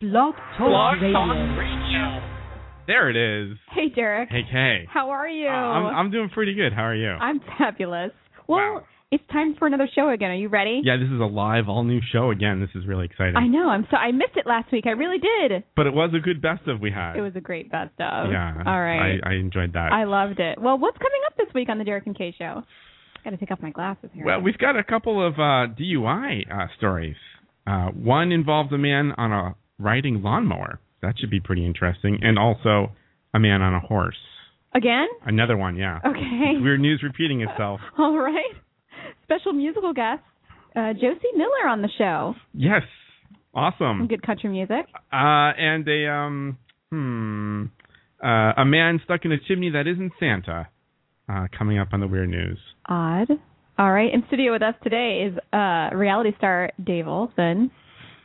Blog Talk Blog Radio. Talk Radio. There it is. Hey, Derek. Hey, Kay. How are you? Uh, I'm, I'm doing pretty good. How are you? I'm fabulous. Well, Wow. it's time for another show again. Are you ready? yeah, this is a live, all new show again. This is really exciting. I know. I'm so I missed it last week. I really did. but it was a good best of we had. It was a great best of. Yeah. All right. I, I enjoyed that. I, loved it. Well, what's coming up this week on the Derek and Kay show? Got to take off my glasses here. well, we've got a couple of uh, DUI uh, stories. Uh, one involved a man on a riding lawnmower. That should be pretty interesting. And also a man on a horse. again. Another one, yeah. Okay. Weird news repeating itself. All right. Special musical guest uh, Josie Miller on the show. Yes. Some Awesome. good country music. Uh, and a um, hmm, uh, a man stuck in a chimney that isn't Santa. Uh, coming up on the weird news. Odd. All right. In studio with us today is uh, reality star Dave Olson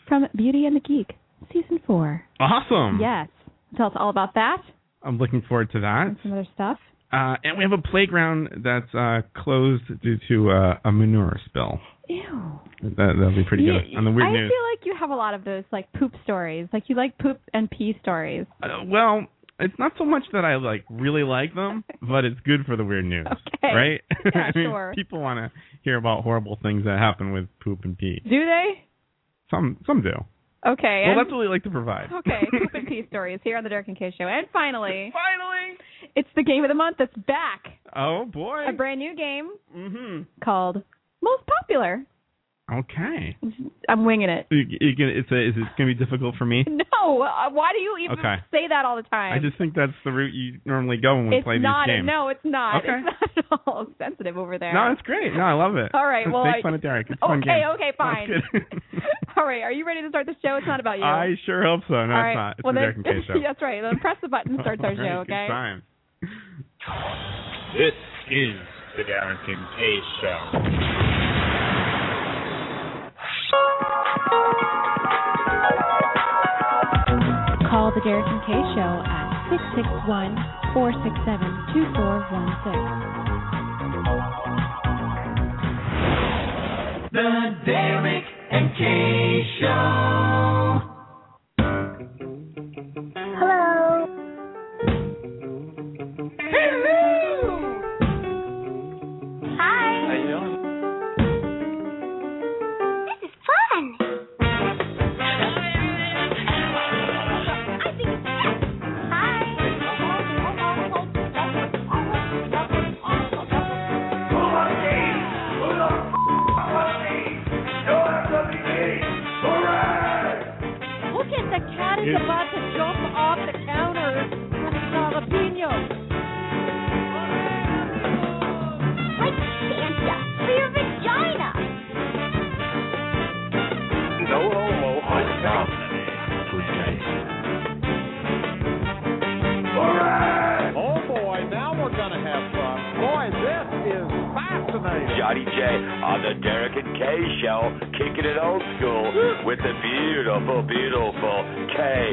from Beauty and the Geek, season four. Awesome. Yes. Tell us all about that I'm looking forward to that. and some other stuff. Uh, and we have a playground that's uh, closed due to uh, a manure spill. Ew. That, that'll be pretty good You- on the weird I news. feel like you have a lot of those like poop stories. Like you like poop and pee stories. Uh, well, it's not so much that I like really like them, but it's good for the weird news, Okay. right? Yeah, I mean, sure. People want to hear about horrible things that happen with poop and pee. Do they? Some some do. Okay. Well, and- that's what we like to provide. okay. poop and pee stories here on the Derek and Kay show. And finally, Finally. it's the game of the month that's back. Oh boy. A brand new game hmm called Most Popular. Okay. I'm winging it. You, you gonna, it's a, is it going to be difficult for me? No, uh, why do you even Okay. say that all the time? I just think that's the route you normally go when we it's play not. these games. No, it's not. Okay. It's not at all sensitive over there. No, it's great. No, I love it. All right, well, make I- fun of Derek. It's a okay. fun game. Okay, fine. Sounds good. all right, are you ready to start the show? It's not about you. I sure hope so. No, all right. it's not. It's well, the then, Derek and Kay show. that's right. Then press the button. Starts our All right, show. good Okay. time. This is the Darren Kincaid Show. Call the Derek and Kay Show at 661 467 2416. This is fun. I think it's fun. Hi. Look at the cat is Yes. about to jump off the counter with his jalapenos. Like Santa for your vagina. Oh boy, now we're gonna have fun. Boy, this is fascinating. Johnny J on the Derek and Kay Show, kicking it old school with the beautiful, beautiful Kay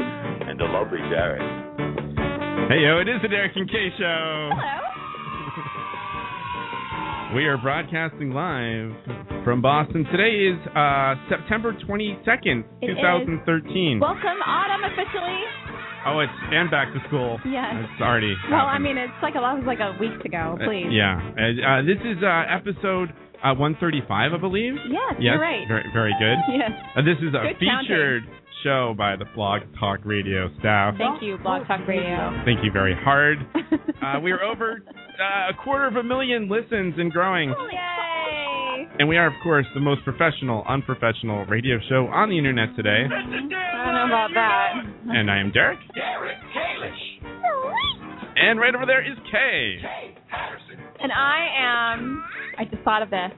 and the lovely Derek. Hey, yo, it is the Derek and Kay show. We are broadcasting live from Boston. Today is uh, September 22nd, It is. 2013. Welcome, autumn officially. oh, it's and back to school. Yes. It's already. Well, I happened. mean, it's like a lot. It's like a week to go. Uh, Please. yeah. Uh, uh, this is uh, episode uh, 135, I believe. Yes, Yes, you're right. Very, very good. Yes. Uh, this is a Good counting. featured show by the Blog Talk Radio staff. Thank you, Blog Talk Radio. Thank you very hard. Uh, we are over uh, a quarter of a million listens and growing. Yay! And we are, of course, the most professional, unprofessional radio show on the internet today. I don't know about that. And I am Derek. And right over there is Kay. And I am. I just thought of this.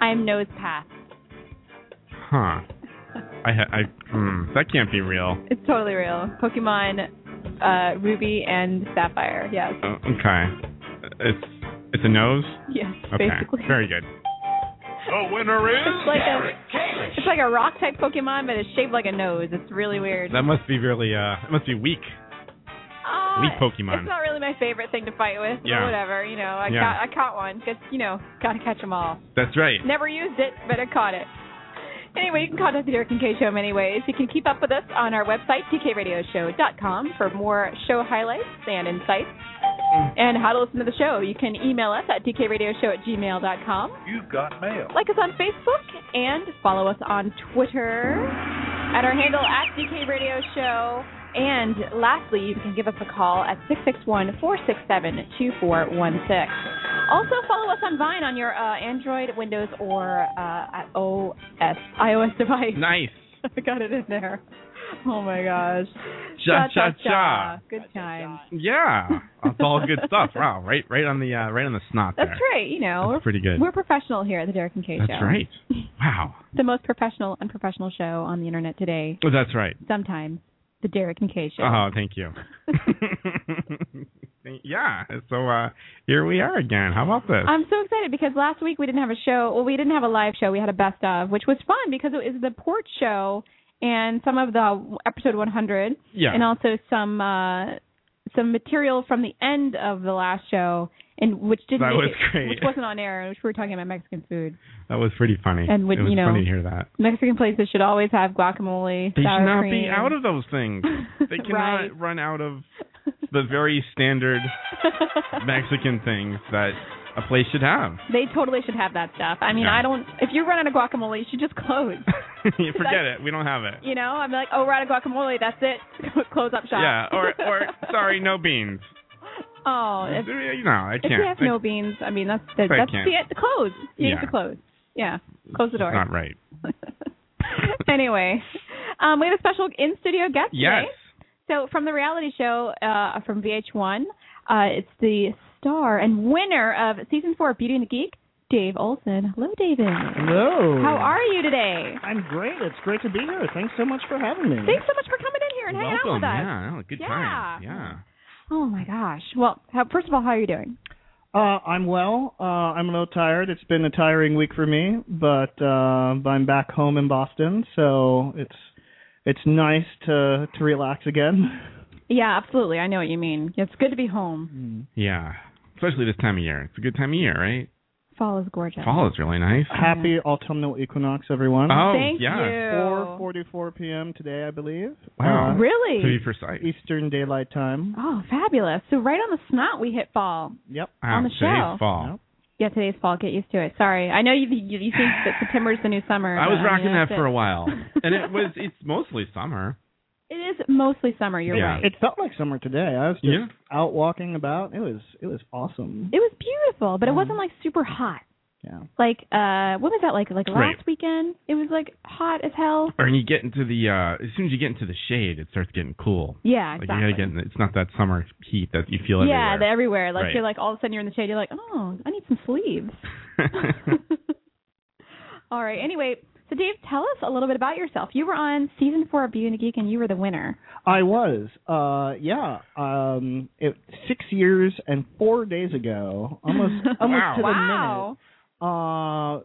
I am nose pass. Huh. I, ha- I, hmm, that can't be real. It's totally real. Pokemon, uh, Ruby and Sapphire. Yes. Uh, okay. It's, it's a nose? Yes. Okay. Basically. Very good. The winner It's like a. It's like a rock type Pokemon, but it's shaped like a nose. It's really weird. That must be really, uh, it must be weak. Uh, weak Pokemon. It's not really my favorite thing to fight with. but Yeah. whatever. You know, I Yeah. got I caught one. Just you know, gotta catch them all. That's right. Never used it, but I caught it. Anyway, you can contact the Derek and Kay Show in many ways. You can keep up with us on our website, dkradioshow.com, for more show highlights and insights. And how to listen to the show. You can email us at dkradioshow at gmail.com. You've got mail. Like us on Facebook and follow us on Twitter at our handle at DK Radio Show. And lastly, you can give us a call at 661 467 2416. Also, follow us on Vine on your uh, Android, Windows, or uh, OS, iOS device. Nice. I got it in there. Oh my gosh. Cha, cha, cha. cha. Good times. Yeah, that's all good stuff. Wow, right, right on the uh, right on the snot That's there. right. You know, That's pretty good. we're professional here at the Derek and Kay That's Show. right. Wow. The most professional unprofessional show on the internet today. Oh, that's right. Sometimes the Derek and Kay Show. Oh, thank you. yeah. So uh, here we are again. How about this? I'm so excited because last week we didn't have a show. Well, we didn't have a live show. We had a best of, which was fun because it was the port show and some of the episode 100, yeah. and also some uh, some material from the end of the last show, and which didn't make That was it- great. which wasn't on air, which we were talking about Mexican food. that was pretty funny. and would- it was you know, funny to hear that. Mexican places should always have guacamole. They should sour not cream. be out of those things. They cannot Right. run out of the very standard Mexican things that a place should have. They totally should have that stuff. I mean, Yeah. I don't. If you run out of guacamole, you should just close. You Forget it. We don't have it. You know, I'm like, oh, we're out of guacamole. That's it. Close up shop. Yeah. Or or sorry, no beans. Oh, if, You know, I if can't. you have no beans, I mean that's that, I that's can't. you have to close. You have to Yeah. close. Yeah, close the It's door. Not right. anyway, um, we have a special in studio guest Yes. today. So from the reality show uh, from VH1, uh, it's the star and winner of season four of Beauty and the Geek, Dave Olson. Hello, David. Hello. How are you today? I'm great. It's great to be here. Thanks so much for having me. Thanks so much for coming in here and hanging out Welcome. with us. Yeah. Oh, good time. Yeah. Yeah. Oh my gosh. Well, how, first of all, how are you doing? Uh, I'm well. Uh, I'm a little tired. It's been a tiring week for me, but uh, I'm back home in Boston, so it's it's nice to to relax again. Yeah, absolutely. I know what you mean. It's good to be home. Mm-hmm. Yeah. Especially this time of year. It's a good time of year, right? Fall is gorgeous. Fall is really nice. Happy autumnal equinox, everyone. Oh, Thank yeah. you. 4:44 p.m. today, I believe. Uh, Wow. To be Oh, Really? precise. Eastern Daylight Time. Oh, fabulous. So right on the snot we hit fall. Yep. on the Wow, show. Today's fall. Yep. Yeah, today's fall. Get used to it. Sorry. I know you you, you think that September's the new summer. I was but, rocking mean, that that's for it. a while, and it was it's mostly summer. It is mostly summer. You're Yeah. right. It felt like summer today. I was just Yeah. out walking about. It was it was awesome. It was beautiful, Mm-hmm. but it wasn't like super hot. Yeah. Like uh, what was that like? Like last Right. weekend, it was like hot as hell. Or when you get into the uh as soon as you get into the shade, it starts getting cool. Yeah, Like exactly. you gotta get in the, it's not that summer heat that you feel yeah, the everywhere. everywhere. Like Right. you're like all of a sudden you're in the shade. You're like, oh, I need some sleeves. All right. Anyway, so Dave, tell us a little bit about yourself. You were on season four of Beauty and the Geek, and you were the winner. I was. Uh yeah. Um it six years and four days ago. Almost almost to the Wow. minute. Uh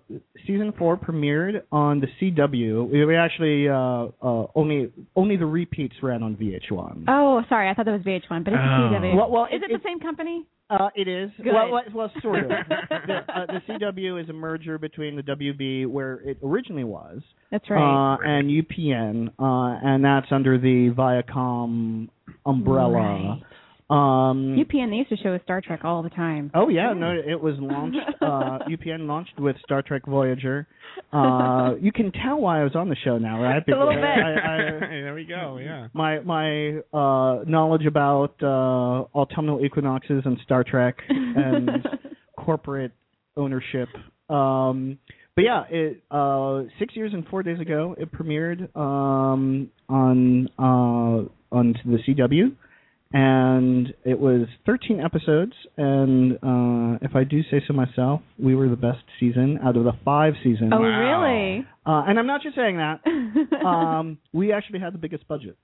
season four premiered on the CW. We were actually uh uh only only the repeats ran on VH one. Oh, sorry. I thought that was VH1, but it's Oh. CW. Well, well, is it, it- the same company? Uh, it is. Good. Well, well, well, sort of. the, uh, the CW is a merger between the WB, where it originally was, That's right. uh, and UPN, uh, and that's under the Viacom umbrella. Um, UPN they used to show Star Trek all the time. oh yeah, no, it was launched. Uh, UPN launched with Star Trek Voyager. Uh, you can tell why I was on the show now, right? A little Because bit. Mm-hmm. I- I- there we go. Yeah. my my uh knowledge about uh autumnal equinoxes and Star Trek and corporate ownership. Um but yeah, it uh 6 years and 4 days ago it premiered um on uh on the CW and it was 13 episodes and uh if I do say so myself, we were the best season out of the 5 seasons. Oh, Wow. really? Uh and I'm not just saying that. um we actually had the biggest budget.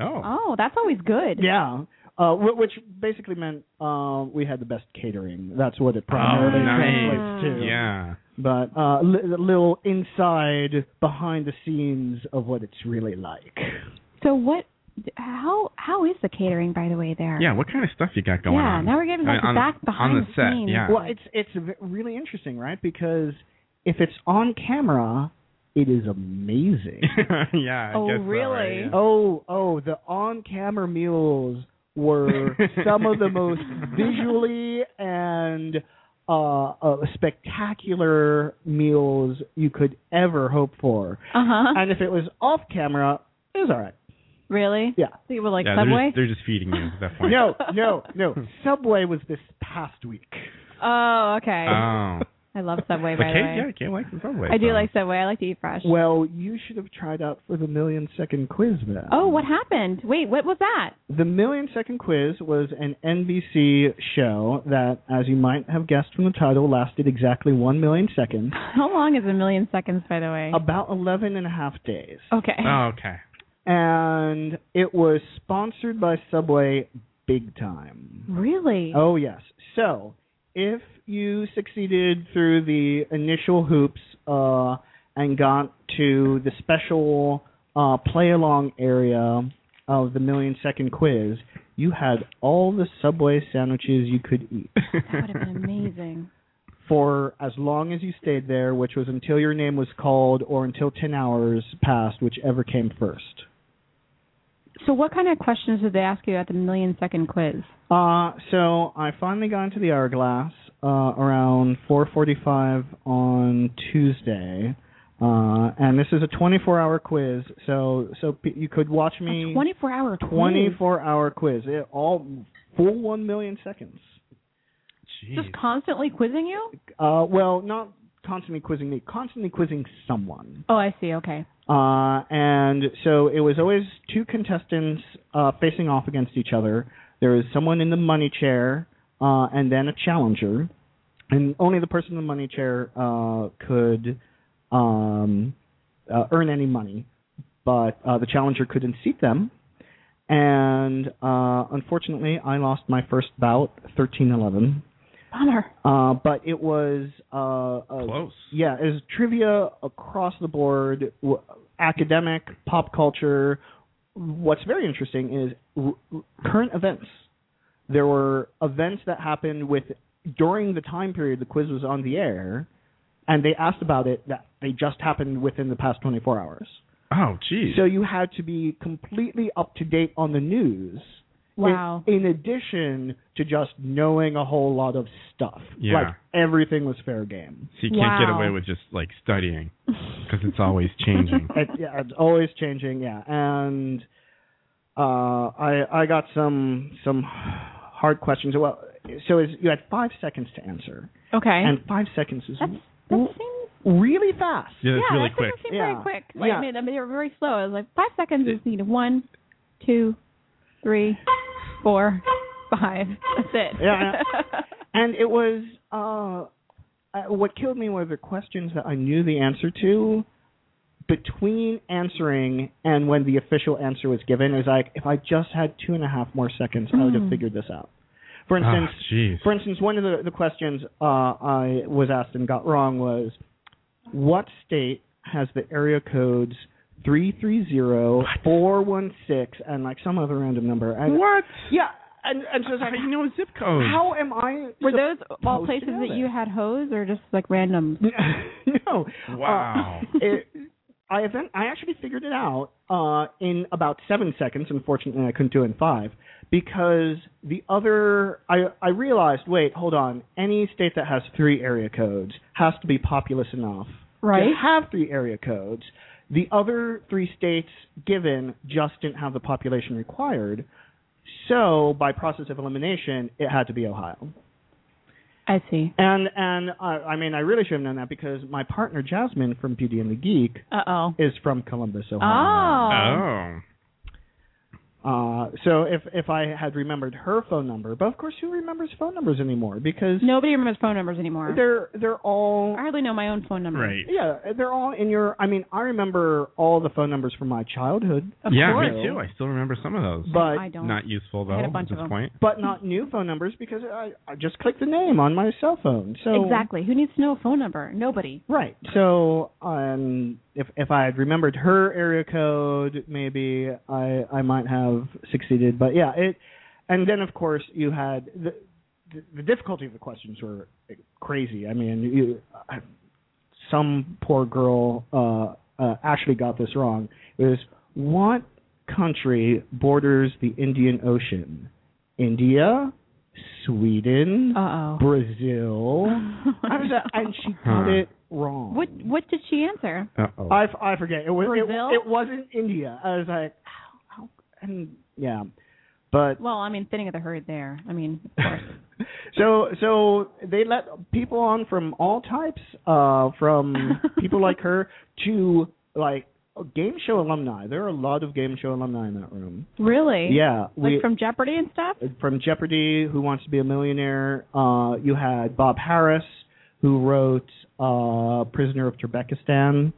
Oh. oh, that's always good. Yeah. Uh, wh- which basically meant uh, we had the best catering. That's what it primarily Oh, nice. translates to. Yeah. But uh, li- a little inside, behind the scenes of what it's really like. So what? How how is the catering by the way there? Yeah. What kind of stuff you got going Yeah, on? now we're getting, like, I mean, on back behind on the the set. scenes. Yeah. Well, it's it's v- really interesting, right? Because if it's on camera, It is amazing. yeah. I Oh, guess so, really? right? oh, oh, the on-camera mules were some of the most visually and uh, uh, spectacular meals you could ever hope for. Uh huh. And if it was off-camera, it was all right. Really? Yeah. So you were like yeah, they're Subway? just, they're just feeding you at that point. No, no, no. Subway was this past week. Oh, okay. Uh, Oh. I love Subway, But by the Kate, way. yeah, Kate likes the Subway. I do so. like Subway. I like to eat fresh. Well, you should have tried out for the million second quiz then. oh, what happened? Wait, what was that? The Million Second Quiz was an NBC show that, as you might have guessed from the title, lasted exactly one million seconds, How long is a million seconds, by the way? about 11 and a half days. okay. Oh, okay. And it was sponsored by Subway big time. really? Oh, yes. So, if you succeeded through the initial hoops uh, and got to the special uh, play along area of the Million Second Quiz, you had all the Subway sandwiches you could eat. That would have been amazing. for as long as you stayed there, which was until your name was called or until 10 hours passed, whichever came first. So, what kind of questions did they ask you at the million second quiz? Uh, so I finally got into the hourglass uh, around 4:45 on Tuesday, uh, and this is a 24-hour quiz. So so p- you could watch me A 24 hour quiz. 24-hour quiz, it, all full one million seconds. Jeez. Just constantly quizzing you? Uh, well, not constantly quizzing me, constantly quizzing someone. Oh, I see. Okay. Uh, and so it was always two contestants uh, facing off against each other. There was someone in the money chair uh, and then a challenger. And only the person in the money chair uh, could um, uh, earn any money, but uh, the challenger could unseat them. And uh, unfortunately, I lost my first bout, thirteen eleven. Bummer. Uh, but it was uh, a Close. yeah, it was trivia across the board, w- academic, pop culture. What's very interesting is r- r- current events. There were events that happened with during the time period the quiz was on the air, and they asked about it that they just happened within the past 24 hours. Oh, jeez. So you had to be completely up to date on the news. in- Wow. In, addition to just knowing a whole lot of stuff, Yeah. like everything was fair game. So you can't get Wow. away with just like studying because it's always changing. it, yeah, it's always changing. Yeah, and uh, I I got some some hard questions. Well, so is you had five seconds to answer, Okay. and five seconds is That's- that w- seems really fast. Yeah, it's yeah, really that quick. doesn't seem Yeah. very quick. Like, Yeah. I mean, I mean, they were very slow. I was like, five seconds is needed. One, two, three, four, five. That's it. Yeah, And it was uh, uh, what killed me were the questions that I knew the answer to. Between answering and when the official answer was given, it was like if I just had two and a half more seconds, I would have figured this out. For Ah, instance, jeez. For instance, one of the, the questions uh, I was asked and got wrong was, what state has the area codes 330, 416, and like some other random number? And, What? Yeah, and, and so it's How like, do you know a zip code? how am I? Were those all supposed places to know that you had hoes or just like random? no. Uh, Wow. it, I event, I actually figured it out uh, in about seven seconds. Unfortunately, I couldn't do it in five because the other I I realized. Wait, hold on. Any state that has three area codes has to be populous enough Right. to have three area codes. The other three states given just didn't have the population required. So, by process of elimination, it had to be Ohio. I see. And and uh, I mean, I really should have known that because my partner Jasmine from Beauty and the Geek Uh oh. is from Columbus, Ohio. Oh. oh. Uh, so if if I had remembered her phone number, but of course, who remembers phone numbers anymore? Because Nobody remembers phone numbers anymore. they're they're all I hardly know my own phone number. Oh, Right. yeah, they're all in your. I mean, I remember all the phone numbers from my childhood, Of yeah, course. me too. I still remember some of those. but I don't. Not useful though I had a at bunch this of them. point. but not new phone numbers because I, I just clicked the name on my cell phone. So Exactly. Who needs to know a phone number? Nobody. Right. So um, if if I had remembered her area code, maybe I I might have succeeded. But yeah, it. And then of course you had the the, the difficulty of the questions were crazy. I mean, you some poor girl uh, uh, Ashley got this wrong. It was what country borders the Indian Ocean? India, Sweden, Uh oh. Brazil. I was, uh, and she got Huh. it wrong. What What did she answer? Uh oh. I, f- I forget. It was it, Brazil? it wasn't India. I was like, how, how, and yeah, but Well, I mean, thinning of the herd there. I mean, of course. so so they let people on from all types, uh, from people like her to like game show alumni. There are a lot of game show alumni in that room. really? Yeah, Like we from Jeopardy and stuff. from Jeopardy, Who Wants to Be a Millionaire. Uh, you had Bob Harris, who wrote uh, Prisoner of Turkestan,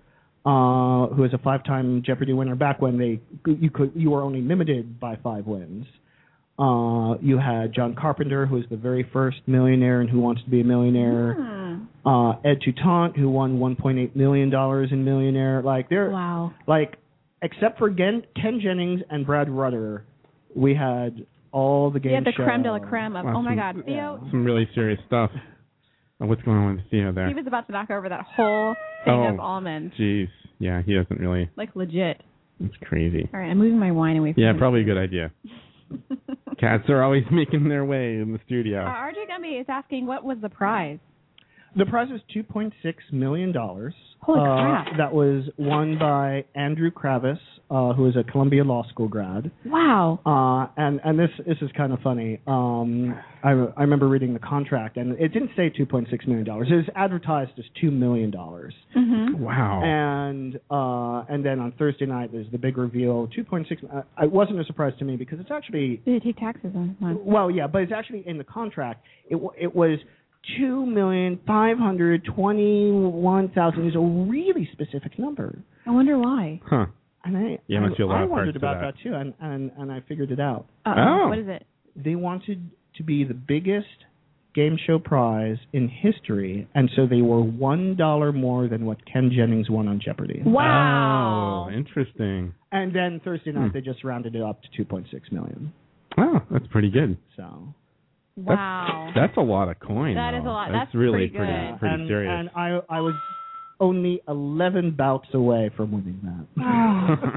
uh, who is a five-time Jeopardy winner. Back when they you could you were only limited by five wins. Uh, you had John Carpenter, who was the very first millionaire and Who Wants to Be a Millionaire. Hmm. Uh, Ed Toutant, who won 1.8 million dollars in Millionaire. Like there, Wow. like except for Gen- Ken Jennings and Brad Rutter, we had all the game Yeah, the show. creme de la creme of. Well, oh my some- God, Theo. Some really serious stuff. Uh, What's going on with Theo there? He was about to knock over that whole thing Oh. of almonds. Jeez. Yeah, he doesn't really. Like legit. It's crazy. All right, I'm moving my wine away from Yeah, you. probably a good idea. Cats are always making their way in the Uh, studio. RJ Gumby is asking what was the prize? The prize was 2.6 million dollars. Holy uh, crap. That was won by Andrew Kravis, uh, who is a Columbia Law School grad. Wow. Uh, and and this this is kind of funny. Um, I I remember reading the contract, and it didn't say 2.6 million dollars. It was advertised as two million dollars. Mm-hmm. Wow. And uh, and then on Thursday night, there's the big reveal. 2.6. Uh, it wasn't a surprise to me because it's actually Did it take taxes on on- Well, yeah, but it's actually in the contract. It wa- it was two million five hundred twenty one thousand is a really specific number, I wonder why. Huh. and I Yeah, must be a I lot of parts wondered to about that. too, and and and I figured it out. Uh-oh. Oh. What is it? They wanted to be the biggest game show prize in history, and so they were one dollar more than what Ken Jennings won on Jeopardy. Wow. Oh, interesting. And then Thursday night Hmm. they just rounded it up to two point six million. Oh, that's pretty good. So Wow. That's a lot of coin. That is though. a lot. That's really pretty good. Um, pretty, pretty and, serious. Um, and I I was only eleven bouts away from winning that. um,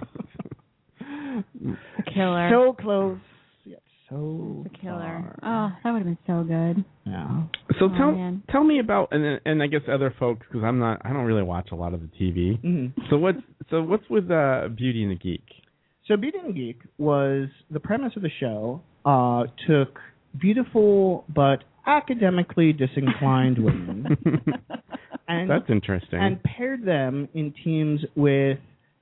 a killer. So close, yet so It's a killer. far. Oh, that would have been so good. Yeah. so Oh, tell man. tell me about and and I guess other folks because I'm not I don't really watch a lot of the TV. Mhm. mm-hmm. So what's so what's with uh, Beauty and the Geek? So Beauty and the Geek was the premise of the show. Uh, took beautiful but academically disinclined women and That's interesting. and paired them in teams with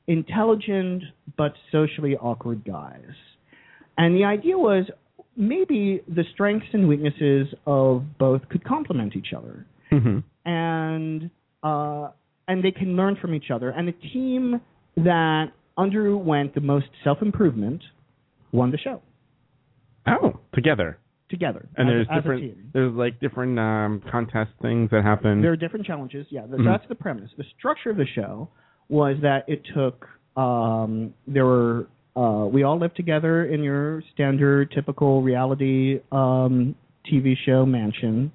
intelligent but socially awkward guys. And the idea was maybe the strengths and weaknesses of both could complement each other. Mhm. and uh, and they can learn from each other. And the team that underwent the most self improvement won the show Oh, together. together. And as- there's as a team. different there's like different um contest things that happen. There are different challenges. Yeah, th- Mhm. that's the premise. The structure of the show was that it took um, there were uh, we all lived together in your standard typical reality um, TV show mansion.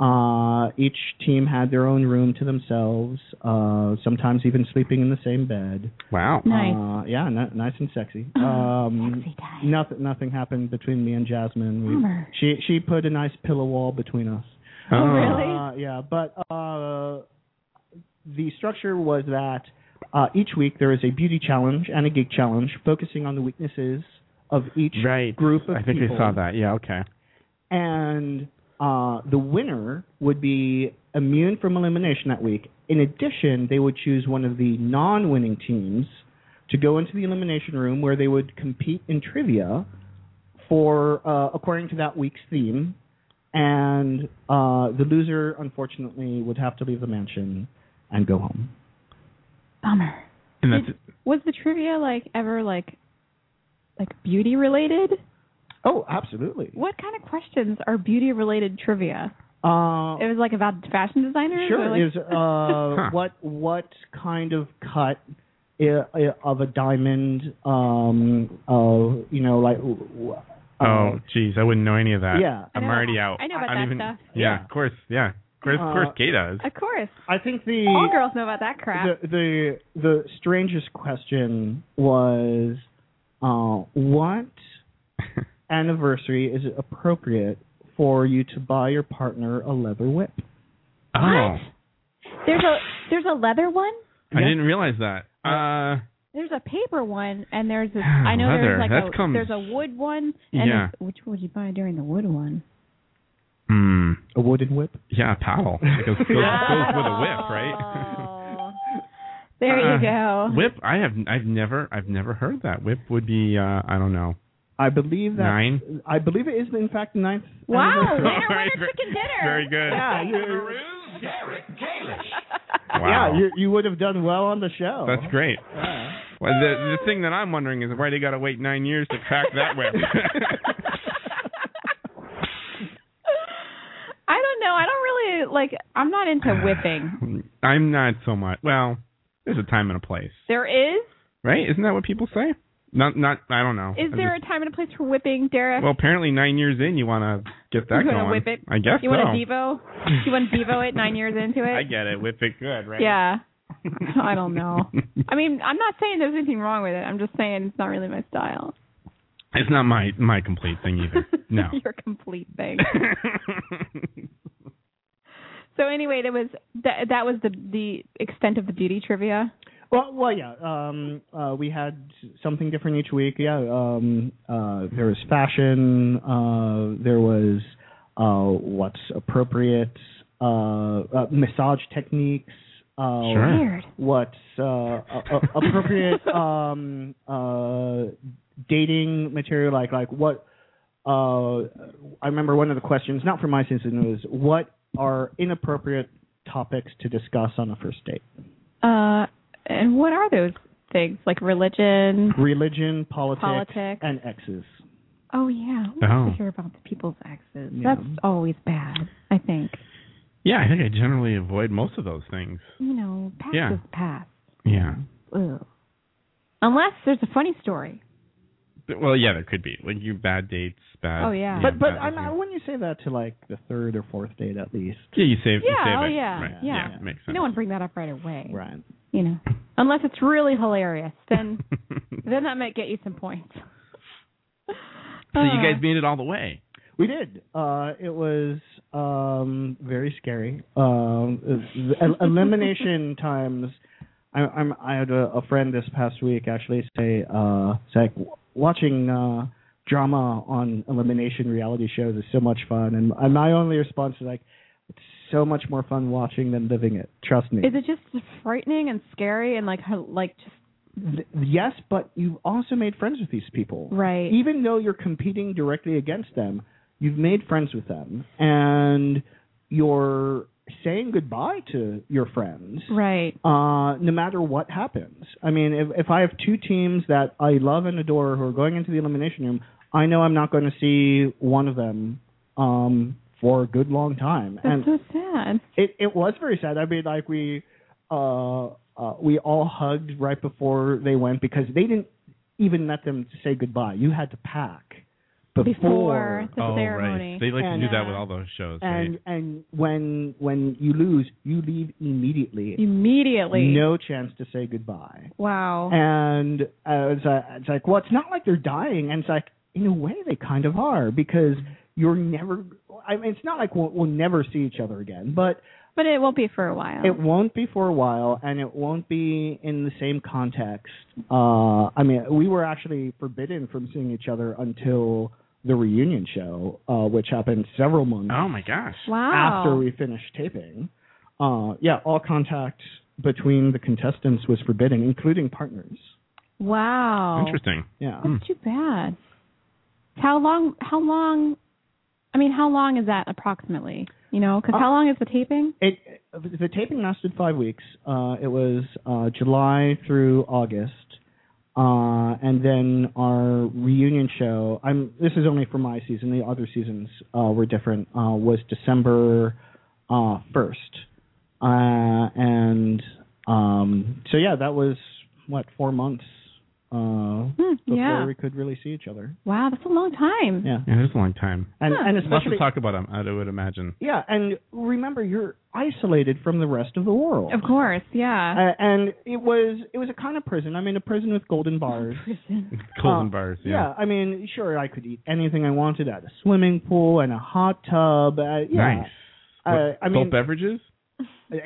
Uh, each team had their own room to themselves, uh, sometimes even sleeping in the same bed. wow. Nice. Uh, yeah, n- nice and sexy. Um, Uh-huh. Sexy time. nothing, nothing happened between me and Jasmine. We- Bummer. she she put a nice pillow wall between us. Oh. really? Uh, yeah, but uh, the structure was that uh, each week there is a beauty challenge and a geek challenge, focusing on the weaknesses of each Right. group of I think people. we saw that. Yeah, okay. And uh, the winner would be immune from elimination that week. In addition, they would choose one of the non-winning teams to go into the elimination room where they would compete in trivia for uh, according to that week's theme. And uh, the loser, unfortunately, would have to leave the mansion and go home. Bummer. And that's- Was the trivia like ever like like beauty related? Oh, absolutely. What kind of questions are beauty related trivia? Uh, It was like about fashion designers. Sure. Or, like, is uh, Huh. what what kind of cut i- i- of a diamond? Um, uh, you know, like. w- w- uh, oh, geez, I wouldn't know any of that. Yeah. I I'm know- already out. I know about I don't that even, stuff. Yeah, Yeah. of course. Yeah. Chris, of course, Uh, Kay does. Of course. I think the All girls know about that crap. the the the strangest question was uh, what anniversary is it appropriate for you to buy your partner a leather whip? Oh, There's a there's a leather one. I didn't realize that. Uh, There's a paper one, and there's a I know Leather. there's like That a comes- there's a wood one. And Yeah. a- Which would you buy during the wood one? hmm. A wooden whip? Yeah, a paddle. It goes, goes, goes with a whip, right? Oh. There you Uh, go. Whip. I have. I've never. I've never heard that. Whip would be. Uh, I don't know. I believe that Nine? I believe it is in fact the ninth. Wow, anniversary. winner, winner, Very- chicken dinner. Very good. Yeah, you, Wow. yeah, you, you would have done well on the show. That's great. Well, the Ah. the thing that I'm wondering is why they got to wait nine years to crack that whip. I don't know. I don't really like. I'm not into whipping. I'm not so much. Well, there's a time and a place, There is. right? Isn't that what people say? Not. Not. I don't know. Is I there a time and a place for whipping, Derek? Well, apparently nine years in, you want to get that You wanna going. whip it? I guess you so. want to Devo? You want to Devo it nine years into it? I get it. Whip it good, right? Yeah. I don't know. I mean, I'm not saying there's anything wrong with it. I'm just saying it's not really my style. It's not my my complete thing either. No. Your complete thing. So anyway, that was that, that was the the extent of the beauty trivia. Well, well, yeah. Um, uh, we had something different each week. Yeah. Um, uh, there was fashion. Uh, there was uh, what's appropriate. Uh, uh, massage techniques. Uh, Sure. Weird. What's uh, a- a- appropriate um, uh, dating material? Like, like what? Uh, I remember one of the questions, not from my season, was what are inappropriate topics to discuss on a first date? Uh, and what are those things like religion? religion, politics, Politics. and exes. Oh yeah, we Oh. like to hear about the people's exes. Yeah. That's always bad. I think yeah, I think I generally avoid most of those things. you know, past Yeah. is past. Yeah. Ugh. Unless there's a funny story. But- Well, yeah, there could be like you bad dates, bad. Oh, yeah. But but bad I'm, I things. wouldn't you say that to like the third or fourth date at least, yeah, you save. you Yeah, save oh, it. yeah, Right. yeah. makes sense. No one bring that up right away. right? You know, unless it's really hilarious, then then that might get you some points. so you Uh, guys made it all the way. We did. Uh, it was um, very scary. Um, the el- elimination times. I, I'm. I had a, a friend this past week actually say, uh, it's like w- watching uh, drama on elimination reality shows is so much fun, and, and my only response is like, it's so much more fun watching than living it. Trust me. Uh, Is it just frightening and scary and like hel- like just Th- yes, but you've also made friends with these people. Right. Even though you're competing directly against them, you've made friends with them and you're saying goodbye to your friends. right? Uh, no matter what happens. I mean, if, if I have two teams that I love and adore who are going into the elimination room, I know I'm not going to see one of them um, for a good long time. That's and so sad. it it was very sad. I mean, like we uh, uh we all hugged right before they went because they didn't even let them say goodbye. You had to pack before, Before the oh, ceremony. right. They like And, to do that uh, with all those shows. and right? and when when you lose, you leave immediately. Immediately. No chance to say goodbye. Wow. And uh, it's, uh, it's like, well, it's not like they're dying. And it's like, in a way, they kind of are because you're never. I mean, it's not like we'll, we'll never see each other again, but but it won't be for a while. It won't be for a while, and it won't be in the same context. Uh, I mean, we were actually forbidden from seeing each other until the reunion show, uh, which happened several months oh my gosh. wow. after we finished taping. Uh, yeah, all contact between the contestants was forbidden, including partners. wow. Interesting. Yeah. That's too bad. How long? How long? I mean, how long is that approximately? You know, Uh, because how long is the taping? It the taping lasted five weeks. Uh, it was uh, July through August, uh, and then our reunion show. I'm this is only for my season. The other seasons uh, were different. Uh, was December uh, first, uh, and um, so yeah, that was what four months uh, Hmm, before yeah. we could really see each other. Wow, that's a long time. Yeah, Yeah, that's a long time. and Huh. and Lots to especially talk about, um, I would imagine. yeah, and remember you're isolated from the rest of the world. Of course, yeah. Uh, and it was it was a kind of prison. I mean, a prison with golden bars. Prison. Colon Uh, bars, Yeah. yeah. I mean, sure, I could eat anything I wanted at a swimming pool and a hot tub. Uh, yeah, Nice. uh, What, I adult mean, beverages?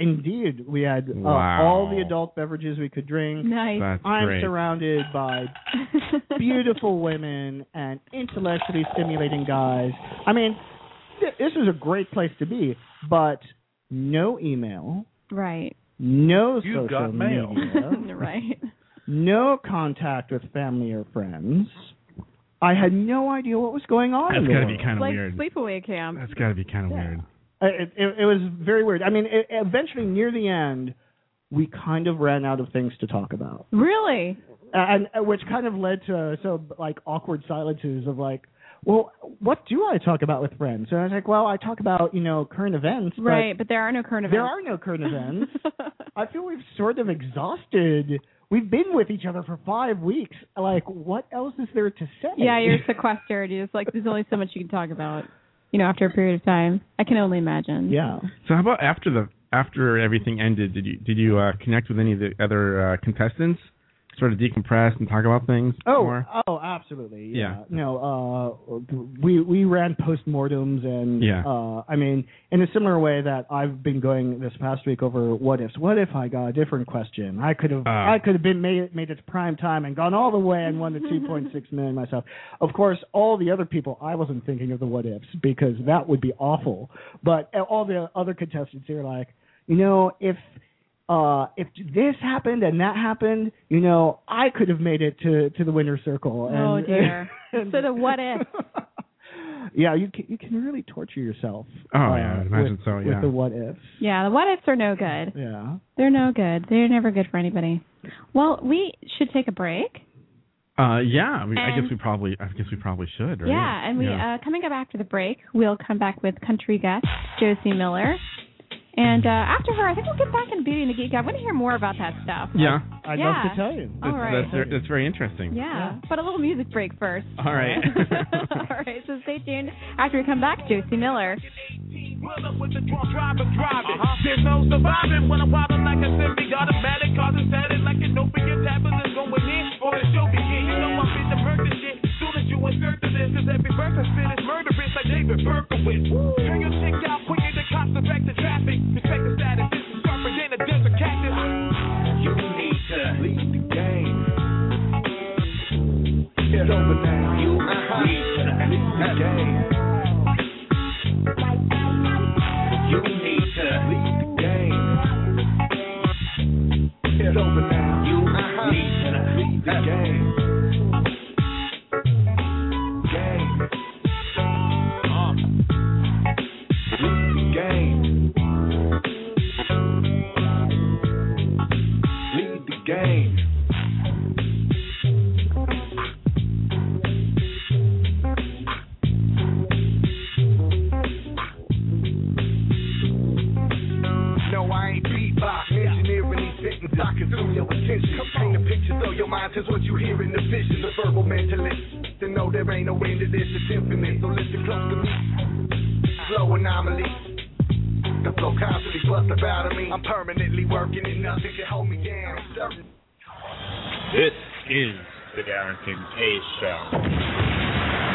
indeed, we had uh, Wow. all the adult beverages we could drink. Nice. That's I'm great. surrounded by beautiful women and intellectually stimulating guys. I mean, th- this is a great place to be, but no email, right. no You've social got mail. media, right. no contact with family or friends. I had no idea what was going on. That's in the got to be world. kind of Like weird. sleepaway camp. That's got to be kind of Yeah. weird. Uh, It, it, it was very weird. I mean, it, eventually near the end, we kind of ran out of things to talk about. Really? and uh, which kind of led to uh, so like awkward silences of like well what do i talk about with friends and i was like well i talk about you know current events but right, but there are no current there events. are no current events i feel we've sort of exhausted we've been with each other for five weeks like what else is there to say yeah, you're sequestered. You're just like there's only so much you can talk about. You know, after a period of time, I can only imagine. yeah So how about after the after everything ended? Did you did you uh, connect with any of the other uh, contestants? Sort of decompress and talk about things. Oh, more? oh, absolutely. Yeah. Yeah. No, uh, we we ran postmortems and Yeah. uh, I mean, in a similar way that I've been going this past week over what ifs. What if I got a different question? I could have Uh. I could have been made made it to prime time and gone all the way and won the Mm-hmm. 2.6 million myself. Of course, all the other people I wasn't thinking of the what ifs because that would be awful. But all the other contestants here like, you know, if uh, if this happened and that happened, you know, I could have made it to to the winner's circle. And, Oh dear. and- so the what if? yeah, you can, you can really torture yourself. uh, Oh, yeah, I would imagine with- so, yeah. with the what ifs. Yeah, the what ifs are no good. Yeah. They're no good. They're never good for anybody. Well, we should take a break. Uh, yeah. I, mean, I And- guess we probably I guess we probably should. Right? Yeah, and we uh coming up after the break, we'll come back with country guest Josie Miller. And uh after her, I think we'll get back in Beauty and the Geek. I want to hear more about that stuff. yeah. I'd Yeah. love to tell you. All That's, right. that's, ver- that's very interesting. Yeah, but a little music break first. All right. All right, so stay tuned. After we come back, Josie Miller. There's no surviving when I'm wildin' like a semi automatic, causing static like an opiate tablet is going in for the show begin. You know I'm in the murder shit. Soon as you insert the this, cause every verse I spit is murderous like David Berkowitz. Turn your chick out quicker than cops affect the traffic. Respect the status, this is sharper than a desert cactus. You need to leave the game. Get over now. You need to leave the game. You need to leave the game. It's over now. You need to leave the game. Game. Uh. Leave the game. Leave the game. No, I ain't beatbox. Engineering these sentences, I consume your attention. Paint a picture, though your mind is what you hear in the vision. The verbal mentalist. To know there ain't no end to this, it's infinite. So listen close to me. Slow anomaly. The flow constantly bust up out of me. I'm permanently working and nothing can hold me down. Certain This is the Darrington K Show.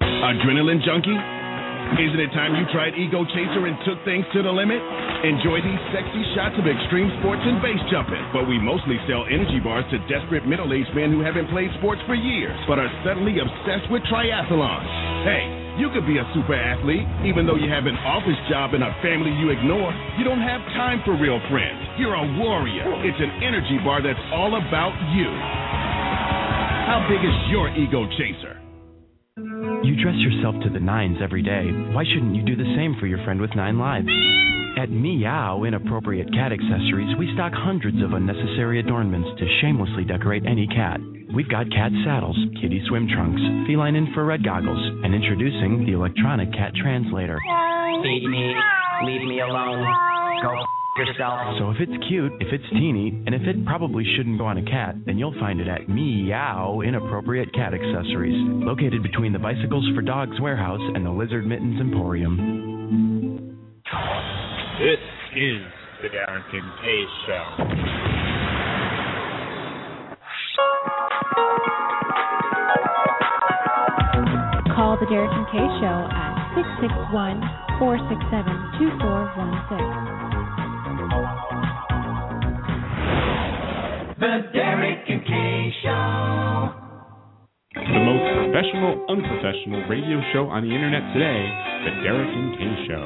Adrenaline junkie? Isn't it time you tried Ego Chaser and took things to the limit? Enjoy these sexy shots of extreme sports and base jumping. But we mostly sell energy bars to desperate middle aged men who haven't played sports for years but are suddenly obsessed with triathlons. Hey, you could be a super athlete even though you have an office job and a family you ignore. You don't have time for real friends. You're a warrior. It's an energy bar that's all about you. How big is your ego chaser? You dress yourself to the nines every day. Why shouldn't you do the same for your friend with nine lives? At Meow Inappropriate Cat Accessories, we stock hundreds of unnecessary adornments to shamelessly decorate any cat. We've got cat saddles, kitty swim trunks, feline infrared goggles, and introducing the electronic cat translator. Feed me. Leave me alone. Go yourself. So if it's cute, if it's teeny, and if it probably shouldn't go on a cat, then you'll find it at Meow Inappropriate Cat Accessories, located between the Bicycles for Dogs warehouse and the Lizard Mittens Emporium. This is the Darrington Pay Show. Call the Derek and Kay Show at 661 467 2416. The Derek and Kay Show. The most professional, unprofessional radio show on the internet today, The Derek and Kay Show.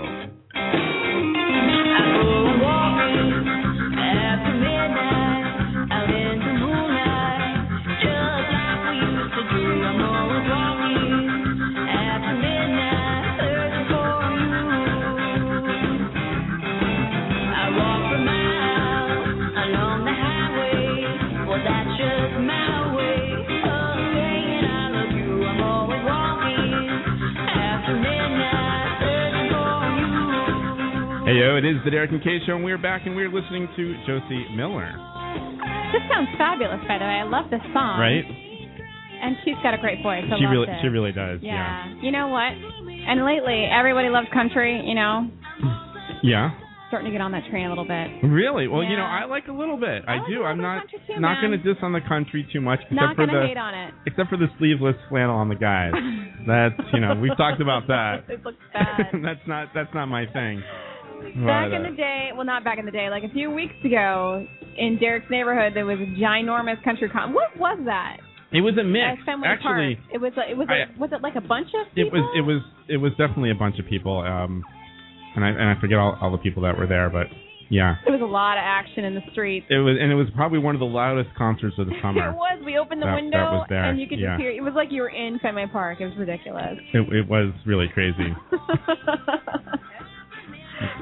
Hey, yo, it is the Derek and Kay Show, and we're back, and we're listening to Josie Miller, This sounds fabulous, by the way. I love this song. right? And she's got a great voice. I she loved really, it. she really does. Yeah. yeah. You know what? And lately, everybody loves country. You know, Yeah. starting to get on that train a little bit. Really? Well, you know, Yeah. I like a little bit. I, do. I'm not too, not man. going to diss on the country too much, except Not for gonna the hate on it. except for the sleeveless flannel on the guys. That's you know we've talked about that. It looks bad. that's not that's not my thing. Back But, in uh, the day, well, not back in the day, like a few weeks ago in Derek's neighborhood, there was a ginormous country con. What was that? it was a mix. At Fenway Actually, Park. it was. A, it was. A, was it like a bunch of it people? was it was it was definitely a bunch of people. Um, and I and I forget all, all the people that were there, but yeah, It was a lot of action in the streets. it was and it was probably one of the loudest concerts of the It summer. was. We opened the That- that window was there, and you could yeah. just hear. It was like you were in Fenway Park. It was ridiculous. it, it was really crazy.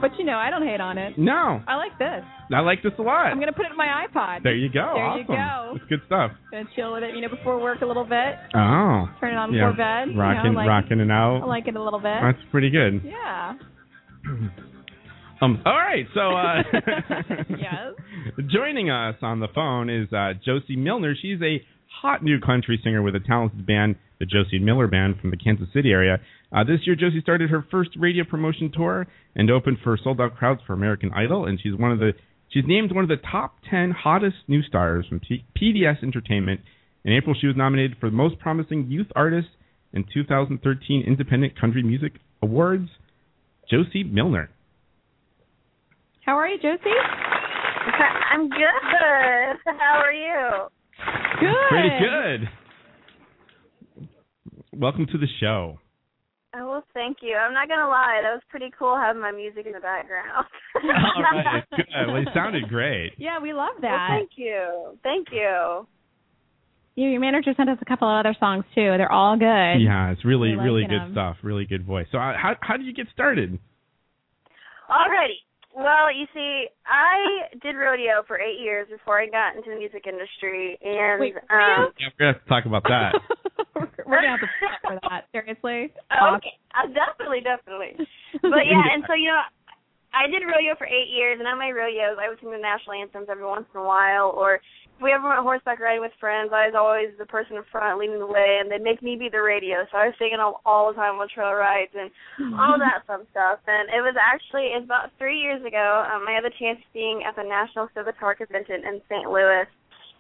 But you know, I don't hate on it. No, I like this. I like this a lot. I'm gonna put it in my iPod. There you go. There awesome. you go. It's good stuff. Gonna chill with it, you know, before work a little bit. Oh. Turn it on yeah. before bed. you know, Rocking, like- rocking it out. I like it a little bit. That's pretty good. Yeah. Um. All right. So, uh, yes. joining us on the phone is uh, Josie Milner. She's a hot new country singer with a talented band, the Josie Miller Band from the Kansas City area. Uh, this year, Josie started her first radio promotion tour and opened for sold out crowds for American Idol, and she's one of the she's named one of the top ten hottest new stars from P- PBS Entertainment. In April, she was nominated for the most promising youth artist in 2013 Independent Country Music Awards. Josie Milner. How are you, Josie? I'm good. How are you? Good. Pretty good. Welcome to the show. Oh, well, thank you. I'm not gonna lie, that was pretty cool having my music in the background. All right. Good. Well, you sounded great. Yeah, we love Well, that. thank you. Thank you. you, your manager sent us a couple of other songs too. They're all good. Yeah, it's really, We really liking good 'em. stuff. Really good voice. So, uh, how how do you get started? Alrighty. Well, you see, I did rodeo for eight years before I got into the music industry, and Wait, um, Yeah, we're gonna have to talk about that. We're gonna have to stop for that. Seriously. Okay, uh, definitely, definitely. But yeah, and so you know, I did rodeo for eight years, and on my rodeos, I would sing the national anthems every once in a while, or if we ever went horseback riding with friends, I was always the person in front leading the way, and they'd make me be the radio, so I was singing all, all the time on trail rides and all that fun stuff. And it was actually it was about three years ago, um, I had the chance of being at the National Civitark Convention in St. Louis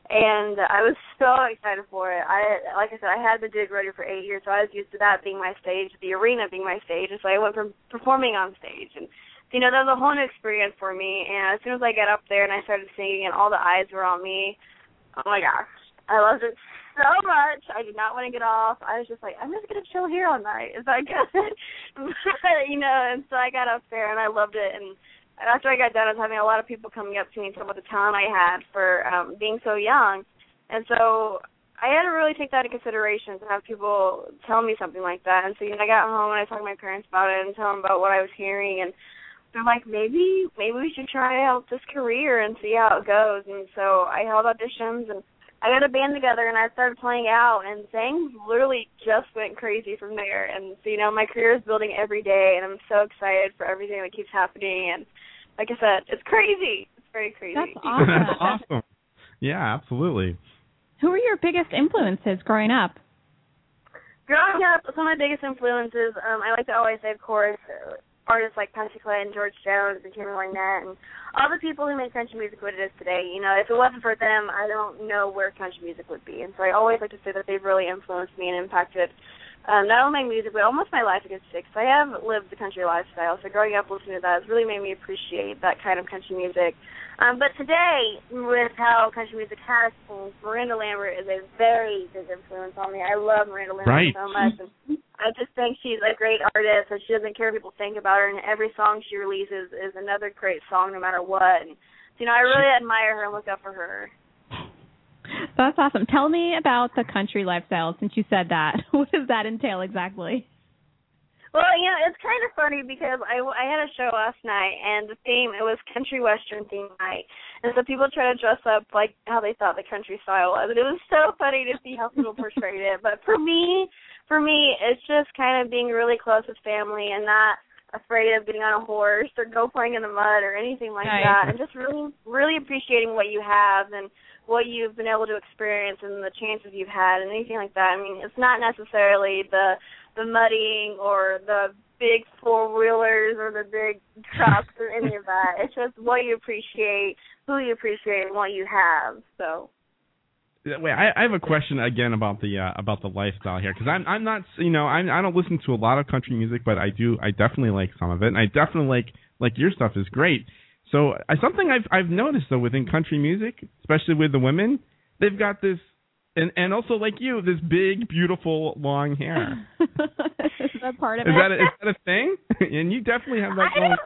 and I was so excited for it. I like I said, I had been doing rodeo for eight years, so I was used to that being my stage, the arena being my stage, and so I went from performing on stage and you know, that was a whole new experience for me and as soon as I got up there and I started singing and all the eyes were on me, oh my gosh. I loved it so much. I did not want to get off. I was just like, I'm just gonna chill here all night. Is that good? but, you know, and so I got up there and I loved it and and after I got done, I was having a lot of people coming up to me and talking about the talent I had for um being so young, and so I had to really take that into consideration to have people tell me something like that. And so you know, I got home and I talked to my parents about it and tell them about what I was hearing, and they're like, maybe maybe we should try out this career and see how it goes. And so I held auditions and. I got a band together and I started playing out and things literally just went crazy from there and so you know my career is building every day and I'm so excited for everything that keeps happening and like I said, it's crazy. It's very crazy. That's That's awesome. awesome. Yeah, absolutely. Who were your biggest influences growing up? Growing up, some of my biggest influences, um, I like to always say, of course, uh, artists like Patsy Cline and George Jones and Kimberly Lynette and all the people who make country music what it is today. You know, if it wasn't for them, I don't know where country music would be. And so I always like to say that they've really influenced me and impacted um, not only my music, but almost my life because six. I have lived the country lifestyle, so growing up listening to that has really made me appreciate that kind of country music. Um, but today, with how country music has changed, Miranda Lambert is a very big influence on me. I love Miranda Lambert Right. so much. And I just think she's a great artist, and she doesn't care what people think about her. And every song she releases is another great song, no matter what. And, so, you know, I really admire her and look up for her. That's awesome. Tell me about the country lifestyle since you said that. What does that entail exactly? Well, you know, it's kind of funny because I, I had a show last night, and the theme it was country western theme night, and so people try to dress up like how they thought the country style was, and it was so funny to see how people portrayed it. But for me, for me, it's just kind of being really close with family and not afraid of getting on a horse or go playing in the mud or anything like Right. that, and just really, really appreciating what you have and what you've been able to experience and the chances you've had and anything like that. I mean, it's not necessarily the the muddying or the big four wheelers or the big trucks or any of that. It's just what you appreciate, who you appreciate, and what you have. So Wait, I, I have a question again about the uh, about the lifestyle here because I'm I'm not you know I'm, I don't listen to a lot of country music, but I do I definitely like some of it, and I definitely like like your stuff is great. So I, something I've I've noticed though within country music, especially with the women, they've got this and and also like you this big beautiful long hair. is that part Is of it? that a, is that a thing? and you definitely have that. I Going. don't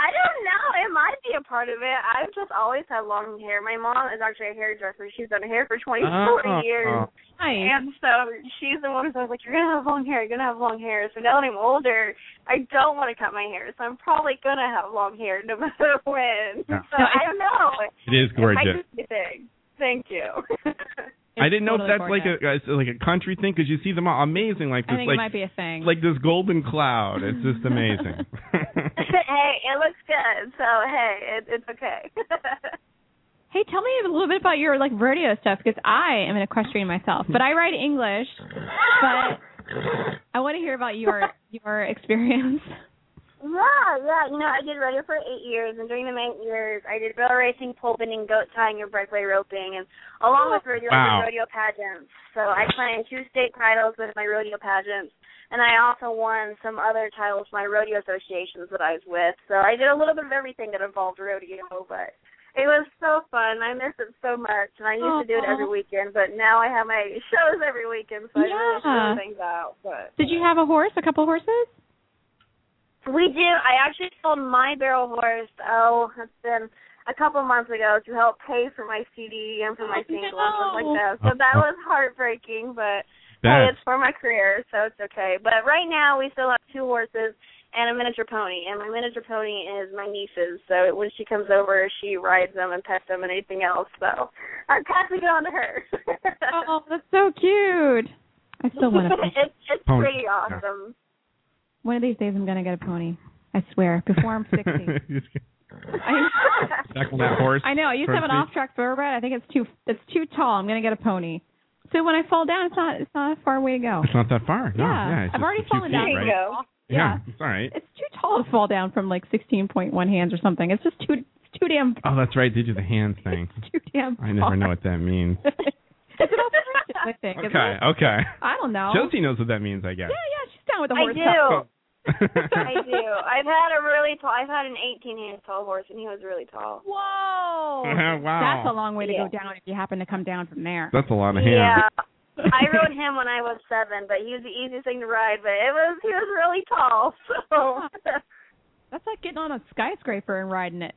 I don't know. It might be a part of it. I've just always had long hair. My mom is actually a hairdresser. She's done hair for Ah. 24 Oh. years. And so she's the one who's always like, "You're gonna have long hair. You're gonna have long hair." So now that I'm older, I don't want to cut my hair. So I'm probably gonna have long hair no matter when. Yeah. So I don't know. It is I gorgeous. just think. Thank you. I didn't know if that's like a, like a country thing because you see them all amazing like I this think it like might be a thing. like this golden cloud. It's just amazing. hey, it looks good. So hey, it, it's okay. Hey, tell me a little bit about your like rodeo stuff because I am an equestrian myself, but I ride English. But I want to hear about your your experience. yeah, yeah. You know, I did rodeo for eight years, and during the eight years, I did barrel racing, pole bending, goat tying, and breakaway roping, and Oh, along with rodeo, I Wow. did rodeo pageants. So I claimed two state titles with my rodeo pageants, and I also won some other titles for my rodeo associations that I was with. So I did a little bit of everything that involved rodeo, but it was so fun. I miss it so much, and I used to do it Aw. every weekend, but now I have my shows every weekend, so I really Yeah. feel things out. But Did you have a horse? A couple horses? we do. I actually sold my barrel horse. Oh, it's been a couple months ago to help pay for my CD and for my single and stuff like that. So that was heartbreaking, but hey, Bet. it's for my career, so it's okay. But right now, we still have two horses and a miniature pony, and my miniature pony is my niece's. So when she comes over, she rides them and pets them and anything else. So I'm passing it on to her. oh, that's so cute. I still want a pony. it's it's Pony. pretty Yeah. awesome. One of these days, I'm gonna get a pony. I swear. Before I'm sixty. I, Back on that horse. I know. I used to have an Percy. off-track thoroughbred. I think it's too it's too tall. I'm gonna get a pony. So when I fall down, it's not it's not a far way to go. It's not that far. No, yeah. yeah. it's I've just already a few fallen down. feet, right? Yeah. Yeah, it's all right. It's too tall to fall down from like 16.1 hands or something. It's just too it's too damn Oh, that's right. They do the hand thing. too damn. I never far. know what that means. it's an old I think. isn't Okay, it? okay. I don't know. Josie knows what that means, I yeah, guess. yeah, she's down with the I horse. do. Oh. I do. I've had a really tall. I've had an 18 hand tall horse, and he was really tall. Whoa! Wow. That's a long way to Yeah. go down if you happen to come down from there. That's a lot of hands. Yeah. I rode him when I was seven, but he was the easiest thing to ride. But it was he was really tall, so That's like getting on a skyscraper and riding it.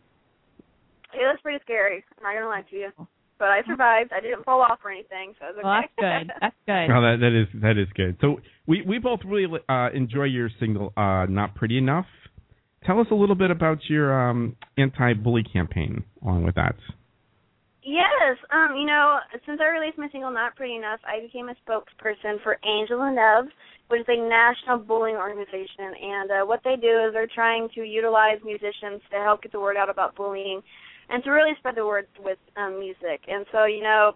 it was pretty scary. I'm not gonna lie to you, but I survived. I didn't fall off or anything, so it was okay. Well, that's good. That's good. Oh, that that is that is good. So we we both really uh, enjoy your single uh, "Not Pretty Enough." Tell us a little bit about your um, anti-bully campaign along with that. Yes, um, you know, since I released my single "Not Pretty Enough," I became a spokesperson for Angel and Ev, which is a national bullying organization. And uh, what they do is they're trying to utilize musicians to help get the word out about bullying, and to really spread the word with um, music. And so, you know,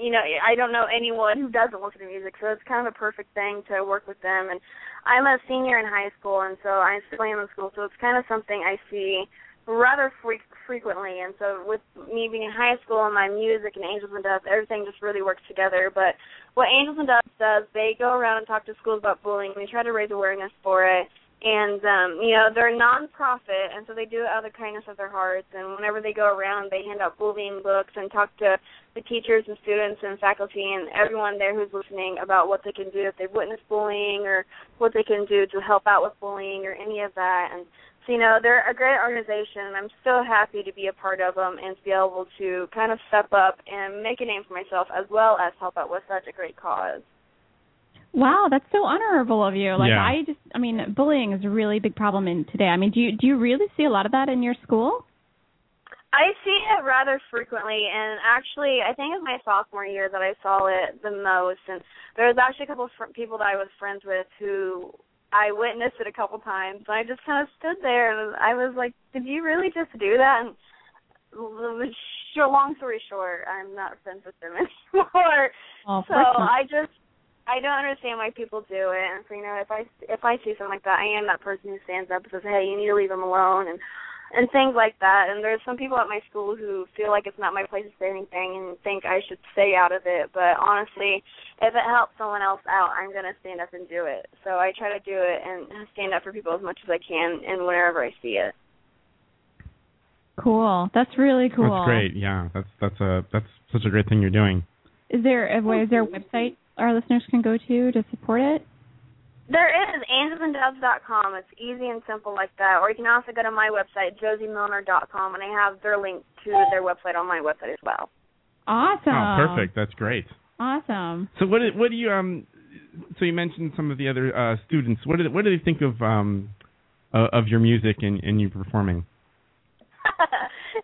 you know, I don't know anyone who doesn't listen to music, so it's kind of a perfect thing to work with them. And I'm a senior in high school, and so I still am in school, so it's kind of something I see rather fre- frequently. And so with me being in high school and my music and Angels and Dust, everything just really works together. But what Angels and Dust does, they go around and talk to schools about bullying. They try to raise awareness for it. And um, you know they're a non-profit, and so they do it out of the kindness of their hearts. And whenever they go around, they hand out bullying books and talk to the teachers and students and faculty and everyone there who's listening about what they can do if they've witnessed bullying or what they can do to help out with bullying or any of that. And so, you know, they're a great organization, and I'm so happy to be a part of them and to be able to kind of step up and make a name for myself as well as help out with such a great cause. Wow, that's so honorable of you. Like Yeah. I just I mean, bullying is a really big problem in today. I mean, do you do you really see a lot of that in your school? I see it rather frequently, and actually, I think it's my sophomore year that I saw it the most. And there was actually a couple of fr- people that I was friends with who I witnessed it a couple times. And I just kind of stood there, and I was like, "Did you really just do that?" And l- l- short, long story short, I'm not friends with them anymore. Oh, of so course not. I just I don't understand why people do it. And so, you know, if I if I see something like that, I am that person who stands up and says, "Hey, you need to leave him alone," and and things like that. And there's some people at my school who feel like it's not my place to say anything and think I should stay out of it. But honestly, if it helps someone else out, I'm gonna stand up and do it. So I try to do it and stand up for people as much as I can and whenever I see it. Cool. That's really cool. That's great. Yeah, that's that's a that's such a great thing you're doing. Is there a way is there a website our listeners can go to to support it? There is angelsanddoves.com. It's easy and simple like that. Or you can also go to my website, josiemilner.com, and I have their link to their website on my website as well. Awesome. Oh, perfect. That's great. Awesome. So what do- what do you um so you mentioned some of the other uh, students. What do they, what do they think of um uh, of your music and, and you performing?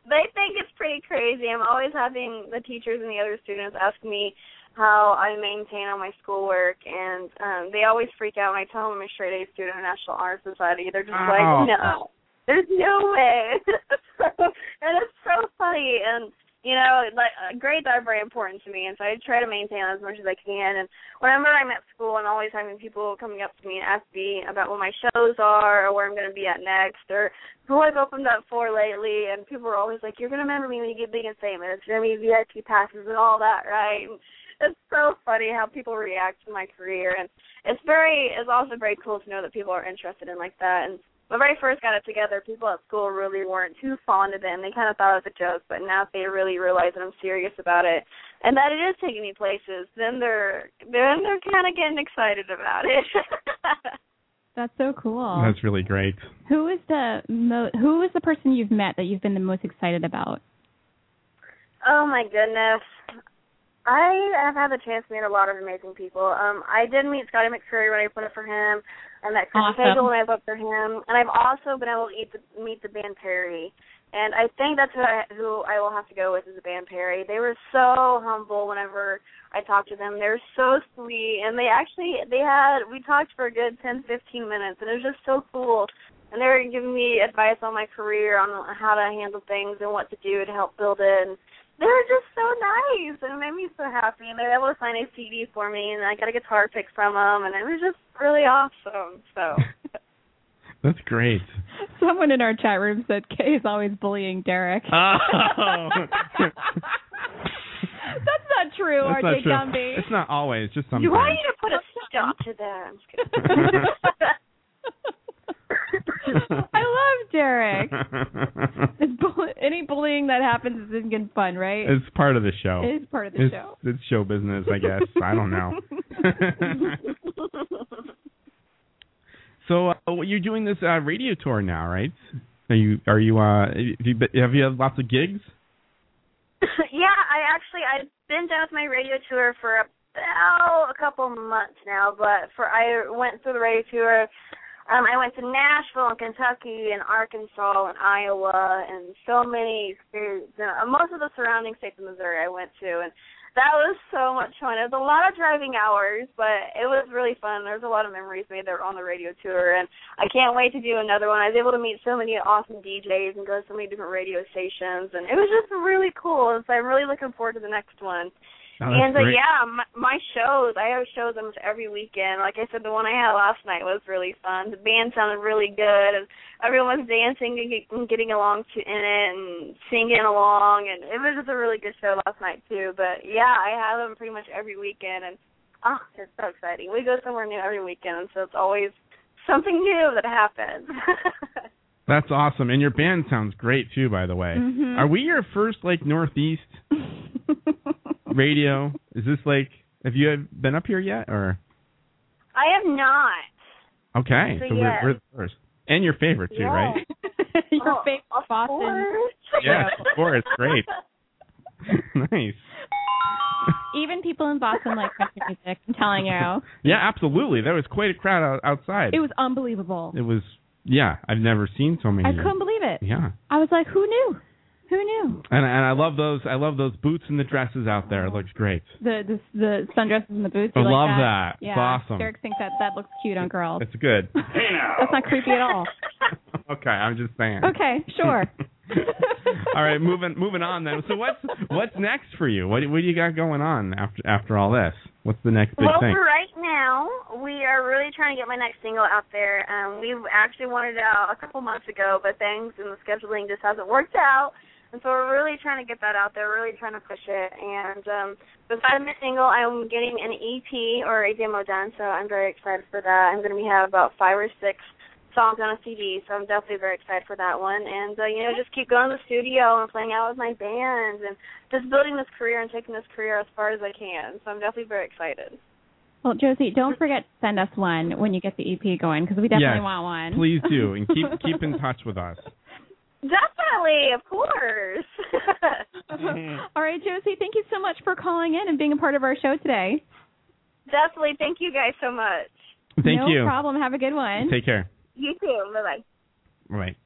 they think it's pretty crazy. I'm always having the teachers and the other students ask me how I maintain all my schoolwork, and um, they always freak out when I tell them I'm a straight A student of National Honor Society. They're just Wow. like, no, there's no way. and it's so funny, and you know, like uh, grades are very important to me, and so I try to maintain them as much as I can. And whenever I'm at school, I'm always having people coming up to me and ask me about what my shows are, or where I'm going to be at next, or who I've opened up for lately, and people are always like, "You're gonna remember me when you get big and famous. It's gonna be VIP passes and all that, right?" And it's so funny how people react to my career, and it's very, it's also very cool to know that people are interested in like that. And when I first got it together, people at school really weren't too fond of it, and they kind of thought it was a joke. But now they really realize that I'm serious about it, and that it is taking me places. Then they're, then they're kind of getting excited about it. That's so cool. That's really great. who is the mo- who is the person you've met that you've been the most excited about? Oh my goodness. I have had the chance to meet a lot of amazing people. Um, I did meet Scotty McCreary when I put up for him. I met Chris Awesome. Fagel when I put up for him. And I've also been able to eat the, meet the band Perry. And I think that's who I, who I will have to go with is the band Perry. They were so humble whenever I talked to them. They were so sweet. And they actually, they had, we talked for a good ten fifteen minutes. And it was just so cool and they were giving me advice on my career on how to handle things and what to do to help build it and they were just so nice and it made me so happy and they were able to find a cd for me and i got a guitar pick from them and it was just really awesome so That's great. Someone in our chat room said Kay is always bullying Derek. Oh. That's not true, That's not RJ true. Gumby. It's not always, just you sometimes. want you to put a stop to that I'm just kidding. I love Derek. It's bull- any bullying that happens is good fun, right? It's part of the show. It is part of the It's- show. It's show business, I guess. I don't know. so uh, you're doing this uh, radio tour now, right? Are you? Are you? Uh, have you? Been, have you had lots of gigs? yeah, I actually I've been done with my radio tour for about a couple months now, but for I went through the radio tour Um, I went to Nashville and Kentucky and Arkansas and Iowa and so many experiences. Uh, most of the surrounding states of Missouri I went to, and that was so much fun. It was a lot of driving hours, but it was really fun. There's a lot of memories made there on the radio tour, and I can't wait to do another one. I was able to meet so many awesome DJs and go to so many different radio stations, and it was just really cool. And so I'm really looking forward to the next one. Oh, that's and uh, great. yeah, my, my shows. I have shows almost every weekend. Like I said, the one I had last night was really fun. The band sounded really good, and everyone was dancing and, get, and getting along to in it and singing along. And it was just a really good show last night too. But yeah, I have them pretty much every weekend, and oh, it's so exciting. We go somewhere new every weekend, and so it's always something new that happens. That's awesome. And your band sounds great too, by the way. Mm-hmm. Mhm. Are we your first like Northeast radio? Is this like have you been up here yet or I have not. okay. So, so we're, yes. we're the first. And your favorite too, right? Oh, Oh, Your favorite Boston. Yes, of course. Great. nice. Even people in Boston like country music. I'm telling you, Yeah, absolutely. There was quite a crowd out, outside. it was unbelievable. It was- yeah, I've never seen so many. I couldn't believe it. Yeah. I was like, who knew? Who knew? And and I love those I love those boots and the dresses out there. It looks great. The the the sundresses and the boots. I you like love that. that. It's Yeah. awesome. Derek thinks that that looks cute on girls. It's good. That's not creepy at all. okay, I'm just saying. Okay, sure. All right, moving moving on then. So what's what's next for you? What what do you got going on after after all this? What's the next big well, thing? for right now, we are really trying to get my next single out there. Um, we actually wanted it out a couple months ago, but things and the scheduling just hasn't worked out. And so we're really trying to get that out there, really trying to push it. And um, besides my single, I'm getting an EP or a demo done, so I'm very excited for that. I'm going to have about five or six songs on a CD, so I'm definitely very excited for that one. And uh, you know, just keep going to the studio and playing out with my band, and just building this career and taking this career as far as I can. So I'm definitely very excited. Well, Josie, don't forget to send us one when you get the EP going because we definitely Yes, want one. Please do and keep keep in touch with us. Definitely, of course. All right, Josie, thank you so much for calling in and being a part of our show today. Definitely. Thank you guys so much. Thank no you. problem. Have a good one. Take care. You too. Bye bye. All right.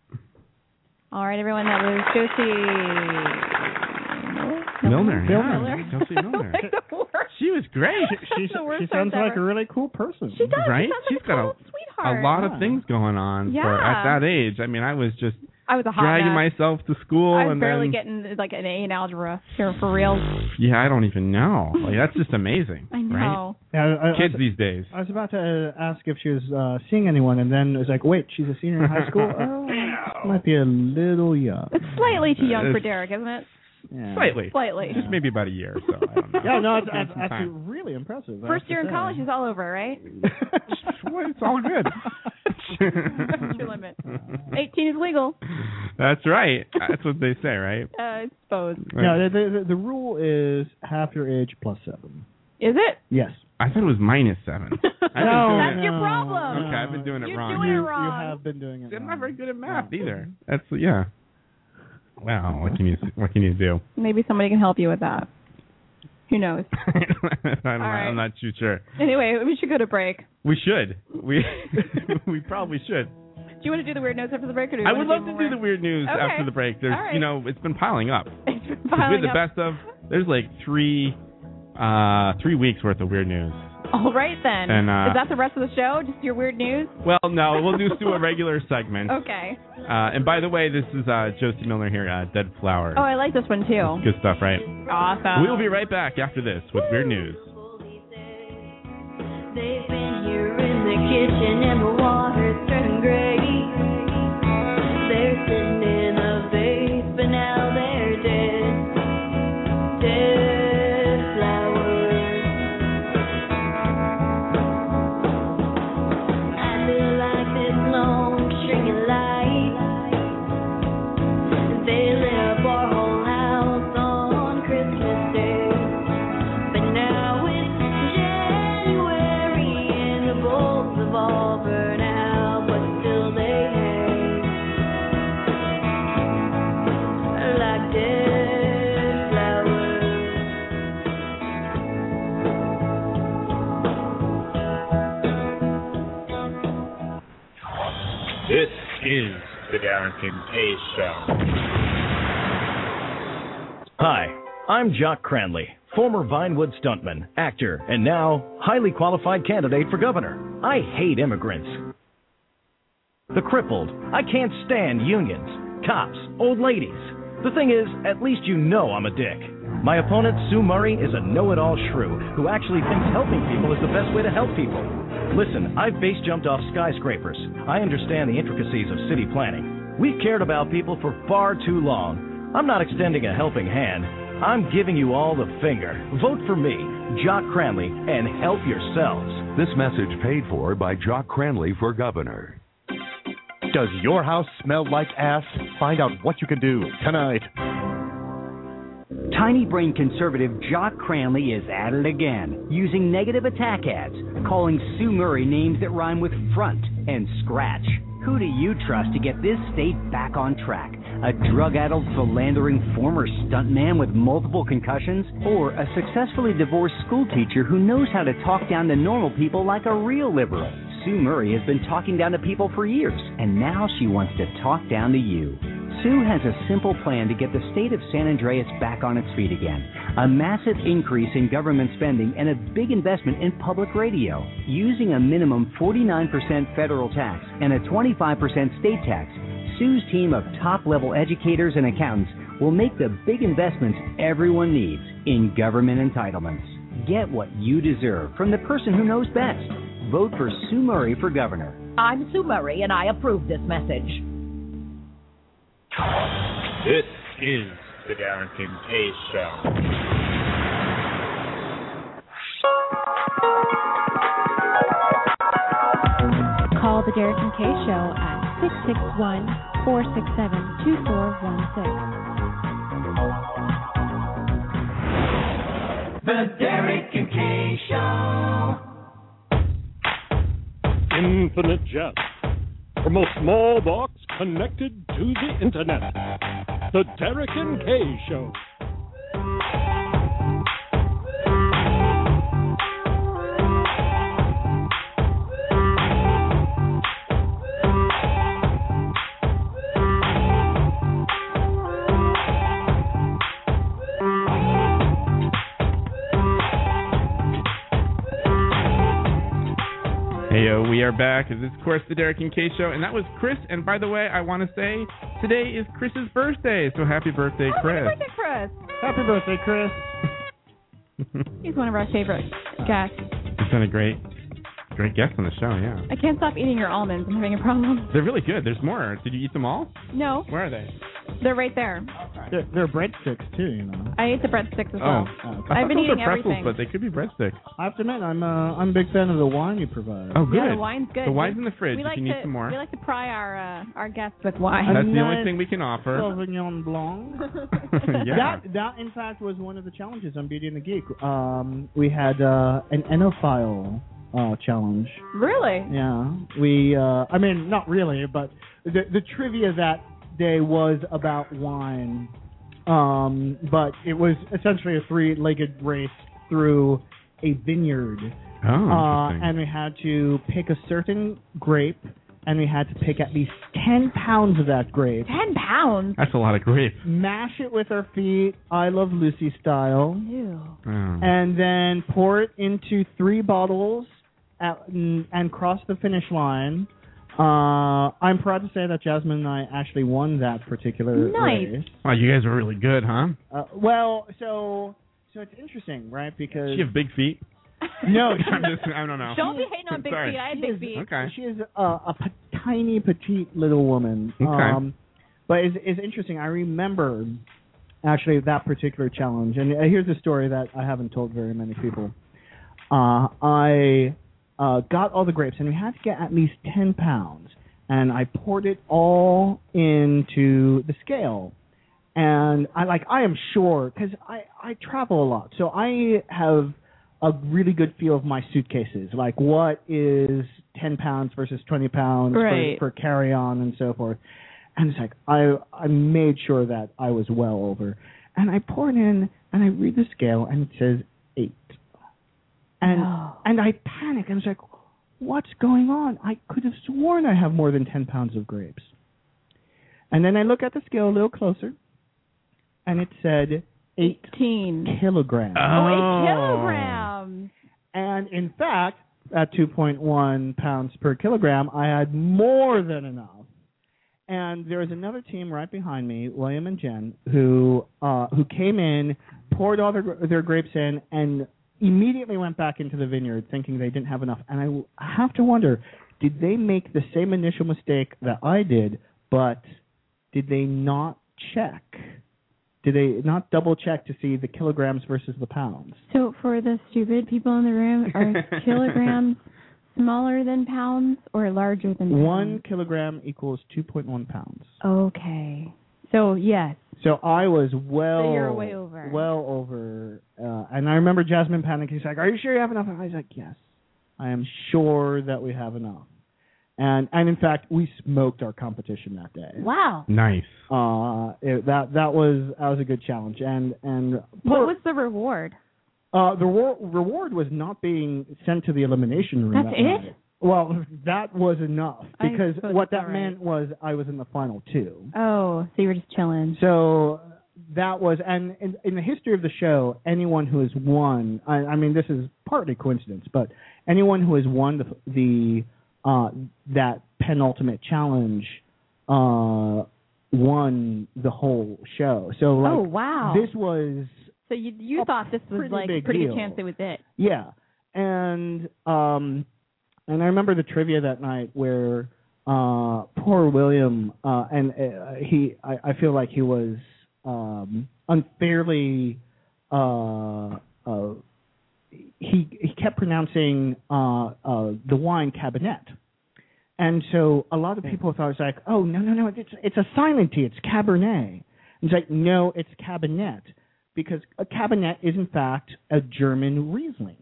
All right, everyone. That was Josie. Milner. yeah. Milner. Josie Milner. Like the worst. She was great. She, The worst she sounds person like a ever. really cool person. She does. right? She sounds like She's got a, sweetheart. a lot of things going on for Yeah. at that age. I mean, I was just I was a hot dragging mess. myself to school I was and barely then getting like an A in algebra here for real. yeah, I don't even know. Like that's just amazing. I Right? know. Yeah, I, I, Kids these days. I was about to uh, ask if she was uh, seeing anyone, and then it was like, wait, she's a senior in high school. Oh, might be a little young. Slightly too young for It's- Derek, isn't it? Yeah. Slightly. Slightly. Just maybe about a year or so. I don't know. Yeah, no, it's, Give it it's some actually time. really impressive. I First have to year in say. college is all over, right? it's all good. That's your limit. 18 is legal. That's right. That's what they say, right? Uh, I suppose. No, the, the, the- the rule is half your age plus seven. Is it? Yes. I thought it was minus seven. I've been No, doing That's it- your Oh. problem. Okay, I've been doing it You're wrong. doing it You- you wrong. have been doing it I'm not very good at math Yeah. either. That's yeah. Wow, what can you what can you do? Maybe somebody can help you with that. Who knows? I don't, know. right. I'm not too sure. Anyway, we should go to break. We should. We we probably should. Do you want to do the weird notes after the break, or do you I would want love to to do the weird news Okay. after the break. There's All right. you know it's been piling up. the We're the best of. There's like three uh three weeks worth of weird news. All right then. And, uh, Is that the rest of the show? Just your weird news? Well, no, we'll just do a regular segment. Okay. Uh, and by the way, this is uh, Josie Miller here, uh, Dead Flower. Oh, I Uh, like this one too. Good stuff, right? Awesome. We'll be right back after this with weird news. They've been here in the kitchen and the water's turning gray. They're sitting in a vase, but now they're dead. Dead flowers. I feel like this long stringing light. They lit up our whole house on Christmas Day. But now it's January and the bulbs have all burned out. is the Darren Kincaid Show. Hi, I'm Jock Cranley, former Vinewood stuntman, actor, and now highly qualified candidate for governor. I hate immigrants. The crippled. I can't stand unions, cops, old ladies. The thing is, at least you know I'm a dick. My opponent, Sue Murray, is a know it all shrew who actually thinks helping people is the best way to help people. Listen, I've base jumped off skyscrapers. I understand the intricacies of city planning. We've cared about people for far too long. I'm not extending a helping hand. I'm giving you all the finger. Vote for me, Jock Cranley, and help yourselves. This message paid for by Jock Cranley for governor. Does your house smell like ass? Find out what you can do tonight. Tiny brain conservative Jock Cranley is at it again, using negative attack ads, calling Sue Murray names that rhyme with front and scratch. Who do you trust to get this state back on track? A drug addled, philandering former stuntman with multiple concussions? Or a successfully divorced schoolteacher who knows how to talk down to normal people like a real liberal? Sue Murray has been talking down to people for years, and now she wants to talk down to you. Sue has a simple plan to get the state of San Andreas back on its feet again. A massive increase in government spending and a big investment in public radio. Using a minimum 49% federal tax and a 25% state tax, Sue's team of top level educators and accountants will make the big investments everyone needs in government entitlements. Get what you deserve from the person who knows best. Vote for Sue Murray for governor. I'm Sue Murray, and I approve this message. This is the Darren Kincaid Show. Call the Derek and Kay Show at 661 467 2416. The Derek and Kay Show. Infinite Jest from a small box connected to the internet. The Derek and Kay Show. Hey, yo, we are back. This is, of course, the Derek and Kay Show, and that was Chris. And by the way, I want to say today is Chris's birthday, so happy birthday, Chris. Happy birthday, Chris. Happy birthday, Chris. He's one of our favorite guests. He's been a great, great guest on the show, yeah. I can't stop eating your almonds. I'm having a problem. They're really good. There's more. Did you eat them all? No, Where are they? they're right there. They're, they're breadsticks too, you know. I ate the breadsticks as Oh, well. I I've thought been those eating are pretzels, everything. but they could be breadsticks. I have to admit, I'm uh, I'm a big fan of the wine you provide. Oh, good. Yeah, the wine's good. The wine's We- in the fridge We if like you need to, some more. We like uh, to pry our uh, our guests with wine. That's the only thing we can offer. Sauvignon Blanc. Yeah. That that in fact was one of the challenges on Beauty and the Geek. Um, we had uh, an enophile uh, challenge. Really? Yeah, we. Uh, I mean, not really, but the the trivia that day was about wine. Um, but it was essentially a three-legged race through a vineyard. Oh, uh, interesting. and we had to pick a certain grape, and we had to pick at least ten pounds of that grape. Ten pounds. That's a lot of grape. Mash it with our feet, I Love Lucy style, Oh. and then pour it into three bottles at, and, and cross the finish line. Uh, I'm proud to say that Jasmine and I actually won that particular Nice. race. Wow, you guys are really good, huh? Uh, well, so so it's interesting, right? Because Do you have big feet? no, I'm just, I don't know. Don't be hating on Big Sorry. Feet. I had Big Feet. Okay. She is a, a p- tiny, petite little woman. Okay. Um, but it's, it's interesting. I remember actually that particular challenge, and uh, here's a story that I haven't told very many people. Uh, I uh, got all the grapes, and we had to get at least ten pounds, and I poured it all into the scale. And I like I am sure because I I travel a lot, so I have a really good feel of my suitcases, like what is ten pounds versus twenty pounds Right. for, for carry on and so forth. And it's like I I made sure that I was well over, and I poured in and I read the scale and it says eight, and and I panic and I was like, what's going on? I could have sworn I have more than ten pounds of grapes. And then I look at the scale a little closer, and it said eight 18 kilograms. Oh, eight kilograms. And in fact, at 2.1 pounds per kilogram, I had more than enough. And there was another team right behind me, William and Jen, who uh, who came in, poured all their, gr- their grapes in, and immediately went back into the vineyard, thinking they didn't have enough. And I w- I have to wonder, did they make the same initial mistake that I did? But did they not check? Did they not double check to see the kilograms versus the pounds? So for the stupid people in the room, are kilograms smaller than pounds or larger than pounds? One kilogram equals 2.1 pounds. Oh. Okay. So yes. So I was well, So you're way over. well over. Uh, and I remember Jasmine panicking. She's like, "Are you sure you have enough?" And I was like, "Yes, I am sure that we have enough." And and in fact, we smoked our competition that day. Wow. Nice. Uh, it, that that was that was a good challenge. And and What was the reward? uh, the war- reward was not being sent to the elimination room. That's that it? night. Well, that was enough I because suppose what that's that all right. meant was I was in the final two. Oh, so you were just chilling. So that was, and in, in the history of the show, anyone who has won, I, I mean, this is partly coincidence, but anyone who has won the, the uh, that penultimate challenge uh, won the whole show. So like, oh wow. this was so you you thought this was pretty like big pretty deal. chance it was it. yeah, and um, and I remember the trivia that night where uh, poor William uh, and uh, he, I, I feel like he was um, unfairly. Uh, uh, he he kept pronouncing uh, uh, the wine cabinet, and so a lot of people thought it was like, oh no no no, it's it's a silent tea, it's cabernet. And he's like, no, it's cabinet because a cabinet is in fact a German Riesling.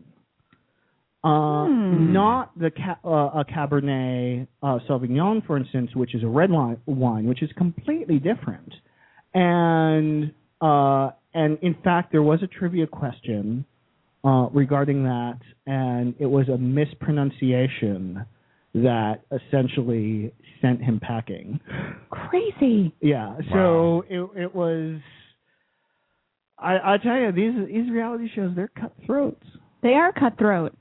Uh, Hmm. Not the ca- uh, a Cabernet uh, Sauvignon, for instance, which is a red wine, wine which is completely different. And uh, and in fact, there was a trivia question uh, regarding that, and it was a mispronunciation that essentially sent him packing. Crazy. Yeah. So it it was. I I tell you, these these reality shows they're cutthroats. They are cutthroat.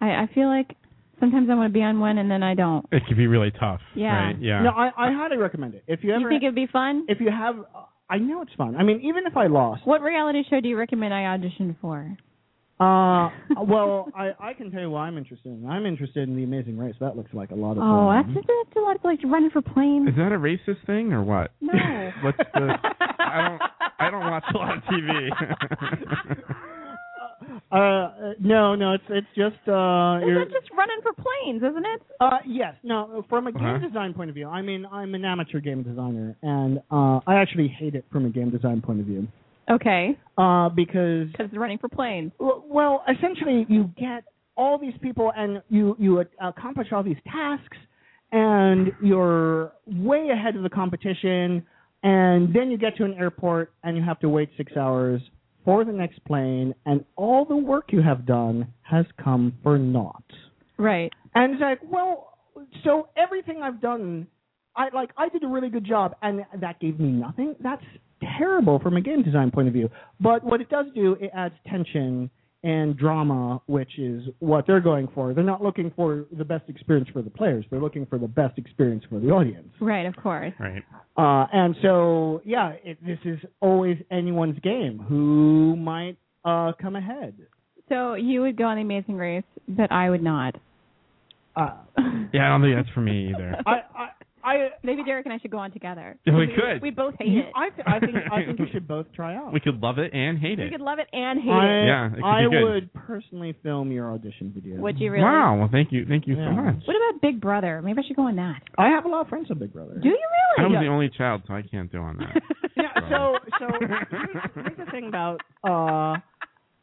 I I feel like sometimes I want to be on one and then I don't. It could be really tough. Yeah. Right? Yeah. No, I I highly recommend it. If you ever you think it'd be fun? if you have, I know it's fun. I mean, even if I lost, What reality show do you recommend I audition for? uh, well, I I can tell you what I'm interested in. I'm interested in the Amazing Race. That looks like a lot of Oh, fun. that's that's a lot of like running for planes. Is that a racist thing or what? No. What's the? I don't. I don't watch a lot of TV. Uh, no, no, it's it's just uh, Is you're, it just running for planes, isn't it? Uh, yes. No, from a game Uh-huh. design point of view, I mean, I'm an amateur game designer, and uh, I actually hate it from a game design point of view. Okay. Uh, because Because running for planes. well, well, essentially, you get all these people, and you you ac- accomplish all these tasks, and you're way ahead of the competition, and then you get to an airport, and you have to wait six hours for the next plane, and all the work you have done has come for naught. Right. And it's like, well, so everything I've done, I like I did a really good job, and that gave me nothing. That's terrible from a game design point of view. But what it does do, it adds tension and drama, which is what they're going for. They're not looking for the best experience for the players. They're looking for the best experience for the audience. Right, of course. Right. Uh, and so, yeah, it, this is always anyone's game. Who might uh, come ahead? So you would go on the Amazing Race, but I would not. Uh, yeah, I don't think that's for me either. I, I, I maybe Derek and I should go on together. Yeah, we could. We both hate You- it. I, th- I think I think we should both try out. We could love it and hate we it. could love it and hate it. I, Yeah, it could be I good. would personally film your audition video. Would you really? Wow. Well, thank you. Thank you Yeah. so much. What about Big Brother? Maybe I should go on that. I have a lot of friends on Big Brother. Do you I was really? the only child, so I can't do on that. Yeah. So so here's, here's the thing about uh.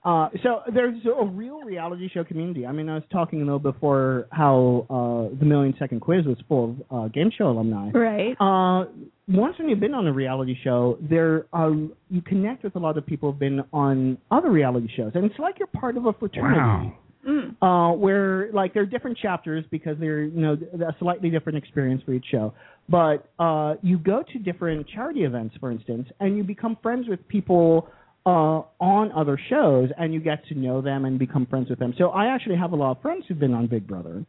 Uh, so there's a real reality show community. I mean, I was talking a little before how uh, the Million Second Quiz was full of uh, game show alumni. Mm-hmm. Right. Uh, once when you've been on a reality show, there are, you connect with a lot of people who've been on other reality shows, and it's like you're part of a fraternity. Wow. uh, where like there are different chapters because they're you know a slightly different experience for each show. But uh, you go to different charity events, for instance, and you become friends with people uh, on other shows, and you get to know them and become friends with them. So I actually have a lot of friends who've been on Big Brother.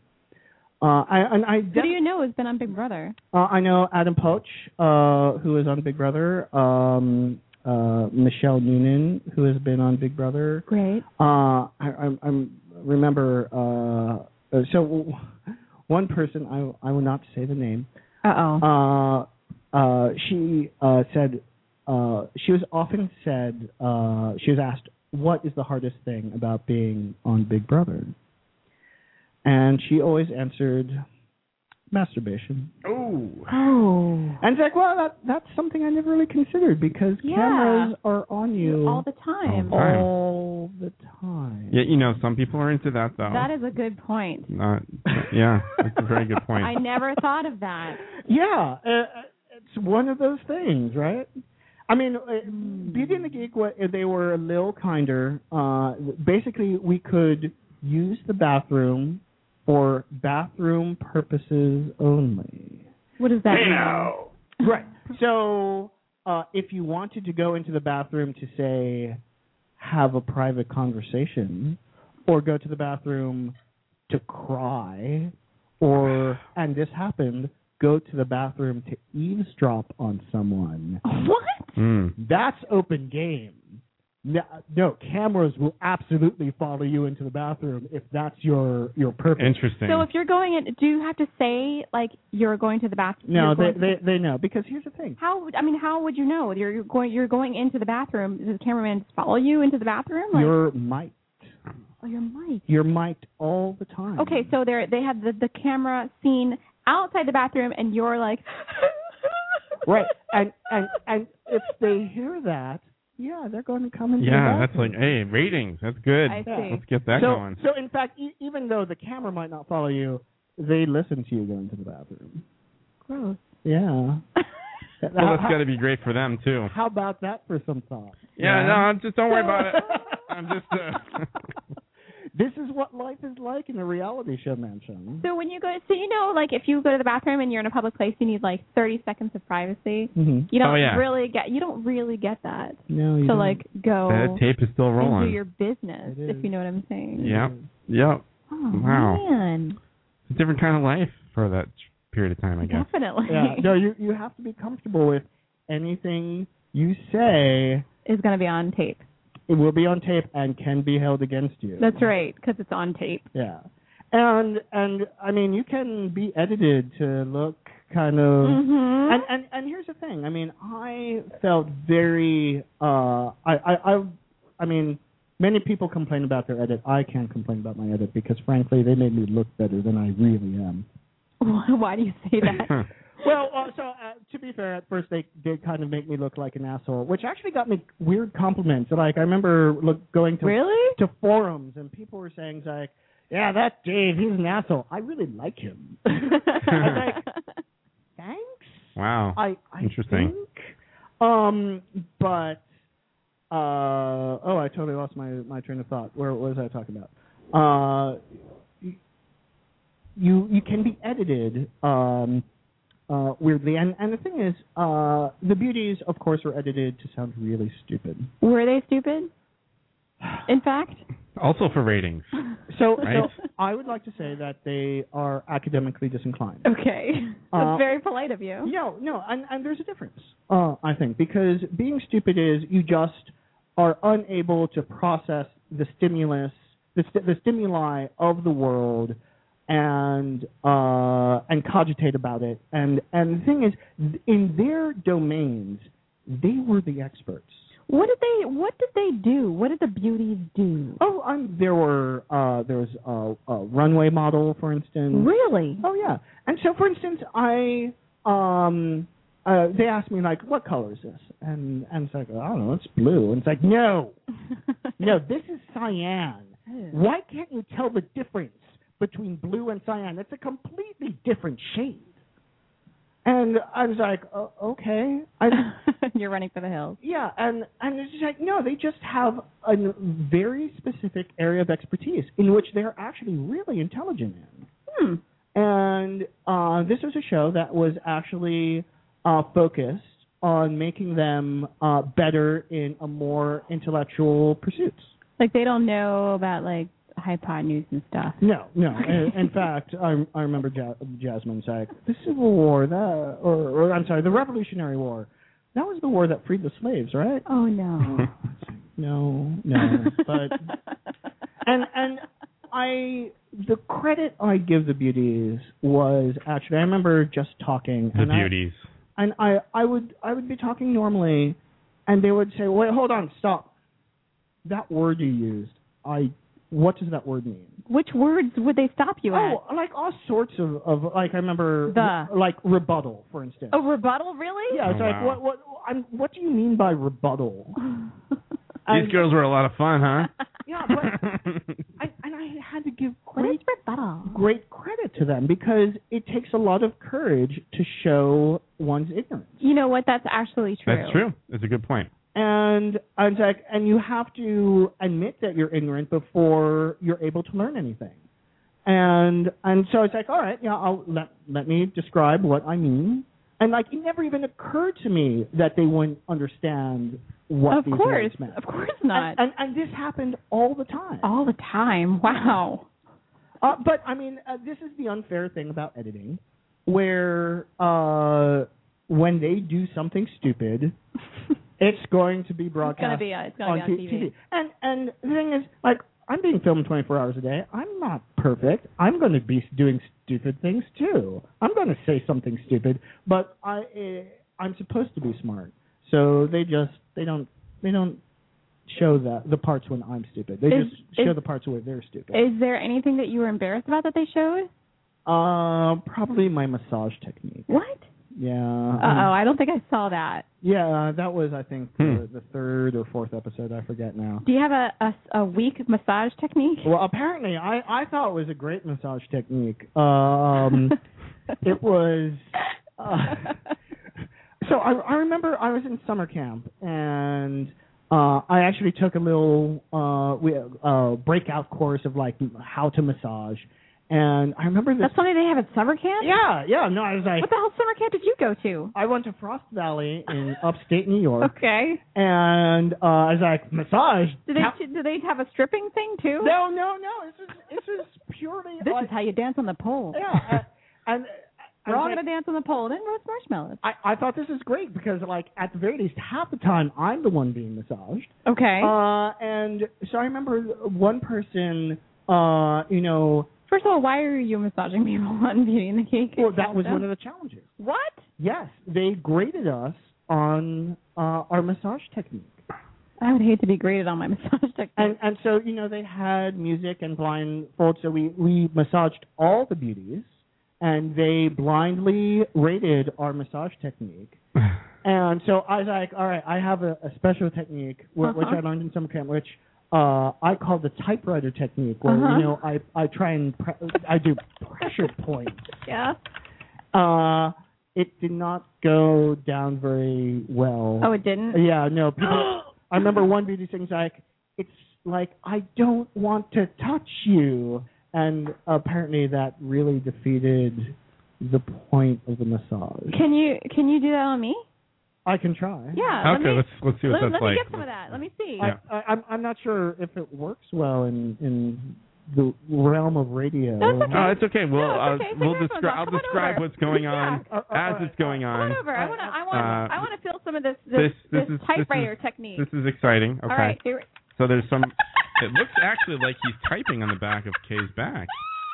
Uh, I, and I Who do you know has been on Big Brother? uh, I know Adam Poach, uh, who is on Big Brother. Um, uh, Michelle Noonan, who has been on Big Brother. Great. Uh, I, I, I remember. Uh, uh, so one person, I, I will not say the name. Uh-oh. Uh uh, She uh, said uh, she was often said uh, she was asked what is the hardest thing about being on Big Brother, and she always answered masturbation. Oh. Oh. And it's like, well, that that's something I never really considered because Yeah. cameras are on you All the time. Oh, All the time. Yeah, you know, some people are into that Oh. though. That is a good point. Not- yeah, that's a very good point. I never thought of that. Yeah, uh, uh, it's one of those things, right? I mean, uh, Beauty and the Geek, wa- uh, they were a little kinder. Uh, basically, we could use the bathroom for bathroom purposes only. What does that Hey, mean? now. Right. So, uh, if you wanted to go into the bathroom to say, have a private conversation, or go to the bathroom to cry, or and this happened, go to the bathroom to eavesdrop on someone. What? hmm. That's open game. No, no, cameras will absolutely follow you into the bathroom if that's your your purpose. Interesting. So if you're going in, do you have to say like you're going to the bathroom? no, they, they they know because here's the thing. How would- I mean, how would you know? You're you're going you're going into the bathroom. Does the cameraman just follow you into the bathroom? Like, You're mic. oh, you're Mike. You're mic'd all the time. Okay, so they they had the the camera scene outside the bathroom, and you're like, Right. And and and if they hear that, yeah, they're going to come into yeah, the that's bathroom. like, hey, ratings. That's good. I see. Let's get that so, going. So in fact, e- even though the camera might not follow you, they listen to you going to the bathroom. Gross. Yeah. Well, how, that's got to be great for them too. how about that for some thought? Yeah, no, I'm just don't worry about it. I'm just. uh, this is what life is like in a reality show, man. Sean. So when you go, so you know, like if you go to the bathroom and you're in a public place, you need like 30 seconds of privacy. Mhm. You don't Oh, yeah. really get you don't really get that No, to don't. like go That tape is still and do rolling. your business, if you know what I'm saying. Yep. Yep. Oh, wow. man. It's a different kind of life for that period of time, I guess. Definitely. Yeah. No, you you have to be comfortable with anything you say. Is going to be on tape. It will be on tape and can be held against you. That's right, because it's on tape. Yeah. And and I mean you can be edited to look kind of Mhm. and, and and here's the thing, I mean I felt very uh I, I I I mean many people complain about their edit. I can't complain about my edit because frankly they made me look better than I really am. Why do you say that? Well, uh, so uh, to be fair, at first they did kind of make me look like an asshole, which actually got me weird compliments. Like I remember look, going to Really? to forums and people were saying like, "Yeah, that Dave, he's an asshole. I really like him." I was like, thanks. Wow. I, I Interesting. Think, um, but uh, oh, I totally lost my my train of thought. Where what was I talking about? Uh, y- you you can be edited um, uh, weirdly, and and the thing is, uh, the beauties, of course, were edited to sound really stupid. Were they stupid? In fact, Also for ratings. So, Right. so I would like to say that they are academically disinclined. okay. That's Uh, very polite of you. No, no, and, and there's a difference, uh, I think, because being stupid is you just are unable to process the stimulus, the, st- the stimuli of the world, and uh, and cogitate about it. And and the thing is, th- in their domains, they were the experts. What did they What did they do? What did the beauties do? Oh, um, there were uh, there was a, a runway model, for instance. Really? Oh yeah. And so, for instance, I um uh they asked me like, what color is this? And and it's like, I don't know, it's blue. And it's like, no, no, this is cyan. Why can't you tell the difference between blue and cyan? It's a completely different shade. And I was like, oh, okay. I, You're running for the hills. yeah, and and it's just like no, they just have a very specific area of expertise in which they're actually really intelligent in. Hmm. And uh, this was a show that was actually uh, focused on making them uh, better in a more intellectual pursuits. Like they don't know about like hypotenuse and stuff. No, no. In in fact, I, I remember ja- Jasmine's like, the Civil War, that, or, or I'm sorry, the Revolutionary War. That was the war that freed the slaves, right? Oh no. no, no. But and and I the credit I give the beauties was actually I remember just talking The and I- beauties. and I I would I would be talking normally, and they would say, "Wait, hold on, stop." That word you used, I what does that word mean? Which words would they stop you at? Oh, like all sorts of, of like I remember The. re- like rebuttal, for instance. A rebuttal, really? Yeah, it's Oh, like wow. what what I'm, what do you mean by rebuttal? These And- girls were a lot of fun, huh? yeah, but I, and I had to give great rebuttal. great credit to them because it takes a lot of courage to show one's ignorance. You know what? That's actually true. That's true. That's a good point. And I was like, and you have to admit that you're ignorant before you're able to learn anything. And and so it's like, all right, yeah, I'll let let me describe what I mean. And like, it never even occurred to me that they wouldn't understand what Of these course. words meant. Of course not. And, and, and this happened all the time. All the time. Wow. Uh, but I mean, uh, this is the unfair thing about editing, where uh, when they do something stupid, it's going to be broadcast be, uh, it's gonna on, be on T- TV. And and the thing is, like, I'm being filmed 24 hours a day. I'm not perfect. I'm going to be doing stupid things too. I'm going to say something stupid, but I eh, I'm supposed to be smart. So they just they don't they don't show that the parts when I'm stupid. They Is- just show is- the parts where they're stupid. Is there anything that you were embarrassed about that they showed? Uh, probably my massage technique. What? Yeah. Um, Uh oh, I don't think I saw that. Yeah, that was I think Hmm. the, the third or fourth episode. I forget now. Do you have a, a, a weak massage technique? Well, apparently I I thought it was a great massage technique. Um, it was. Uh, so I I remember I was in summer camp and. Uh, I actually took a little uh, we, uh, breakout course of like how to massage, and I remember this. That's something they have at summer camp? yeah, yeah. No, I was like, What the hell summer camp did you go to? I went to Frost Valley in upstate New York, Okay. and uh, I was like, massage. Do Cap- they do they have a stripping thing too? no, no, no. This is this is purely. This like, is how you dance on the pole. Oh, yeah, I- and I, We're all I, gonna dance on the pole. Then roast marshmallows. I I thought this is great because like at the very least half the time I'm the one being massaged. Okay. Uh, and so I remember one person, uh, you know, First of all, why are you massaging people on Beauty and the Cake? well that was one of the challenges. what? Yes, they graded us on uh, our massage technique. I would hate to be graded on my massage technique. And and so you know they had music and blindfold, so we we massaged all the beauties, and they blindly rated our massage technique. Uh, and so I was like, all right, I have a, a special technique wh- which Uh-huh. I learned in summer camp, which uh, I call the typewriter technique, where Uh-huh. you know I I try and pre- I do pressure points. yeah. Uh, it did not go down very well. Oh, it didn't. Yeah, no. People, I remember one beauty thing's like, it's like I don't want to touch you, and apparently that really defeated the point of the massage. Can you can you do that on me? I can try. Yeah. let okay, me, let's let's see what let, that's let me like. get some of that. Let me see. I, I, I'm I'm not sure if it works well in in the realm of radio. No, it's okay. Oh, it's okay. We'll No, it's uh, okay. Take we'll your headphones describe. off. I'll Come on describe over. what's going on Yeah. as it's going Come on on. over. I want to. I want. Uh, I want to feel some of this. this- This, this is- this typewriter is- technique. This is exciting. Okay. All right. Here, So there's some. it looks actually like he's typing on the back of Kay's back.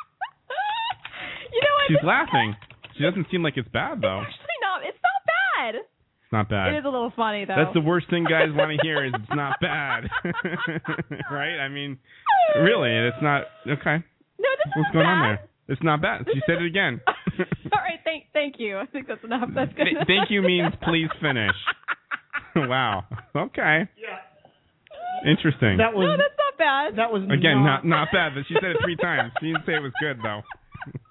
you know what? She's This- laughing. She doesn't seem like it's bad though. It's actually not. It's not bad. It's not bad. It is a little funny though. Uh, That's the worst thing guys want to hear is it's not bad. right? I mean, really, it's not okay. No, this What's is going bad. on there? It's not bad. This She is said a- it again. All right, thank thank you. I think that's enough. That's good. Th- thank you means please finish. wow. Okay. Interesting. That no, was that's not bad. that was Again, not not not bad, but she said it three times. She didn't say it was good though.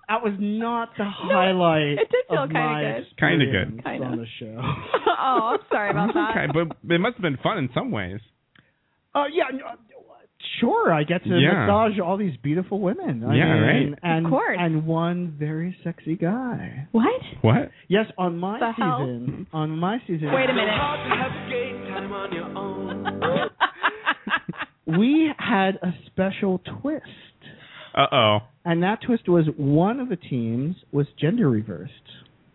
That was not the highlight it did feel of kinda my good. Kinda good. experience Kinda. on the show. oh, I'm sorry about that. okay, but it must have been fun in some ways. Uh, yeah, no, sure. I get to Yeah. massage all these beautiful women. I Yeah, mean, right. And, and, Of course. and one very sexy guy. What? What? Yes, on my The hell? season. On my season. Wait a minute. We had a special twist, Uh oh. and that twist was one of the teams was gender reversed.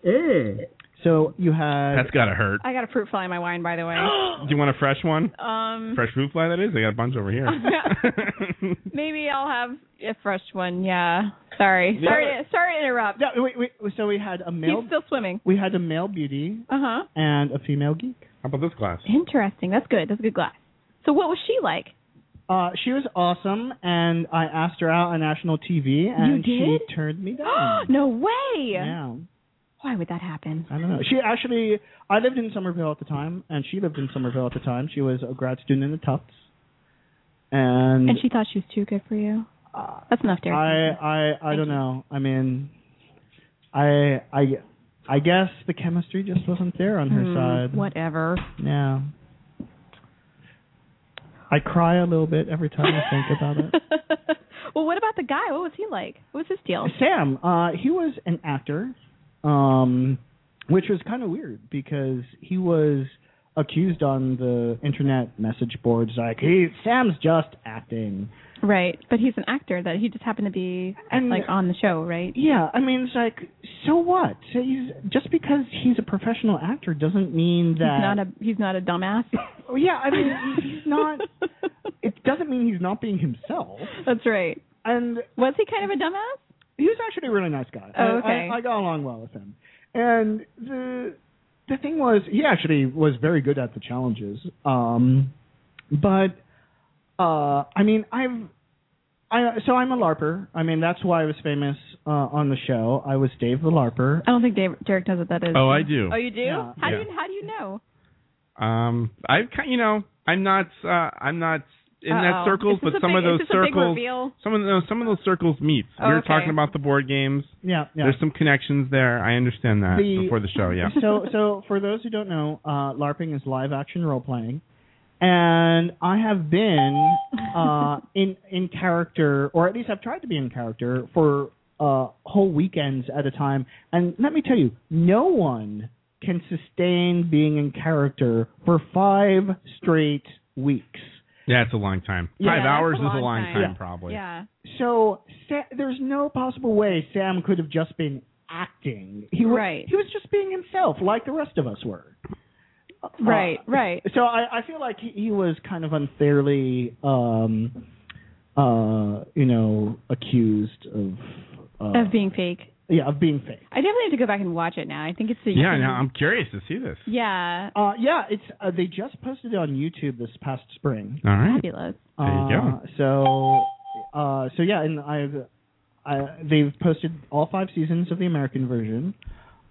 Eh. So you had That's gotta hurt. I got a fruit fly in my wine, by the way. Do you want a fresh one? Um, Fresh fruit fly that is? I got a bunch over here. maybe I'll have a fresh one. Yeah. Sorry. Yeah. Sorry. To, sorry to interrupt. Yeah, wait, wait, so we had a male. He's still swimming. We had a male beauty Uh huh. and a female geek. How about this glass? Interesting. That's good. That's a good glass. So what was she like? Uh, she was awesome, and I asked her out on national TV, and she did? turned me down. no way. Hmm. yeah, Why would that happen? I don't know. She actually, I lived in Somerville at the time, and she lived in Somerville at the time. She was a grad student at Tufts, and, uh, And she thought she was too good for you. That's enough, Derek. Hmm. I, I, I don't know. I mean, I, I, I guess the chemistry just wasn't there on her Hmm, side. Whatever. Yeah. I cry a little bit every time I think about it. well, what about the guy? What was he like? What was his deal? Sam, uh, he was an actor, um, which was kind of weird because he was accused on the internet message boards like he Sam's just acting. Right, but he's an actor that he just happened to be And- like on the show, right? Yeah, I mean it's like so what? So he's, just because he's a professional actor doesn't mean He's that. not a he's not a dumbass. Oh, yeah, I mean he's not. It doesn't mean he's not being himself. That's right. And Was he kind of a dumbass? he was actually a really nice guy. Oh, And I- okay. I, got along well with him. And the the thing was, he actually was very good at the challenges. Um, but uh, I mean, I've I so I'm a larper. I mean, that's why I was famous uh, on the show. I was Dave the larper. I don't think Dave, Derek knows what that is. Oh, I do. Oh, you do? Yeah. How do Yeah. you how do you know? Um, I've kind, you know, I'm not, uh, I'm not in that Uh-oh. circles, Is but this a some big- of is those this a big circles, reveal? some of those, some of those circles meet. Oh, we were okay. talking about the board games. Yeah, yeah. There's some connections there. I understand that The- before the show. Yeah. so so for those who don't know, uh, LARPing is live action role playing, and I have been uh, in in character, or at least I've tried to be in character for uh, whole weekends at a time. And let me tell you, no one can sustain being in character for five straight weeks. Yeah, it's a long time. Yeah, Five that's hours a is a long long time. time, Yeah. probably. Yeah. So Sa- there's no possible way Sam could have just been acting. He wa- Right. He was just being himself, like the rest of us were. Uh, Right, right. So I, I feel like he, he was kind of unfairly, um, uh, you know, accused of. Uh, Of being fake. yeah, of being fake. I definitely have to go back and watch it now. I think it's the Yeah. Now I'm curious to see this. Yeah. Uh, yeah, it's uh, they just posted it on YouTube this past spring. All right. Fabulous. There you Uh, So, uh, so yeah, and I've I, they've posted all five seasons of the American version,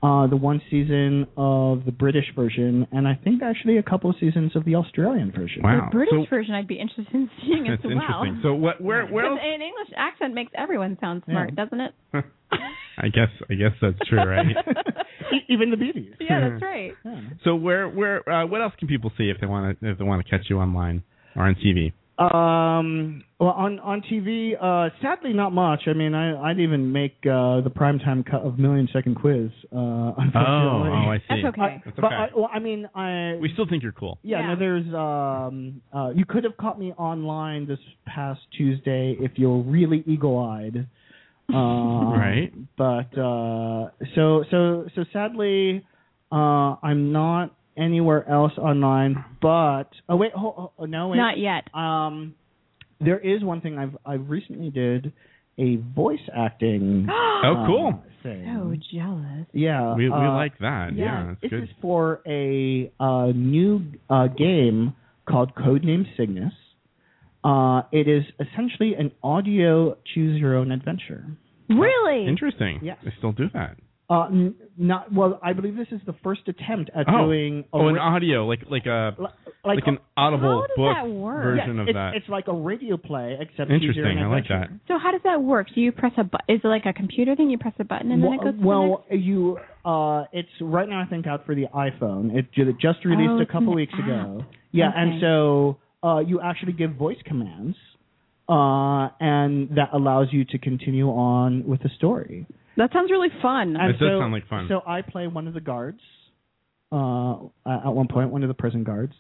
uh, the one season of the British version, and I think actually a couple of seasons of the Australian version. Wow. The British Oh, So- version I'd be interested in seeing as That's well. interesting. So what? Where? Where? Because Else? an English accent makes everyone sound smart, doesn't it? I guess. I guess that's true, right? E- Even the beauties. yeah, that's right. Yeah. so where? Where? Uh, what else can people see if they want to? If they want to catch you online or on TV? Um, well, on on TV, uh, sadly not much. I mean, I I'd even make uh, the primetime cut of Million Second Quiz. Uh, Oh, unfortunately. oh, I see. That's okay. That's But okay. I, well, I mean, I we still think you're cool. Yeah, Yeah. no, there's um uh you could have caught me online this past Tuesday if you're really eagle eyed. Um, Right. But uh so so so sadly uh I'm not anywhere else online but oh wait ho oh, no wait Not yet. um there is one thing I've I recently did a voice acting Oh, uh, cool. So thing. jealous. Yeah. We we uh, like that. Yeah, this it's good. is for a uh, new uh, game called Codename Cygnus. Uh, it is essentially an audio choose your own adventure. Really? Interesting. Yes. They still do that. Uh, n- not well. I believe this is the first attempt at oh. doing a oh, an ra- audio like like a Like- like, an audible book version Yeah, of it's, that. It's like a radio play, except easier Interesting. and I like adventurous. that. So how does that work? Do you press a bu- is it like a computer thing? You press a button and then it well, goes. to the well, you uh, it's right now I think out for the iPhone. It, ju- it just Oh, released a it's couple an weeks app. ago. Yeah, Okay. and so uh, you actually give voice commands, uh, and that allows you to continue on with the story. next- that sounds really fun. And so, So I play one of the guards. Uh, at one point, one of the prison guards.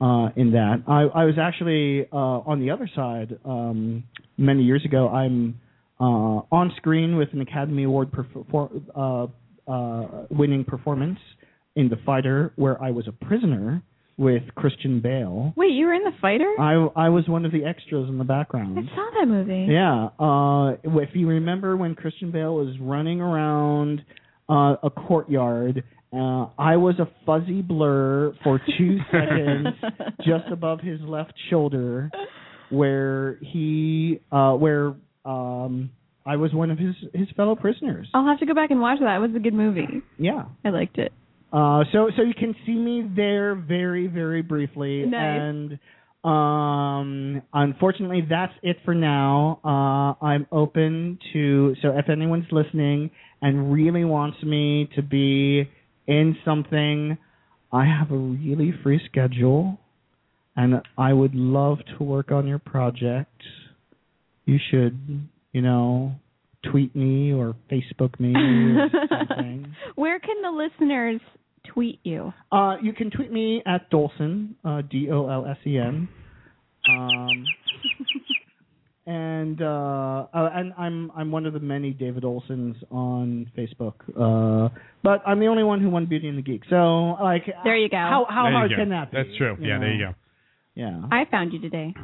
Uh, in that, I, I was actually uh, on the other side um, many years ago. I'm uh, on screen with an Academy Award perfor- uh, uh, winning performance in The Fighter, where I was a prisoner with Christian Bale. Wait, you were in the fighter? Um, I I was one of the extras in the I background. saw that movie. Yeah. Uh, if you remember when Christian Bale was running around uh, a courtyard, uh, I was a fuzzy blur for two seconds just above his left shoulder, where he, uh, where um, I was one of his his fellow prisoners. I'll have to go back and watch that. It was a good movie. Yeah. I liked it. Uh, so so you can see me there very very briefly Nice. and um unfortunately that's it for now uh i'm open to so if anyone's listening and really wants me to be in something i have a really free schedule and i would love to work on your project you should you know tweet me or facebook me or something Where can the listeners tweet you? Uh, you can tweet me at Dolson, uh, D O L S E N. Um, and uh, uh, and I'm I'm one of the many David Olsons on Facebook, uh, but I'm the only one who won Beauty and the Geek. So like, There you go. How how There you hard go. can that be? That's true. you yeah, there you know? go. Yeah. I found you today.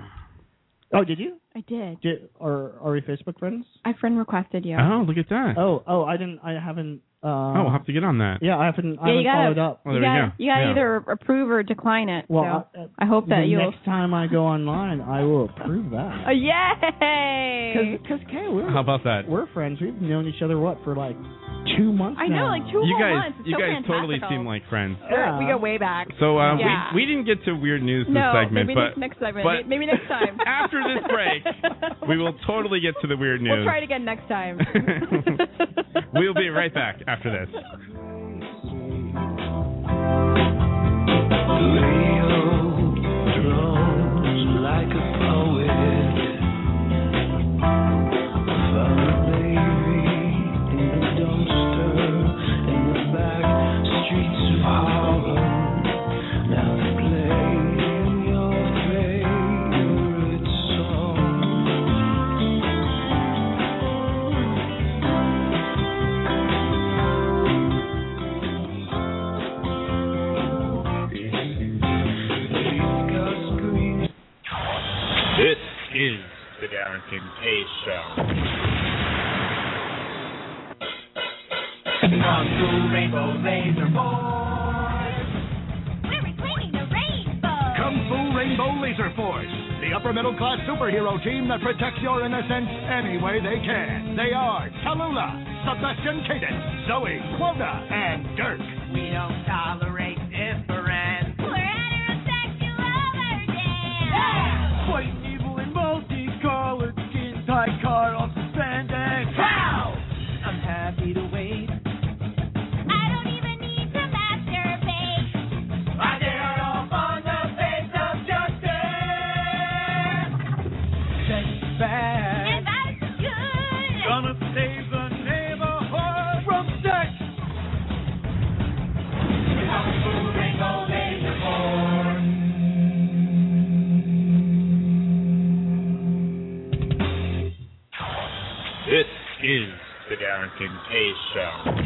Oh, did you? I did. Did are are we Facebook friends? I friend requested you. Oh, look at that. Oh oh, I didn't. I haven't. Uh, oh, we'll have to get on that. yeah, I haven't. yeah, I haven't you gotta, followed up. Well, you there we gotta, go. you gotta Yeah. either approve or decline it. Well, so I- I hope that the you'll. next time I go online, I will approve that. Oh, yay! Because, Kay, we're, How about that? we're friends. We've known each other, what, for like two months I know, now. like two whole you guys, months. It's you so guys totally fantastical. seem like friends. We're- We go way back. So uh, yeah. we we didn't get to weird news this no, segment, maybe but next, next segment. but- maybe next time. after this break, we will totally get to the weird news. We'll try it again next time. we'll be right back after this. This is the Darren Kincaid Show. We're reclaiming the rainbow. Kung Fu Rainbow Laser Force, the upper middle class superhero team that protects your innocence any way they can. They are Tallulah, Sebastian Caden, Zoe, Quota, and Dirk. We don't tolerate difference. We're heterosexual day. White, evil, and multicolored skin tight cut off suspended. How? I'm happy to wait. I don't even need to masturbate. I dare off on the face of justice. Take back. Yeah, that's good. Gonna save the neighborhood from sex. This is the Darren Kincaid Show.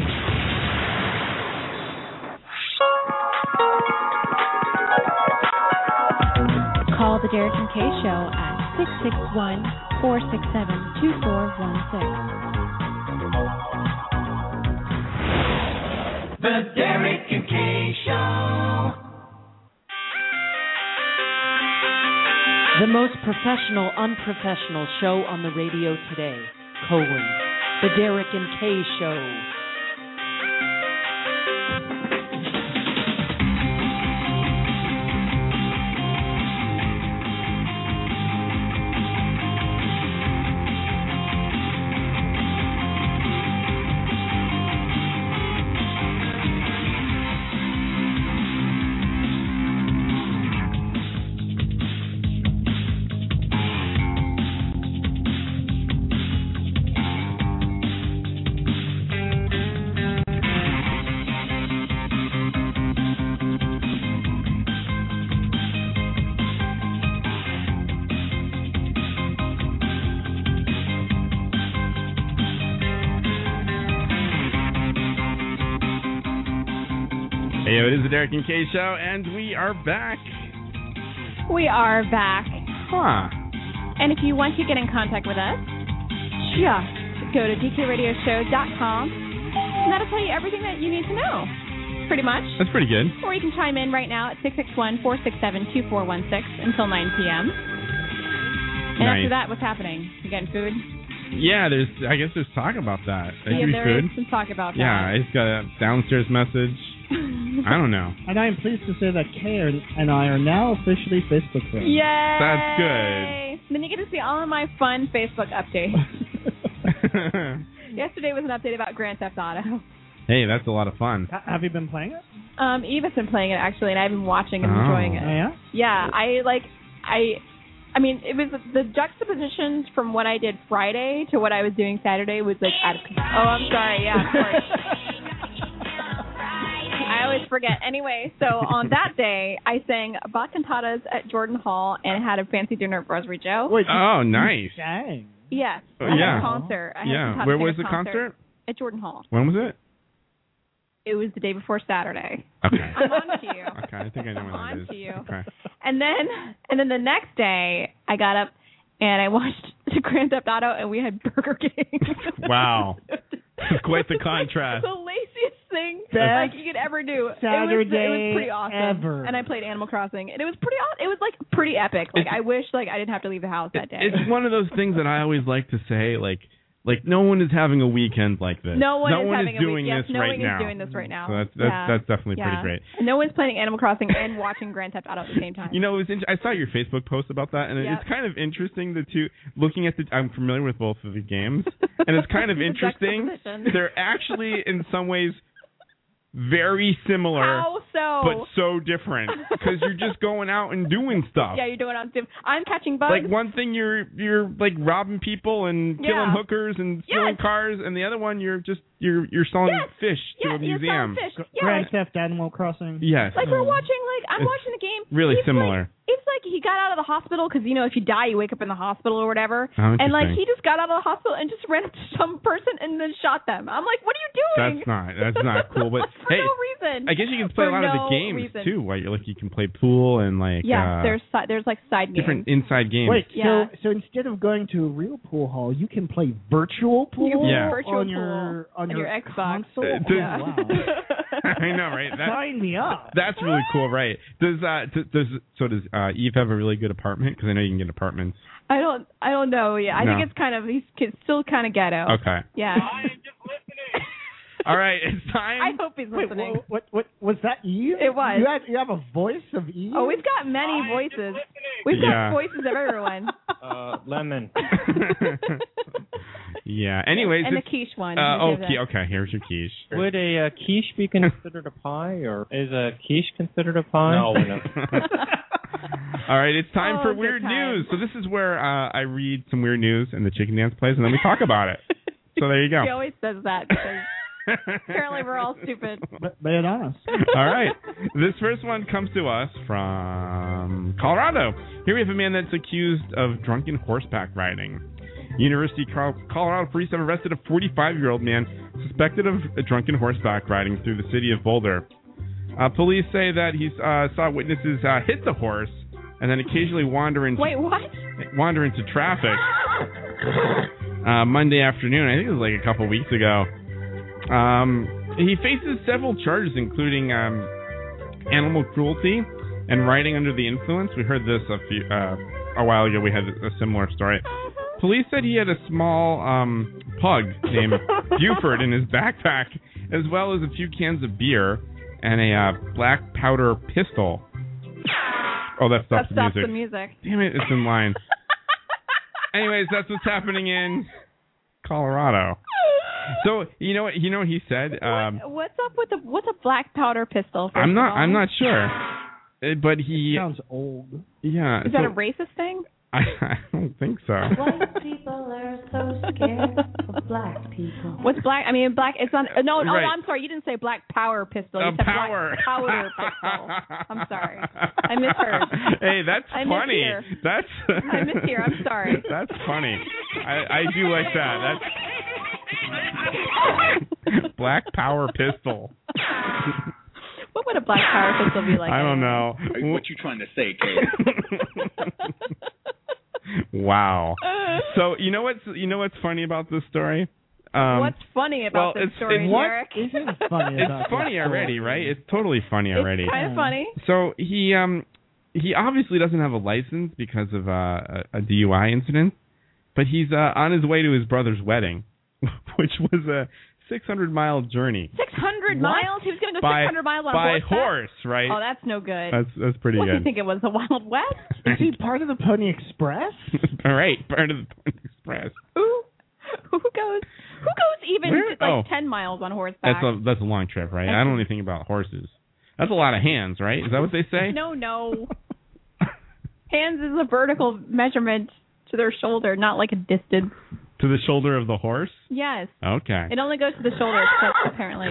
Call the Derek and Kay Show at 661 467 2416. The Derek and Kay Show. The most professional, unprofessional show on the radio today. Colon. The Derek and Kay Show. Hey, it is the Derek and Kay Show, and we are back. We are back. Huh. And if you want to get in contact with us, just go to dkradioshow.com. And that'll tell you everything that you need to know, pretty much. That's pretty good. Or you can chime in right now at 661 467 2416 until 9 p.m. And after Nice. that, what's happening? You getting food? Yeah, there's. I guess there's talk about that. That yeah, could be there is food. some talk about Yeah, I just got a downstairs message. I don't know. And I am pleased to say that Kay are- and I are now officially Facebook that. friends. Yay! That's good. Then you get to see all of my fun Facebook updates. Yesterday was an update about Grand Theft Auto. hey, that's a lot of fun. Have you been playing it? Um, Eva's been playing it actually, and I've been watching and Oh. enjoying it. Oh, yeah? Yeah, I like, I, I mean, it was the juxtapositions from what I did Friday to what I was doing Saturday was like out of control. Oh, I'm sorry. Yeah, of course. I always forget. Anyway, so on that day, I sang Bach cantatas at Jordan Hall and had a fancy dinner at Rosary Joe. Oh, nice. Dang. Yeah. Oh, I had yeah. a concert. I had a Yeah. cantata Where was singer the concert? At Jordan Hall. When was it? It was the day before Saturday. Okay. I'm on to you. okay, I think I know what that On is. to you. Okay. And then and then the next day I got up and I watched the Grand Theft Auto and we had Burger King. Wow. Quite the contrast. the laziest thing Best like you could ever do. it was it was Saturday pretty awesome. ever. And I played Animal Crossing and it was pretty aw- it was like pretty epic. Like I wish like I didn't have to leave the house that day. It's one of those things that I always like to say, like, like no one is having a weekend like this. No one no is one having is a doing week. Yes, this no one right now. is doing this right now. So that's that's, Yeah. that's definitely Yeah. pretty great. No one's playing Animal Crossing and watching Grand Theft Auto at the same time. You know, it was. Int- I saw your Facebook post about that, and Yep. it's kind of interesting. The two looking at the, I'm familiar with both of the games, and it's kind of The interesting. juxtaposition. They're actually, in some ways, very similar, How so? but so different because you're just going out and doing stuff. Yeah, you're doing it on Zoom. I'm catching bugs. Like one thing you're you're like robbing people and Yeah. killing hookers and stealing cars, and the other one you're just you're you're selling Yes. fish to a Yes, you're selling museum. fish. Yeah, Grand like- Theft Animal Crossing. Yes. Like we're watching, like I'm It's watching the game. really He's similar. like- it's like he got out of the hospital because you know if you die you wake up in the hospital or whatever. How and like interesting. he just got out of the hospital and just ran up to some person and then shot them. I'm like, what are you doing? That's not that's not cool. But For hey, no reason. I guess you can play a For lot no of the games reason. too. Right? You're like you can play pool and like Yeah, uh, there's si- there's like side different games. inside games. Wait, Yeah. so so instead of going to a real pool hall, you can play virtual pool You can play Yeah. virtual on pool your on, on your Xbox. console. Uh, Oh, does- wow. I know, right? That, Sign me up. that's really cool, right? Does uh d- does so does uh Eve have a really good apartment? Because I know you can get apartments. I don't I don't know. Yeah, I No. think it's kind of he's he's still kind of ghetto. Okay. Yeah. All right, it's time. I hope he's Wait, listening. what, what was that you? It was. You, had, you have a voice of Eve? Oh, we've got many voices. We've got Yeah. voices of everyone. Uh, lemon. yeah. Anyways, and the it's- quiche one. Uh, You oh, did qui- that. okay. Here's your quiche. Would a uh, quiche be considered a pie, or is a quiche considered a pie? No, we're All right, it's time Oh, for good weird time. news. So this is where uh, I read some weird news and the chicken dance plays, and then we talk about it. So there you go. She always says that because apparently we're all stupid. But, but it on us. All right. This first one comes to us from Colorado. Here we have a man that's accused of drunken horseback riding. University of Col- Colorado police have arrested a 45 year old man suspected of drunken horseback riding through the city of Boulder. Uh, police say that he uh, saw witnesses uh, hit the horse and then occasionally wander into, Wait, what? wander into traffic uh, Monday afternoon. I think it was like a couple weeks ago. Um, he faces several charges, including um, animal cruelty and riding under the influence. We heard this a few uh, a while ago. We had a similar story. Police said he had a small um, pug named Buford in his backpack, as well as a few cans of beer and a uh, black powder pistol. Oh, that stops, that stops the music. the music. Damn it, it's in line. Anyways, that's what's happening in Colorado. So you know what you know what he said. Um, What's up with the what's a black powder pistol? first I'm not of all? I'm not sure, Uh, but he sounds old. Yeah, Is that so- a racist thing? I, I don't think so. White people are so scared of black people. What's black? I mean, black. It's on. No, no, Right. I'm sorry. You didn't say black power pistol. You A said power. black powder pistol. I'm sorry. I misheard. Hey, that's I funny. mishear. That's I mishear. I'm sorry. That's funny. I I do like that. That's black power pistol. What would what a black power fist will be like. I don't know. What you trying to say, Kate? Wow. so you know what's you know what's funny about this story? Um, What's funny about this well, it's- story, it's- what Derek? it's funny already, right? It's totally funny already. kind of funny. So he um he obviously doesn't have a license because of uh, a, a DUI incident, but he's uh, on his way to his brother's wedding, which was a 600 mile journey. 600 What? miles? He was going to go By- 600 miles on by horseback? horse, right? Oh, that's no good. That's that's pretty what do you good. think it was, the Wild West? Is he part of the Pony Express? All right, part of the Pony Express. Who, who goes Who goes even Where? like Oh. 10 miles on horseback? That's a that's a long trip, right? I don't know anything about horses. That's a lot of hands, right? Is that what they say? No, no. Hands is a vertical measurement to their shoulder, not like a distance. To the shoulder of the horse. Yes. Okay. It only goes to the shoulder, 'cause that's apparently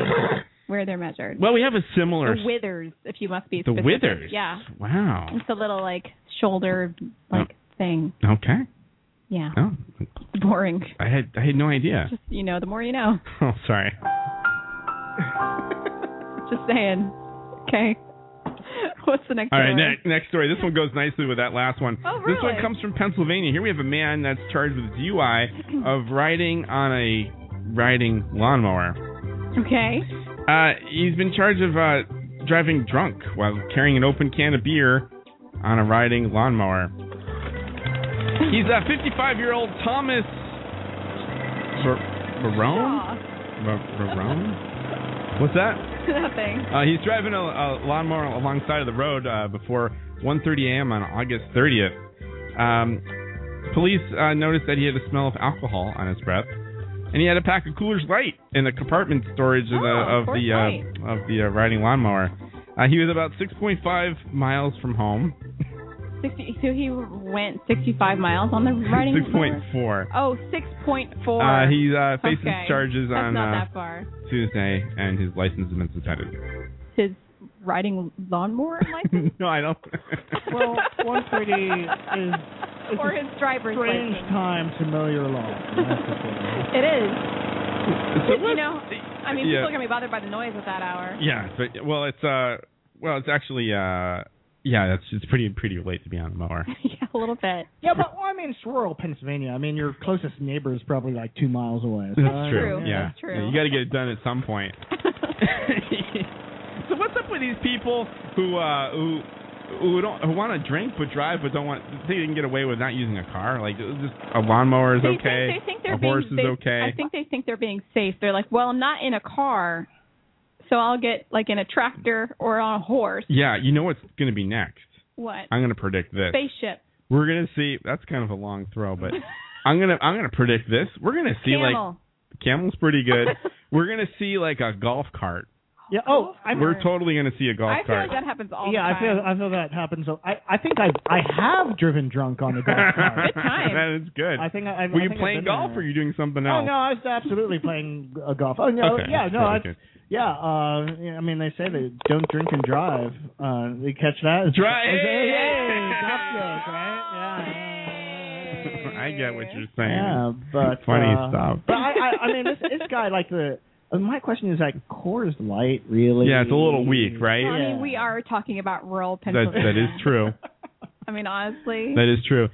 where they're measured. Well, we have a similar. the withers, if you must be The specific. withers. Yeah. Wow. It's a little like shoulder like thing. Okay. Yeah. Oh, Boring. I had I had no idea. Just you know, the more you know. Oh, sorry. Just saying. Okay. What's the next All right, story? ne- next story. This one goes nicely with that last one. Oh, This one really? comes from Pennsylvania. Here we have a man that's charged with DUI of riding on a riding lawnmower. Okay. Uh, he's been charged of uh, driving drunk while carrying an open can of beer on a riding lawnmower. He's a 55 year old Thomas Bar- Barone. Bar- Barone? What's that? Nothing. Uh, he's driving a, a lawnmower alongside of the road uh, before 1:30 a.m. on August 30th. Um, police uh, noticed that he had a smell of alcohol on his breath, and he had a pack of Coors Light in the compartment storage of the Oh, of Coors the uh, of the uh, riding lawnmower. Uh, he was about 6.5 miles from home. 60, so he went 65 miles on the riding. 6.4. Oh, 6.4. Uh, he uh, faces Okay. charges That's on not uh, that far. Tuesday, and his license has been suspended. His riding lawnmower license? no, I don't. well, 130 is. is or a his driver's strange license. time to mow your lawn. That's the thing. It is. you know, I mean, yeah. people are going to be bothered by the noise at that hour. Yeah, but well, it's uh, well, it's actually uh, yeah, that's it's pretty pretty late to be on the mower. yeah, a little bit. Yeah, but well, I mean, it's rural Pennsylvania. I mean, your closest neighbor is probably like two miles away. That's true. Yeah, that's true. Yeah, you got to get it done at some point. so what's up with these people who uh who who don't who want to drink but drive but don't want they can get away with not using a car like just a lawnmower is they okay Think, they think they're a being, horse is they, okay I think they think they're being safe. They're like, well, I'm not in a car, so I'll get like in a tractor or on a horse. yeah you know what's going to be next What? I'm going to predict this Spaceship. we're going to see that's kind of a long throw but I'm gonna I'm gonna predict this we're going to see like Camel. Camel's pretty good. We're gonna see like a golf cart. Yeah. Oh, I'm, We're totally gonna see a golf I feel cart. like that happens all yeah, the time. I feel I feel that happens. a- I I think I I have driven drunk on the golf cart. that is good. I think I. I Were I you think I've playing been golf there. or are you doing something Oh else? no, I was absolutely playing uh, golf. Oh no, Okay, yeah, that's no, really I, good. yeah. Uh, yeah, I mean, they say that don't drink and drive. Uh, you catch that? Drive. It's- Hey, hey, golf joke, right? Yeah. I get what you're saying. Yeah, but funny uh, stuff. But I, I, I mean, this this guy like the. uh, My question is like Coors Light, really? Yeah, it's a little weak, right? Well, I mean, we are talking about rural That Pennsylvania. that is true. I mean, honestly, That is true.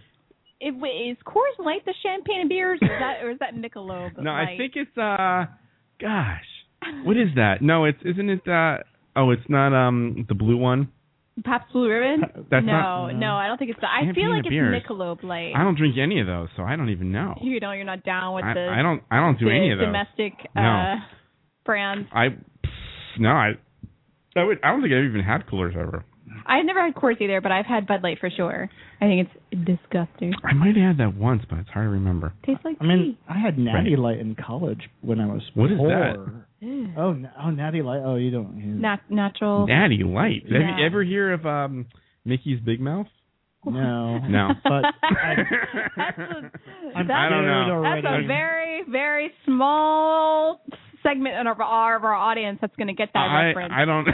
It, wait, is Coors Light the champagne and beers, or is that, or is that Michelob? No, I Light? think it's uh gosh. What is that? No, it's isn't it uh oh it's not um the blue one. Pabst Blue Ribbon. That's no, not- no, I don't think it's. The, I Champagne feel like and it's beers. Michelob Light. I don't drink any of those, so I don't even know. You know, you're not down with I, the. I don't I don't do the any of those. domestic No. uh, brands. I no, I I would I don't think I've even had coolers ever. I've never had Coors either, but I've had Bud Light for sure. I think it's disgusting. I might have had that once, but it's hard to remember. Tastes like I mean, I had Natty Right. Light in college when I was What is poor. that? tea. Oh, na- oh, Natty Light. Oh, you don't. You, Nat- natural. Natty Light. Have Yeah. you ever hear of um Mickey's Big Mouth? No. No. But that's a, I'm- that's, I don't know. that's already. a very, very small segment of our, of our audience that's going to get that I reference. I don't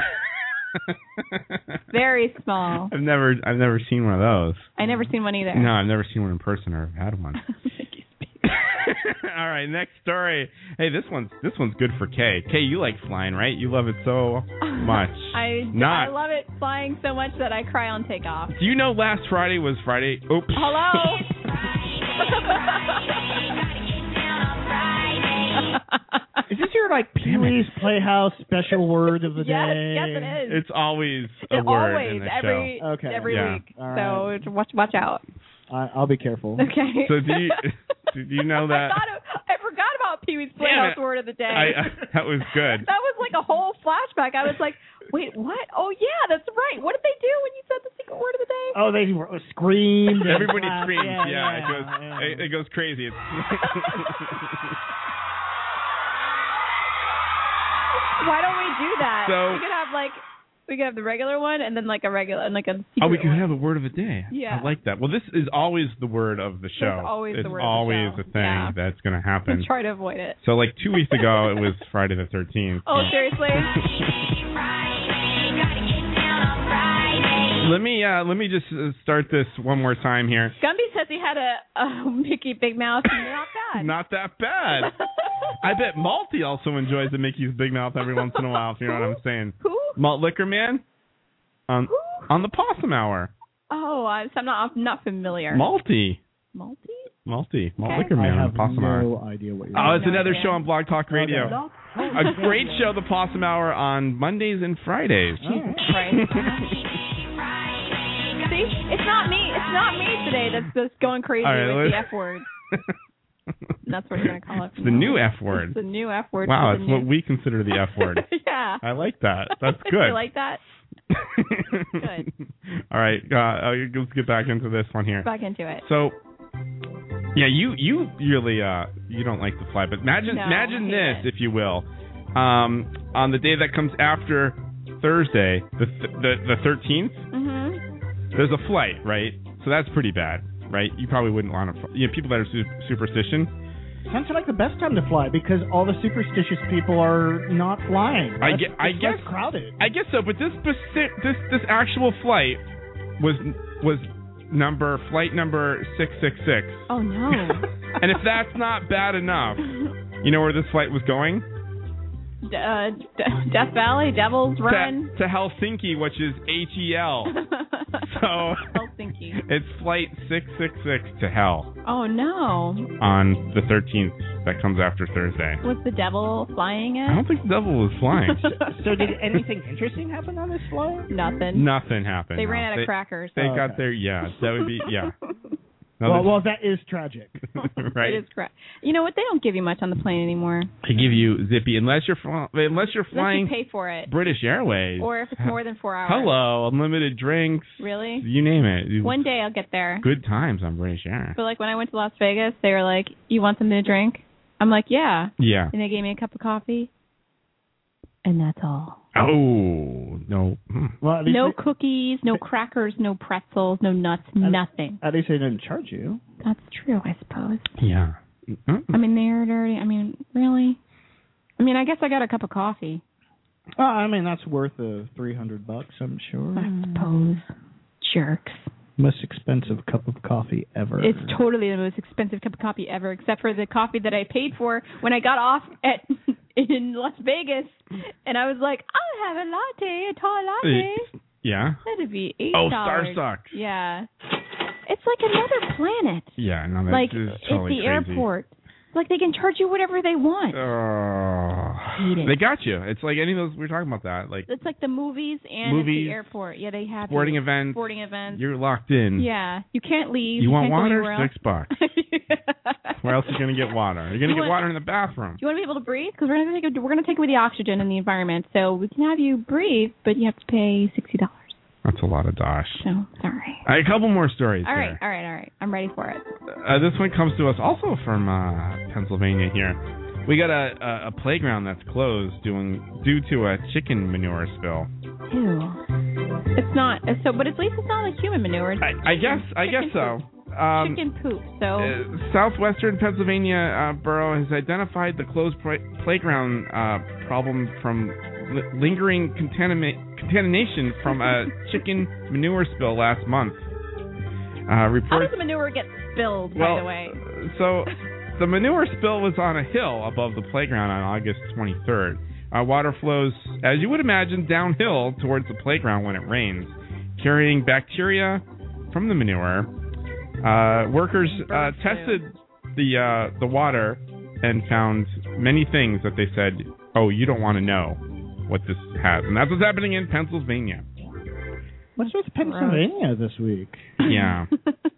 very small. I've never I've never seen one of those. I never seen one either. No, I've never seen one in person or had one. All right, next story. Hey, this one's this one's good for Kay. Kay, you like flying, right? You love it so much. I I Not. love it flying so much that I cry on takeoff. Do you know last Friday was Friday? Oops. Hello. Is this your like Pee Wee's Playhouse special word of the day? it It's always a It word always, in the every- show. Okay. every Yeah. week. All right. Mm. So watch watch out. I, I'll be careful. Okay. So do you do you know that? I, thought- I forgot about Pee Wee's Playhouse Damn it. word of the day. I, that was good. that was like a whole flashback. I was like, wait, what? Oh yeah, that's right. What did they do when you said the secret word of the Uh, day? Oh, they r- screamed. and Everybody clapped. Yeah, screams. Yeah, it goes It, it goes crazy. It's Why don't we do that? So- we could have like we could have the regular one and then like a regular and like a secret Oh, we could one. have a word of the day. Yeah. I like that. Well, this is always the word of the show. always the it's word of the always show. a thing Yeah. that's going to happen. We try to avoid it. So like two weeks ago, it was Friday the thirteenth. Oh, seriously? Let me uh, let me just uh, start this one more time here. Gumby says he had a, a Mickey Big Mouth. Not bad. Not that bad. I bet Malty also enjoys the Mickey's Big Mouth every once in a while. If you know what I'm saying. Who? Malt Liquor Man. On on the Possum Hour. Oh, I, so I'm not I'm not familiar. Malty. Malty? Malty. Malt Okay. Liquor I Man on have the Possum Hour. no idea what you're. Oh, it's talking another about. show on Blog Talk Radio. Okay. A great show, The Possum Hour, on Mondays and Fridays. See, it's not me. It's not me today that's that's going crazy All right, with the let's- F word. That's what you're gonna call it. It's the new F word. It's the new F word. Wow, It's it's the what we consider the F word. new- yeah. I like that. That's good. you like that? Good. All right, uh, uh, let's get back into this one here. Back into it. So, yeah, you you really uh you don't like to fly, but imagine No, imagine I hate this, if you will, um, on the day that comes after Thursday, the th- the the thirteenth. Mhm. There's a flight, right? So that's pretty bad, right? You probably wouldn't want to. Fly. You know, people that are su- superstition. Sounds like the best time to fly because all the superstitious people are not flying. I That's- get. I it's guess. less crowded. I guess so, but this speci- this this actual flight was was number flight number six six six. Oh no. And if that's not bad enough, you know where this flight was going? D- uh, D- Death Valley, Devil's Run. To, to Helsinki, which is H E L. So Helsinki. it's flight six six six to hell Oh no. on the thirteenth that comes after Thursday. Was the devil flying I it? don't think the devil was flying. So did anything interesting happen on this flight? Nothing. Nothing happened. They no. ran out of crackers. They Oh, got okay. their yeah. That would be yeah. No, Well, well, that is tragic. that's- right. It is correct. You know what? They don't give you much on the plane anymore. They give you zippy unless you're fl- unless you're Unless you flying pay for it. British Airways. Or if it's more than four hours. Hello, unlimited drinks. Really? You name it. One day I'll get there. Good times on British Air. But like when I went to Las Vegas, they were like, "You want something to drink?" I'm like, "Yeah." Yeah. And they gave me a cup of coffee. And that's all. Oh no. Hmm. Well, at least No cookies, no crackers, no pretzels, no nuts, nothing. they, at least they didn't charge you. That's true, I suppose. Yeah. Mm. I mean, they're dirty. I mean, really? I mean, I guess I got a cup of coffee. Oh, I mean that's worth the three hundred bucks, I'm sure. I suppose. Jerks. Most expensive cup of coffee ever. It's totally the most expensive cup of coffee ever, except for the coffee that I paid for when I got off at in Las Vegas, and I was like, I'll have a latte, a tall latte. Eh, yeah. That'd be eight Oh, dollars. Starbucks. Yeah, it's like another planet. Yeah. No, that's like just it's totally the crazy. airport. It's like they can charge you whatever they want. Oh. Hate it. They got you. It's like any of those we were talking about that. Like It's like the movies and it's Movies, the airport. Yeah, they have sporting you. events. Sporting events. you're locked in. yeah, you can't leave. You want can't go water? anywhere else. Six bucks. Where else are you gonna get water? You're You gonna get want- water in the bathroom. Do you want to be able to breathe? Because we're gonna take we're gonna take away the oxygen in the environment, so we can have you breathe, but you have to pay sixty dollars. That's a lot of dosh. So sorry. All right, a couple more stories. All there. right, all right, all right. I'm ready for it. Uh, this one comes to us also from uh, Pennsylvania here. We got a, a, a playground that's closed doing, due to a chicken manure spill. Ew. It's not so, but at least it's not like human manure. It's I guess I guess so. Um, chicken poop. So uh, Southwestern Pennsylvania uh, borough has identified the closed pla- playground uh, problem from li- lingering contaminate contamination from a chicken manure spill last month. Uh, how reports does the manure get spilled? Well, by uh, the way, so The manure spill was on a hill above the playground on August 23rd. Uh, water flows, as you would imagine, downhill towards the playground when it rains, carrying bacteria from the manure. Uh, workers uh, tested the uh, the water and found many things that they said, "Oh, you don't want to know what this has," and that's what's happening in Pennsylvania. What's with Pennsylvania this week? Yeah.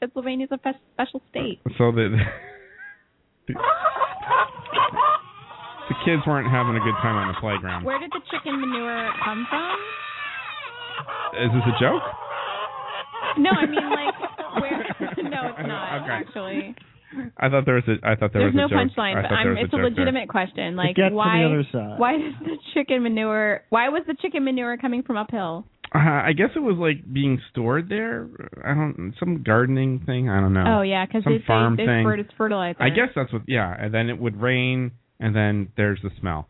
Pennsylvania's a fe- special state. So the, the the kids weren't having a good time on the playground. Where did the chicken manure come from? Is this a joke? No, I mean like where? No, it's not Okay. actually. I thought there was a. I thought there There's was no a joke. I punchline, but thought um, there was it's a, joke there. legitimate question. Like get to the why? other side. Why does the chicken manure? Why was the chicken manure coming from uphill? Uh, I guess it was like being stored there. I don't some gardening thing. I don't know. Oh yeah, because Some they, farm they, thing. squirt it's fertilizer. I guess that's what. Yeah, and then it would rain, and then there's the smell.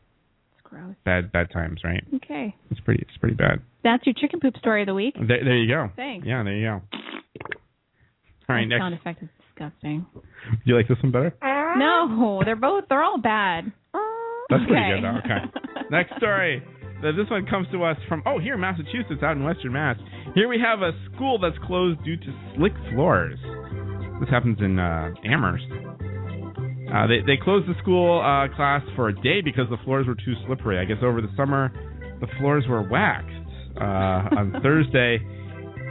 It's gross. Bad bad times, right? Okay, It's pretty. It's pretty bad. that's your chicken poop story of the week. There, there you go. Thanks. Yeah, there you go. All right, That next. Sound effect is disgusting. Do you like this one better? No, they're both. They're all bad. That's pretty Okay. good, though. Okay. Next story. Now, This one comes to us from, oh, here in Massachusetts, out in Western Mass. Here we have a school that's closed due to slick floors. This happens in uh, Amherst. Uh, they, they closed the school uh, class for a day because the floors were too slippery. I guess over the summer, the floors were waxed uh, on Thursday.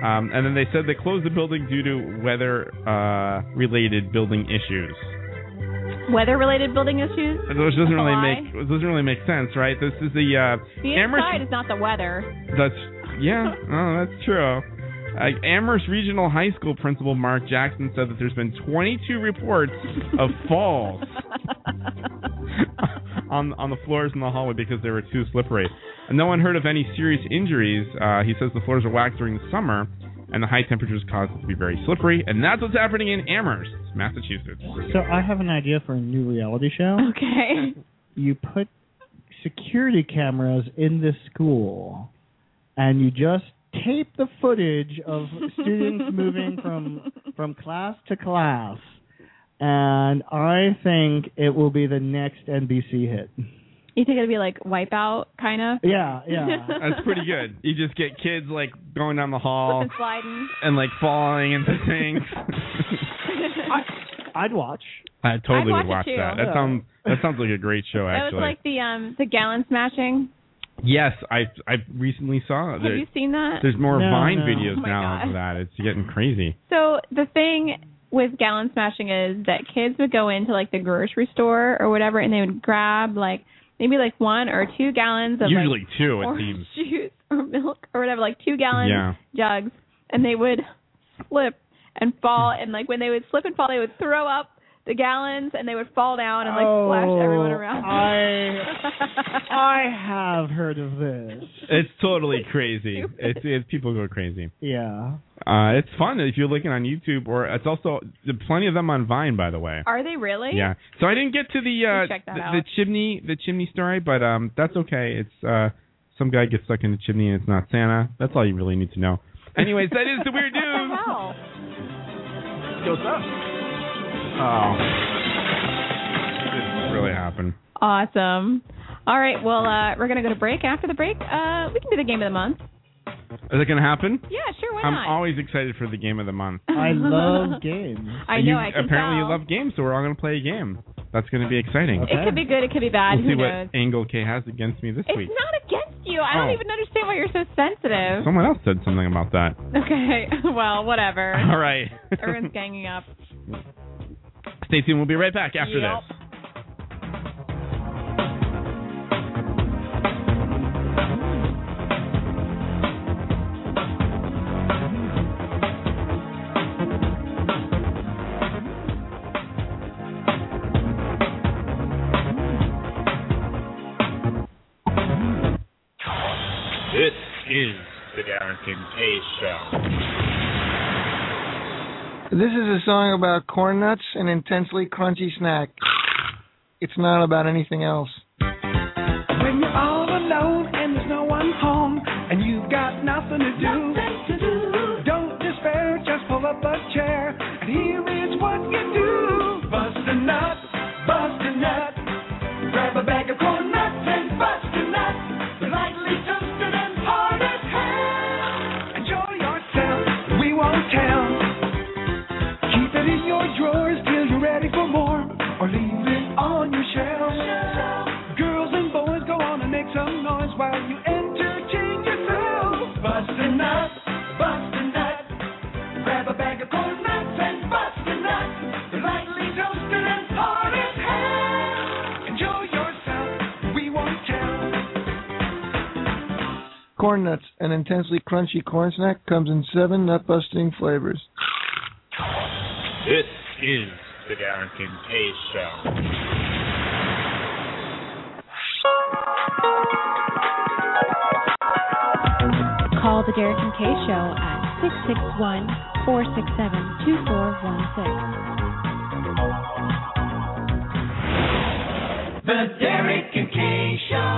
Um, and then they said they closed the building due to weather uh, related building issues. Weather-related building issues. Which doesn't really Why? make which doesn't really make sense, right? This is the uh, The Amherst inside is not the weather. that's yeah, oh, that's true. Uh, Amherst Regional High School principal Mark Jackson said that there's been 22 reports of falls on on the floors in the hallway because they were too slippery. And no one heard of any serious injuries. Uh, he says the floors are waxed during the summer, and the high temperatures cause it to be very slippery. And that's what's happening in Amherst, Massachusetts. So I have an idea for a new reality show. Okay. You put security cameras in this school, and you just tape the footage of students moving from from class to class. And I think it will be the next NBC hit. You think it'd be like Wipeout kind of? Yeah, yeah. That's pretty good. You just get kids like going down the hall And sliding. and like falling into things. I'd watch. I totally I'd would watch watch it too. that. That Yeah. sounds that sounds like a great show That was actually. like the um the gallon smashing. yes, I I recently saw it. Have you seen that? There's more No, Vine no. videos Oh my now God. of that. It's getting crazy. So the thing with gallon smashing is that kids would go into like the grocery store or whatever, and they would grab like maybe like one or two gallons of Usually like, two, it orange seems. juice or milk or whatever, like two gallon Yeah. jugs, and they would slip and fall, and like when they would slip and fall, they would throw up the gallons and they would fall down and like Oh, splash everyone around. I I have heard of this. It's totally crazy. It's, it's people go crazy. Yeah. Uh, it's fun if you're looking on YouTube or it's also there are plenty of them on Vine by the way. Are they really? Yeah. So I didn't get to the uh Check that the, out. the chimney the chimney story, but um that's okay. It's uh some guy gets stuck in the chimney and it's not Santa. That's all you really need to know. Anyways, that is the weird news. What's up? Oh. This really happened. Awesome. All right. Well, uh, we're gonna go to break. After the break, uh, we can do the game of the month. Is it going to happen? Yeah, sure. Why I'm not? always excited for the game of the month. I love games. I know. You- I can apparently tell. you love games, so we're all going to play a game. That's going to be exciting. It could be good. It could be bad. We'll Who see knows? what angle K has against me this week. It's not against you. I don't Oh. even understand why you're so sensitive. Someone else said something about that. Okay. Well, whatever. All right. Everyone's ganging up. Stay tuned. We'll be right back after Yep. this. This is the Darren Kincaid Show. This is a song about corn nuts, an intensely crunchy snack. It's not about anything else. When you're all alone and there's no one home and you've got nothing to do, don't despair, just pull up a chair and here is what you do. Bust a nut yours till you're ready for more, or leave it on your shelf. Girls and boys, go on and make some noise while you entertain yourself. Bust a nut, bust a nut, grab a bag of corn nuts and bust a nut. Lightly toasted and hard as hell. Enjoy yourself, we won't tell. Corn nuts, an intensely crunchy corn snack, comes in seven nut-busting flavors. This is the Darren Kincaid Show. Call the Derek and Kay Show at 661 467 2416. The Derek and Kay Show.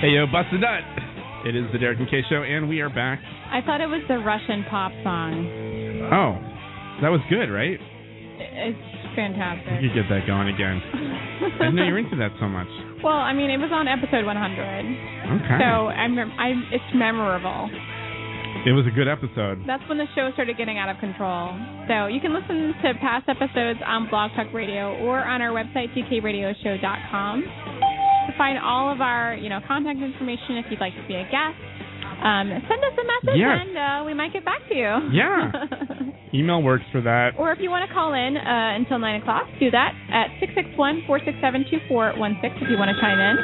Hey yo, bust a nut! It is the Derek and Kay Show, and we are back. I thought it was the Russian pop song. Oh, that was good, right? It's You fantastic. could get that going again. I didn't know you were into that so much. well, I mean, it was on episode 100, Okay. so I'm, I'm it's memorable. it was a good episode. That's when the show started getting out of control. So you can listen to past episodes on Blog Talk Radio or on our website, dkradioshow.com. To find all of our, you know, contact information if you'd like to be a guest, um, send us a message Yes. and uh, we might get back to you. Yeah. Email works for that. or if you want to call in uh, until 9 o'clock, do that at 661 467 2416 if you want to chime in.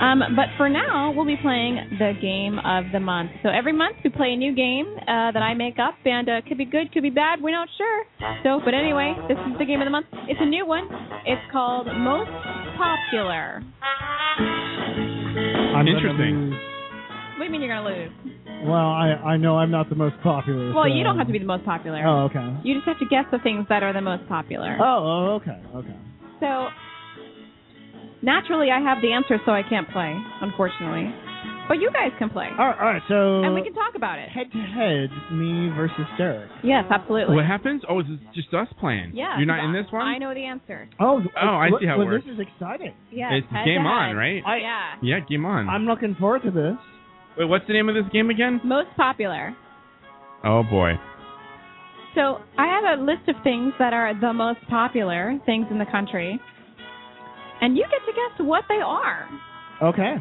Um, but for now, we'll be playing the game of the month. So every month we play a new game uh, that I make up, and uh, could be good, could be bad. We're not sure. So, but anyway, this is the game of the month. It's a new one. It's called Most Popular. I'm gonna Interesting. lose. What do you mean you're gonna lose? Well, I I know I'm not the most popular. Well, so- you don't have to be the most popular. uh, Oh, okay. You just have to guess the things that are the most popular. Oh, oh, okay, okay. So naturally, I have the answer, so I can't play, unfortunately. But you guys can play, All right, all right. So and we can talk about it. head to head, me versus Derek. Yes, absolutely. What happens? Oh, it's just us playing. Yeah. You're not in this one? I know the answer. Oh, Oh, I see how it well, works. This is exciting. Yeah. It's head game to head. on, right? yeah. Yeah, game on. I'm looking forward to this. Wait, what's the name of this game again? Most popular. Oh boy. So I have a list of things that are the most popular things in the country, and you get to guess what they are. Okay.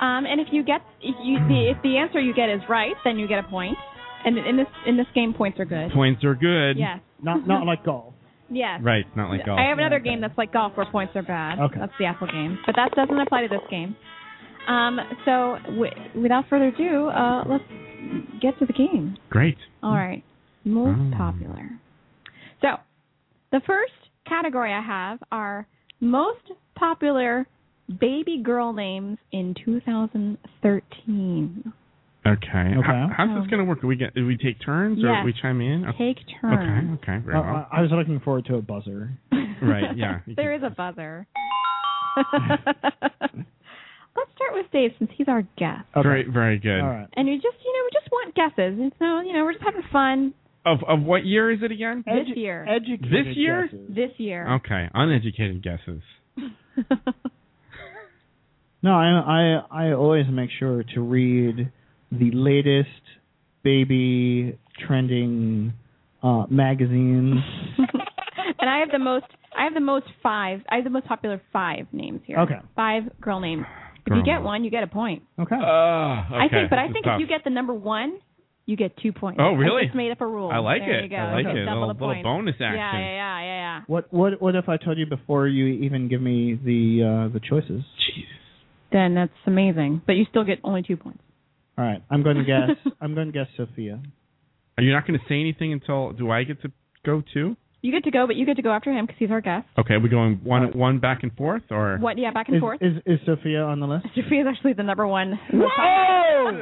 Um, and if you get if you the if the answer you get is right, then you get a point. And in this in this game, points are good. Points are good. Yes. Not not like golf. Yes. Right, not like golf. I have another game that's like golf where points are bad. Okay. That's the Apple game. But that doesn't apply to this game. Um, so, w- without further ado, uh, let's get to the game. Great. All right. Most Mm. popular. So, the first category I have are most popular baby girl names in 2013. Okay. How, how's Um, this gonna work? Do we get do we take turns yes. or we chime in? Okay. Take turns. Oh, Okay, very Uh, well. I, I was looking forward to a buzzer. right, yeah. You there is a buzzer. Let's start with Dave since he's our guest. can- Very very good. uh, All right. And we just, you know, we just want guesses. And so, you know, we're just having fun Of of what year is it again? this year. Educated This year? guesses. This year. Okay. Uneducated guesses. Oh. No, I I I always make sure to read the latest baby trending uh, magazines. and I have the most, I have the most five, I have the most popular five names here. Okay. Five girl names. If you Girl get names. one, you get a point. Okay. Ah, I think, but I think if you get the number one, you get two points. Oh, really? I just made up a rule. I like There it. You go. I like You it. get A double little- the little point. bonus Yeah, action. yeah, yeah, yeah. yeah. What what what if I told you before you even give me the uh, the choices? Then that's amazing. But you still get only two points. All right, I'm going to guess. I'm going to guess Sophia. Are you not gonna say anything until do I get to go too? You get to go, but you get to go after him because he's our guest. Okay, are we going one one back and forth or What? Yeah, back and Is, forth. is is Sophia on the list? Sophia is actually the number one. Whoa!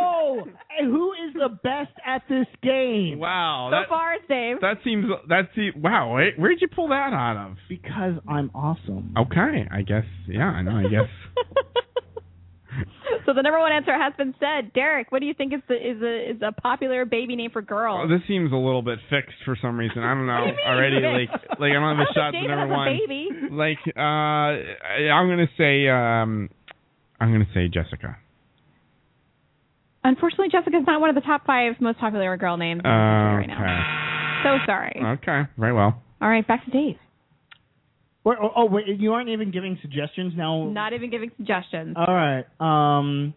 oh no! Who is the best at this game? Wow. So far, it's Dave. That seems that seems wow. Wait, where'd you pull that out of? Because I'm awesome. Okay, I guess. Yeah, I know. I guess. So the number one answer has been said. Derek, what do you think is the, is a is a popular baby name for Oh, girls? this seems a little bit fixed for some reason. I don't What know do you mean? already. Like, like I don't have a shot at David number has a one. baby. Like, uh, I- I'm gonna say, um, I'm gonna say Jessica. Unfortunately, Jessica's not one of the top five most popular girl names. Uh, Okay. So sorry. Okay. Very well. All right, back to Dave. Wait, oh, oh, wait, you aren't even giving suggestions now. Not even giving suggestions. All right. Um,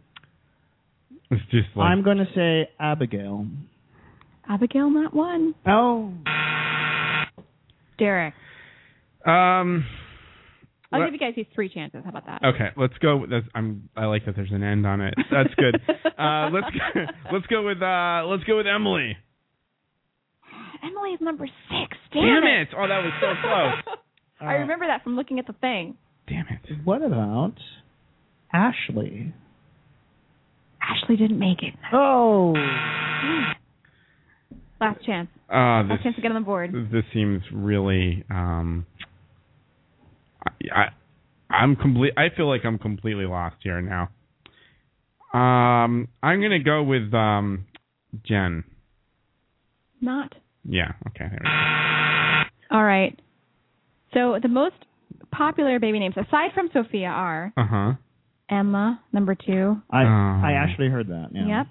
It's just like I'm going to say Abigail. Abigail, not one. Oh. Derek. Um. I'll Let- give you guys these three chances. How about that? Okay, let's go. With this. I'm. I like that there's an end on it. That's good. uh, let's go, let's go with uh, let's go with Emily. Emily is number six. Damn, Damn it! Oh, that was so close. Oh. I remember that from looking at the thing. Damn it. uh, What about Ashley? Ashley didn't make it. Oh. Last chance. Uh, Last chance to this get on the board. this seems really. Um, I, I I'm complete. I feel like I'm completely lost here now. Um, I'm gonna go with um, Jen. Not. Yeah. Okay. There we go. All right. So the most popular baby names, aside from Sophia, are Uh huh. Emma, number two. I Um, I actually heard that. Yeah. Yep.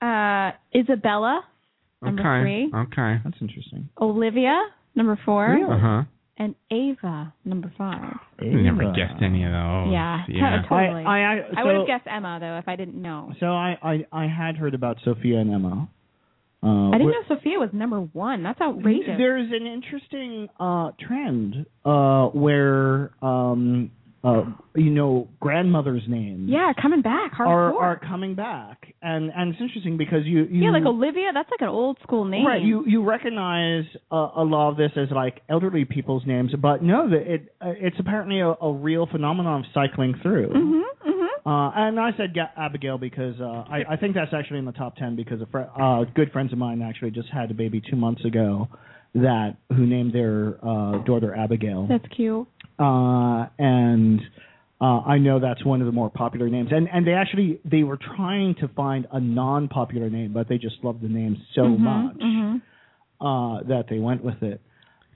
Uh, Isabella, number Okay. three. Okay. That's interesting. Olivia, number four. Uh Uh-huh. huh. And Ava, number five. Never Eva. guessed any of those. yeah, to- Yeah. totally. I- I- so- would have guessed Emma though if I didn't know. So I, I I had heard about Sophia and Emma. Uh, I didn't wh- know Sophia was number one. That's outrageous. There's an interesting uh, trend uh, where um, uh, you know grandmother's names yeah, coming back hardcore. are are coming back, and and it's interesting because you, you yeah, like Olivia. That's like an old school name. Right, you you recognize uh, a lot of this as like elderly people's names, but no, that it uh, it's apparently a, a real phenomenon of cycling through. Mhm. Mhm. Uh, and I said Ga- Abigail because uh, I, I think that's actually in the top ten because a fr- uh, good friends of mine actually just had a baby two months ago that who named their uh, daughter Abigail, That's cute. uh, and uh, I know that's one of the more popular names. And and they actually they were trying to find a non-popular name, but they just loved the name so Mhm, much mhm. uh, that they went with it.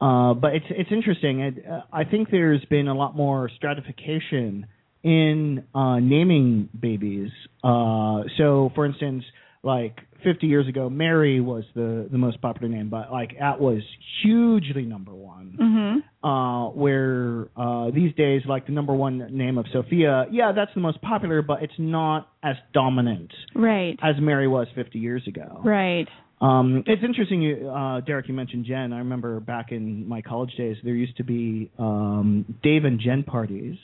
Uh, but it's it's interesting. It, uh, I think there's been a lot more stratification in uh, naming babies. Uh, so, for instance, like 50 years ago, Mary was the the most popular name, but like that was hugely number one. Mhm. Uh, where uh, these days, like the number one name of Sophia, yeah, that's the most popular, but it's not as dominant Right. as Mary was 50 years ago. Right. Um, it's interesting, you, uh, Derek. You mentioned Jen. I remember back in my college days, there used to be um, Dave and Jen parties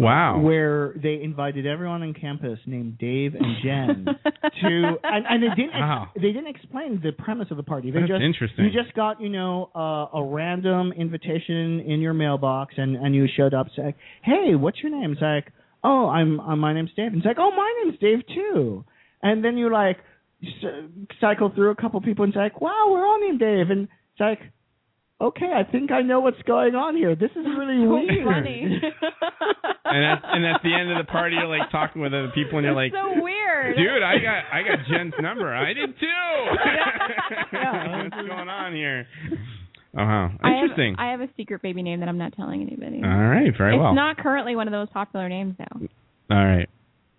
Wow. where they invited everyone on campus named Dave and Jen to, and, and they didn't ex- Wow. they didn't explain the premise of the party. They That's just interesting. you just got you know uh, a random invitation in your mailbox, and and you showed up. It's like, hey, what's your name? It's like, oh, I'm uh, my name's Dave. And it's like, oh, my name's Dave too. And then you like s- cycle through a couple people, and it's like, wow, we're all named Dave. And it's like, okay, I think I know what's going on here. This is really So weird. funny. and at and at the end of the party, you're like talking with other people, and you're like, That's so weird. dude, I got I got Jen's number. I did too. Yeah. What's going on here? Oh, wow. I have- interesting. I have, a secret baby name that I'm not telling anybody. All right, very it's well. not currently one of those popular names though. All right.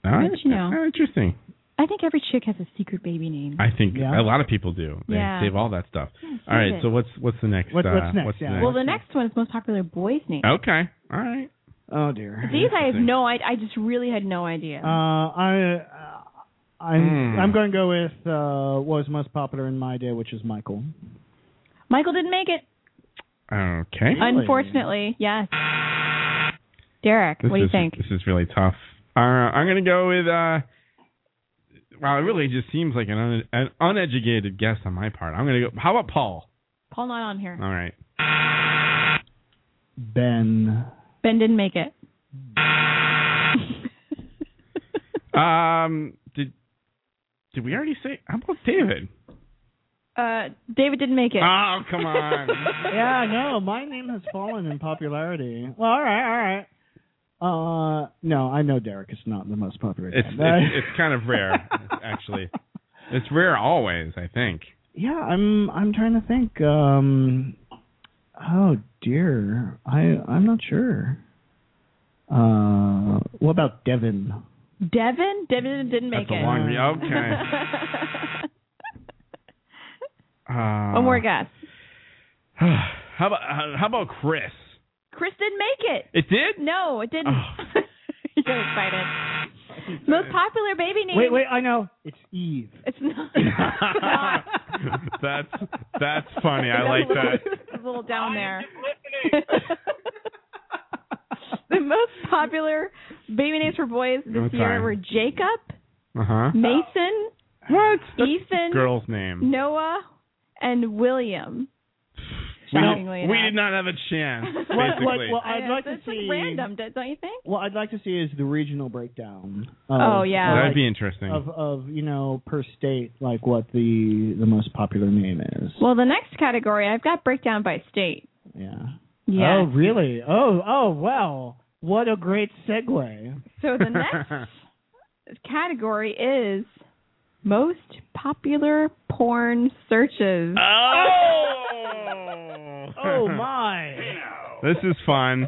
All right. But, you know. Oh, interesting. I think every chick has a secret baby name. I think Yeah. a lot of people do. They Yeah. save all that stuff. save all right. it. So what's what's the next? What- uh, what's next? What's Yeah. the well, the next one is most popular boys name. okay. All right. Oh dear. These I have no I I just really had no idea. Uh, I. Uh, I'm Hmm. I'm going to go with uh, what was most popular in my day, which is Michael. Michael didn't make it. Okay. Uh, Really? Unfortunately, yes. Derek, This what do you is- think? This is really tough. Uh, I'm going to go with. Uh, wow, it really just seems like an, un- an uneducated guess on my part. I'm going to go. How about Paul? Paul not on here. All right. Ben. Ben didn't make it. Um, did Did we already say? How about David? Uh, David didn't make it. Oh, come on. yeah, no, my name has fallen in popularity. Well, all right, all right. Uh, no, I know Derek is not the most popular. It's guy. it's, it's kind of rare, actually. It's rare always, I think. yeah, I'm I'm trying to think. Um, oh dear, I I'm not sure. Uh, what about Devin? Devin? Devin didn't make That's a it. long re- okay. Uh, One more guess. How about uh, how, how about Chris? Chris didn't make it. It did? No, it didn't. Oh. you got excited. Most popular baby name. Wait, wait, I know. It's Eve. It's not. it's not. that's that's funny. I like that. It's a little down there. the most popular baby names for boys this Okay. year were Jacob, Uh huh. Mason, what? Ethan, Girl's name. Noah, and William. We, Shockingly we enough. did not have a chance. What- what- Basically. what- I'd know, like so to it's like see- random, don't don't you think? What I'd like to see is the regional breakdown. Of, Oh, yeah. That'd like, be interesting. Of of you know per state like what the the most popular name is. Well, the next category I've got breakdown by state. Yeah. Yeah. Oh really? Oh oh wow! What a great segue. So the next category is most popular porn searches. Uh, Oh. oh my! This is fun.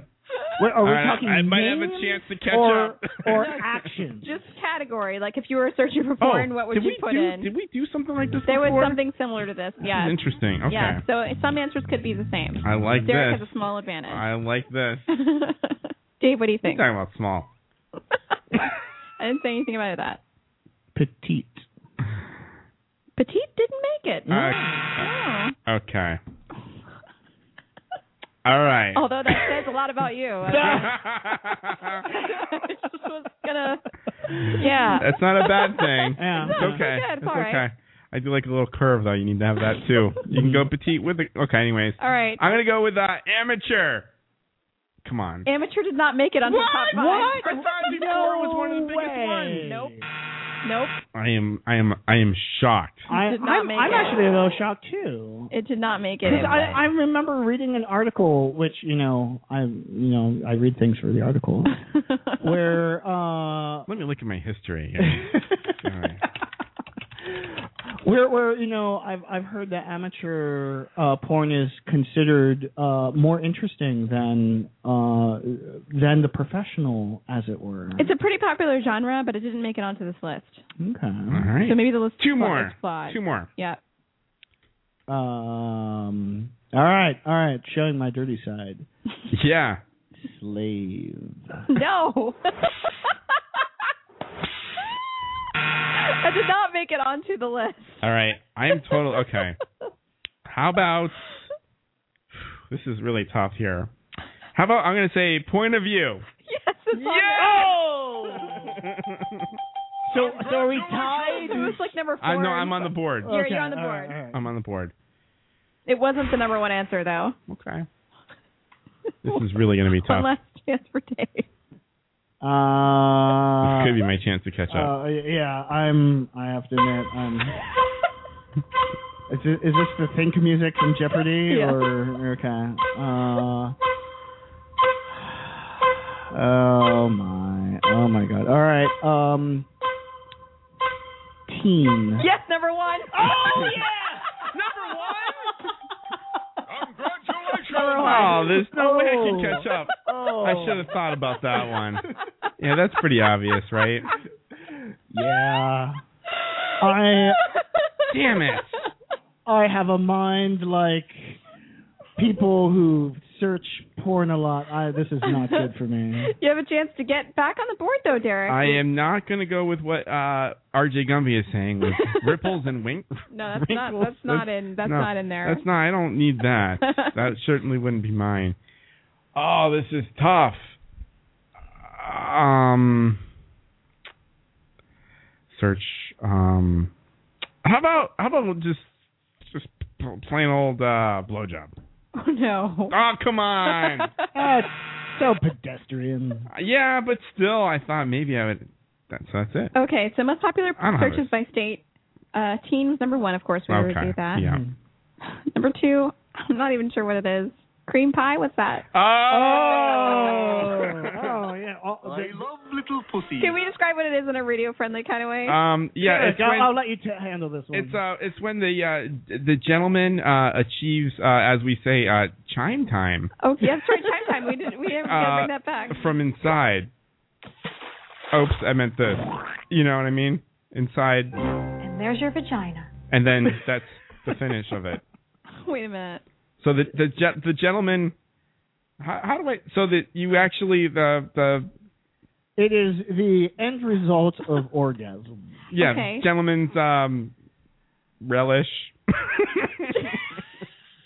Wait, are we All right, talking I might have a names chance to catch or, up. or actions? Just category. Like if you were searching for porn, Oh, what would did you we put do- in? Did we do something like this there was before? something similar to this. Yeah. Interesting. Okay. Yeah. So some answers could be the same. I like Derek this. has a small advantage. I like this. Dave, what do you You're think? talking about small. I didn't say anything about that. Petite. Petite didn't make it. Uh, Okay. All right. No. Although that says a lot about you. I just was gonna. Yeah. That's not a bad thing. Yeah. It's No, it's okay. good. It's It's all right. okay. I do like a little curve though. You need to have that too. You can go petite with it. Okay. Anyways, All right. I'm gonna go with uh, amateur. Come on. Amateur did not make it on the top five. What? I thought before it was one of the biggest ones. Nope. Nope. I am. I am. I am shocked. I, Did not I'm, make I'm it. actually a little shocked too. It did not make it. Because I, I remember reading an article, which you know, I you know, I read things for the article, where uh, Let me look at my history. Here. All right. where where you know, I've I've heard that amateur uh, porn is considered uh, more interesting than uh, than the professional, as it were. It's a pretty popular genre, but it didn't make it onto this list. okay. All right. So maybe the list Two is more. flawed. Two more. Yeah. Um. All right. All right. Showing my dirty side. Yeah. Slave. No. I did not make it onto the list. All right. I am total. Okay. How about? This is really tough here. How about I'm gonna say point of view. Yes, it's on there. So so are we tied? It was like number four. I know I'm on the board. You're, Okay, you're on the all board. right, all right. I'm on the board. It wasn't the number one answer though. Okay. This is really gonna be One tough. last chance for Dave. Uh, This could be my chance to catch Uh, up. yeah, I'm. I have to admit, I'm. Is this, is this the think music from Jeopardy Yeah. or okay? Uh, oh my, oh my God! All right, um, teen. Yes, number one. Oh yeah. Number Number Oh, one. there's no way I can Oh. catch up. Oh, I should have thought about that one. Yeah, that's pretty obvious, right? yeah. I Damn it. I have a mind like people who search porn a lot. I this is not good for me. You have a chance to get back on the board though, Derek. I am not going to go with what uh, RJ Gumby is saying with ripples and wink. No, that's not. wrinkles. That's not in. That's no, not in there. That's not. I don't need that. that certainly wouldn't be mine. Oh, this is tough. Um, search. Um, how about how about just just plain old uh, blowjob? Oh no. Oh, come on. Ah, it's so pedestrian. yeah, but still, I thought maybe I would. That, so that's it. okay, so most popular I don't have searches by state Uh, teen was number one, of course. We already Okay, do that. Hmm. yeah. Number two, I'm not even sure what it is. Cream pie. What's that? Oh, yeah. I love little pussy. Can we describe what it is in a radio-friendly kind of way? Um, yeah, it's I'll, when- I'll let you t- handle this one. It's uh, it's when the uh, d- the gentleman uh, achieves, uh, as we say, uh, chime time oh, yeah, that's right. Time time. We did. We have to Uh, bring that back. from inside. Oops, I meant the, you know what I mean, inside, And there's your vagina. and then that's the finish of it. Wait a minute. So the the ge- the gentleman, how, how do I? So that you actually the the It is the end result of orgasm. yeah Okay. gentleman's um relish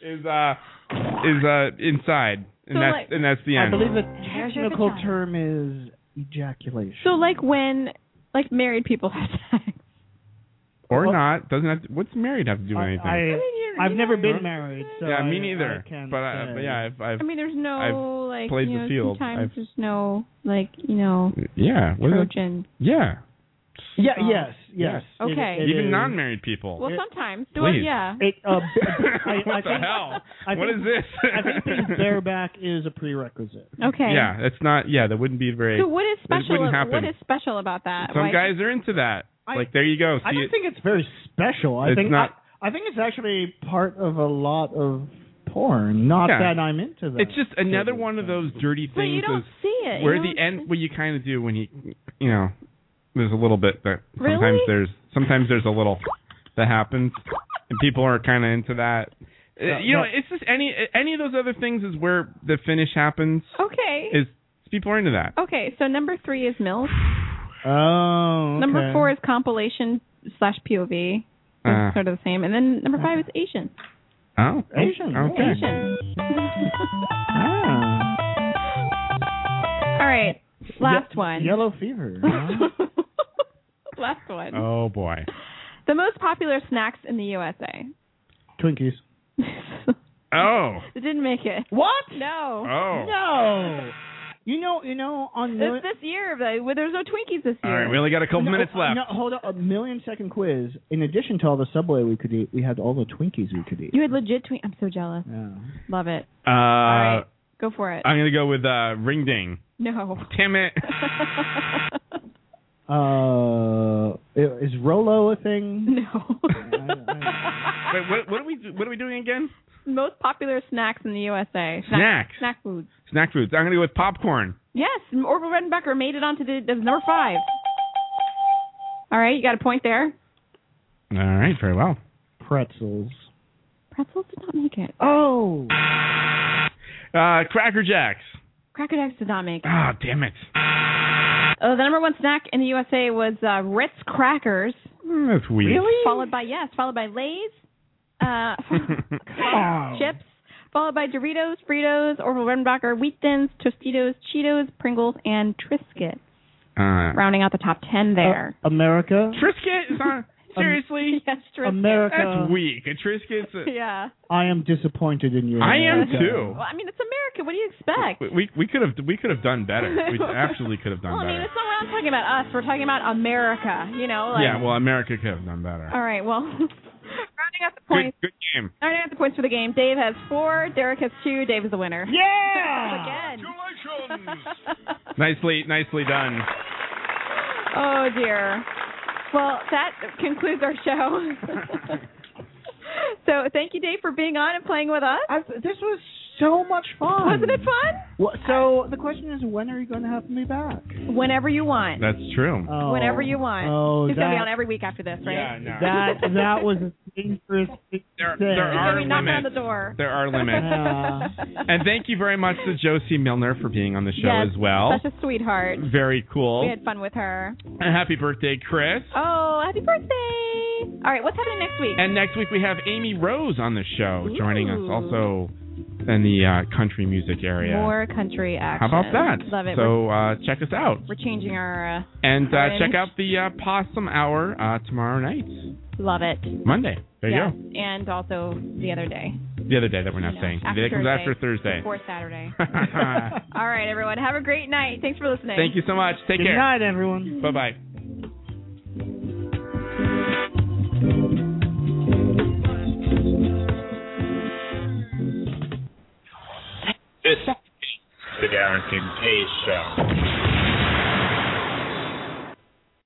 is uh is uh inside, and So, that's like- and that's the end. I believe the There's your technical vagina. term is ejaculation. So like when like married people have sex. or not doesn't have to, what's married have to do with anything? I, I've never been married, so yeah, me I- neither. I can't but, I, but say. yeah, I've, I've I mean, there's no I've like played you the know, field. sometimes I've- there's no like you know yeah, what is that? Trojan. yeah, Um, Yeah. Oh. Yes. Yes. Okay. It even is- non-married people. Well, It- sometimes. Please. Well, yeah. It, uh, I, I what the think- hell? I what think- is this? I think being bareback is a prerequisite. Okay. Yeah, that's not. Yeah, that wouldn't be very. So what is That special? wouldn't What happen. is special about that? Some Like- guys are into that. I- like there you go. I See, don't it- think it's very special. I It's think not- I, I think it's actually part of a lot of porn. Not Yeah. that I'm into that. it's just another one of those dirty But you things. don't is see it. where you the don't- end. What you kind of do when you, you know, there's a little bit that sometimes Really? there's sometimes there's a little that happens, and people are kind of into that. Uh, Yeah, you know, yeah. it's just any any of those other things is where the finish happens. Okay. Is people are into that. okay. So number three is milk. Oh. Number okay. four is compilation slash POV. Uh, Sort of the same. And then number five is Asian. oh, Asian, Okay. Asian. Ah. All right. Last one. Yellow fever. Ah. Last one. Oh boy. The most popular snacks in the USA. Twinkies. Oh. It didn't make it. What? No. Oh. No. You know, you know, on It's this year. but well, There's no Twinkies this All year. right, we only got a couple No, minutes left. No, hold on. A million second quiz. In addition to all the Subway we could eat, we had all the Twinkies we could eat. You had legit Twinkies. I'm so jealous. Yeah. Love it. Uh, Go for it. I'm gonna go with uh, ring ding. no. Damn it. Uh, is Rolo a thing? No. Wait, what, what are we what are we doing again? Most popular snacks in the USA. Snacks. Snack foods. Snack foods. I'm gonna go with popcorn. Yes, Orville Redenbacher made it onto the that was number five. All right, you got a point there. All right, very well. Pretzels. Pretzels did not make it. Oh. Uh, Cracker Jacks. Cracker Jacks did not make it. Ah, damn it. Uh, the number one snack in the USA was uh, Ritz crackers. Mm, That's weird. Followed by yes, followed by Lay's, uh, Oh. chips, followed by Doritos, Fritos, Orville Redenbacher, Wheat Thins, Tostitos, Cheetos, Pringles, and Triscuit. Uh, Rounding out the top ten Uh, there. America. Trisket is on. Seriously? yes, Triscuit. America. That's weak. A Trisket's a, Yeah. I am disappointed in you. I am America. too. Well, I mean, it's America. What do you expect? We- We we could have we could have done better. We absolutely could have done Well, I mean, better. it's not what I'm talking about us. We're talking about America, you know? Like, Yeah, well, America could have done better. All right, well, rounding out the Good, points. good game. Rounding out the points for the game. Dave has four. Derek has two. Dave is the winner. Yeah! Again. Nicely, nicely done. oh, dear. Well, that concludes our show. so thank you, Dave, for being on and playing with us. I, this was so much fun. Wasn't it fun? Well, so the question is, when are you going to have me back? Whenever you want. That's true. Oh. Whenever you want. Oh, He's that, going to be on every week after this, right? no. that that was a dangerous. thing to There- say. there He's are gonna be knocking on the limits. door. There are limits. Uh, And thank you very much to Josie Milner for being on the show Yes, as well. Such a sweetheart. Very We cool. had fun with her. And happy birthday, Chris. Oh, happy birthday! All right, what's happening next week? And next week we have Amy Rose on the show joining us Ooh. also in the uh, country music area. More country How action. about that? Love it. So uh, check us out. we're, we're changing our. Uh, And All uh, right. check out the uh, Possum Hour uh, tomorrow night, love it. Monday. There you yes. And also the other day. go. The other day that we're not No, saying. after that comes after Thursday. Before Saturday. All right, everyone. Have a great night. Thanks for listening. Thank you so much. Take good care. night, everyone. Bye bye. Show.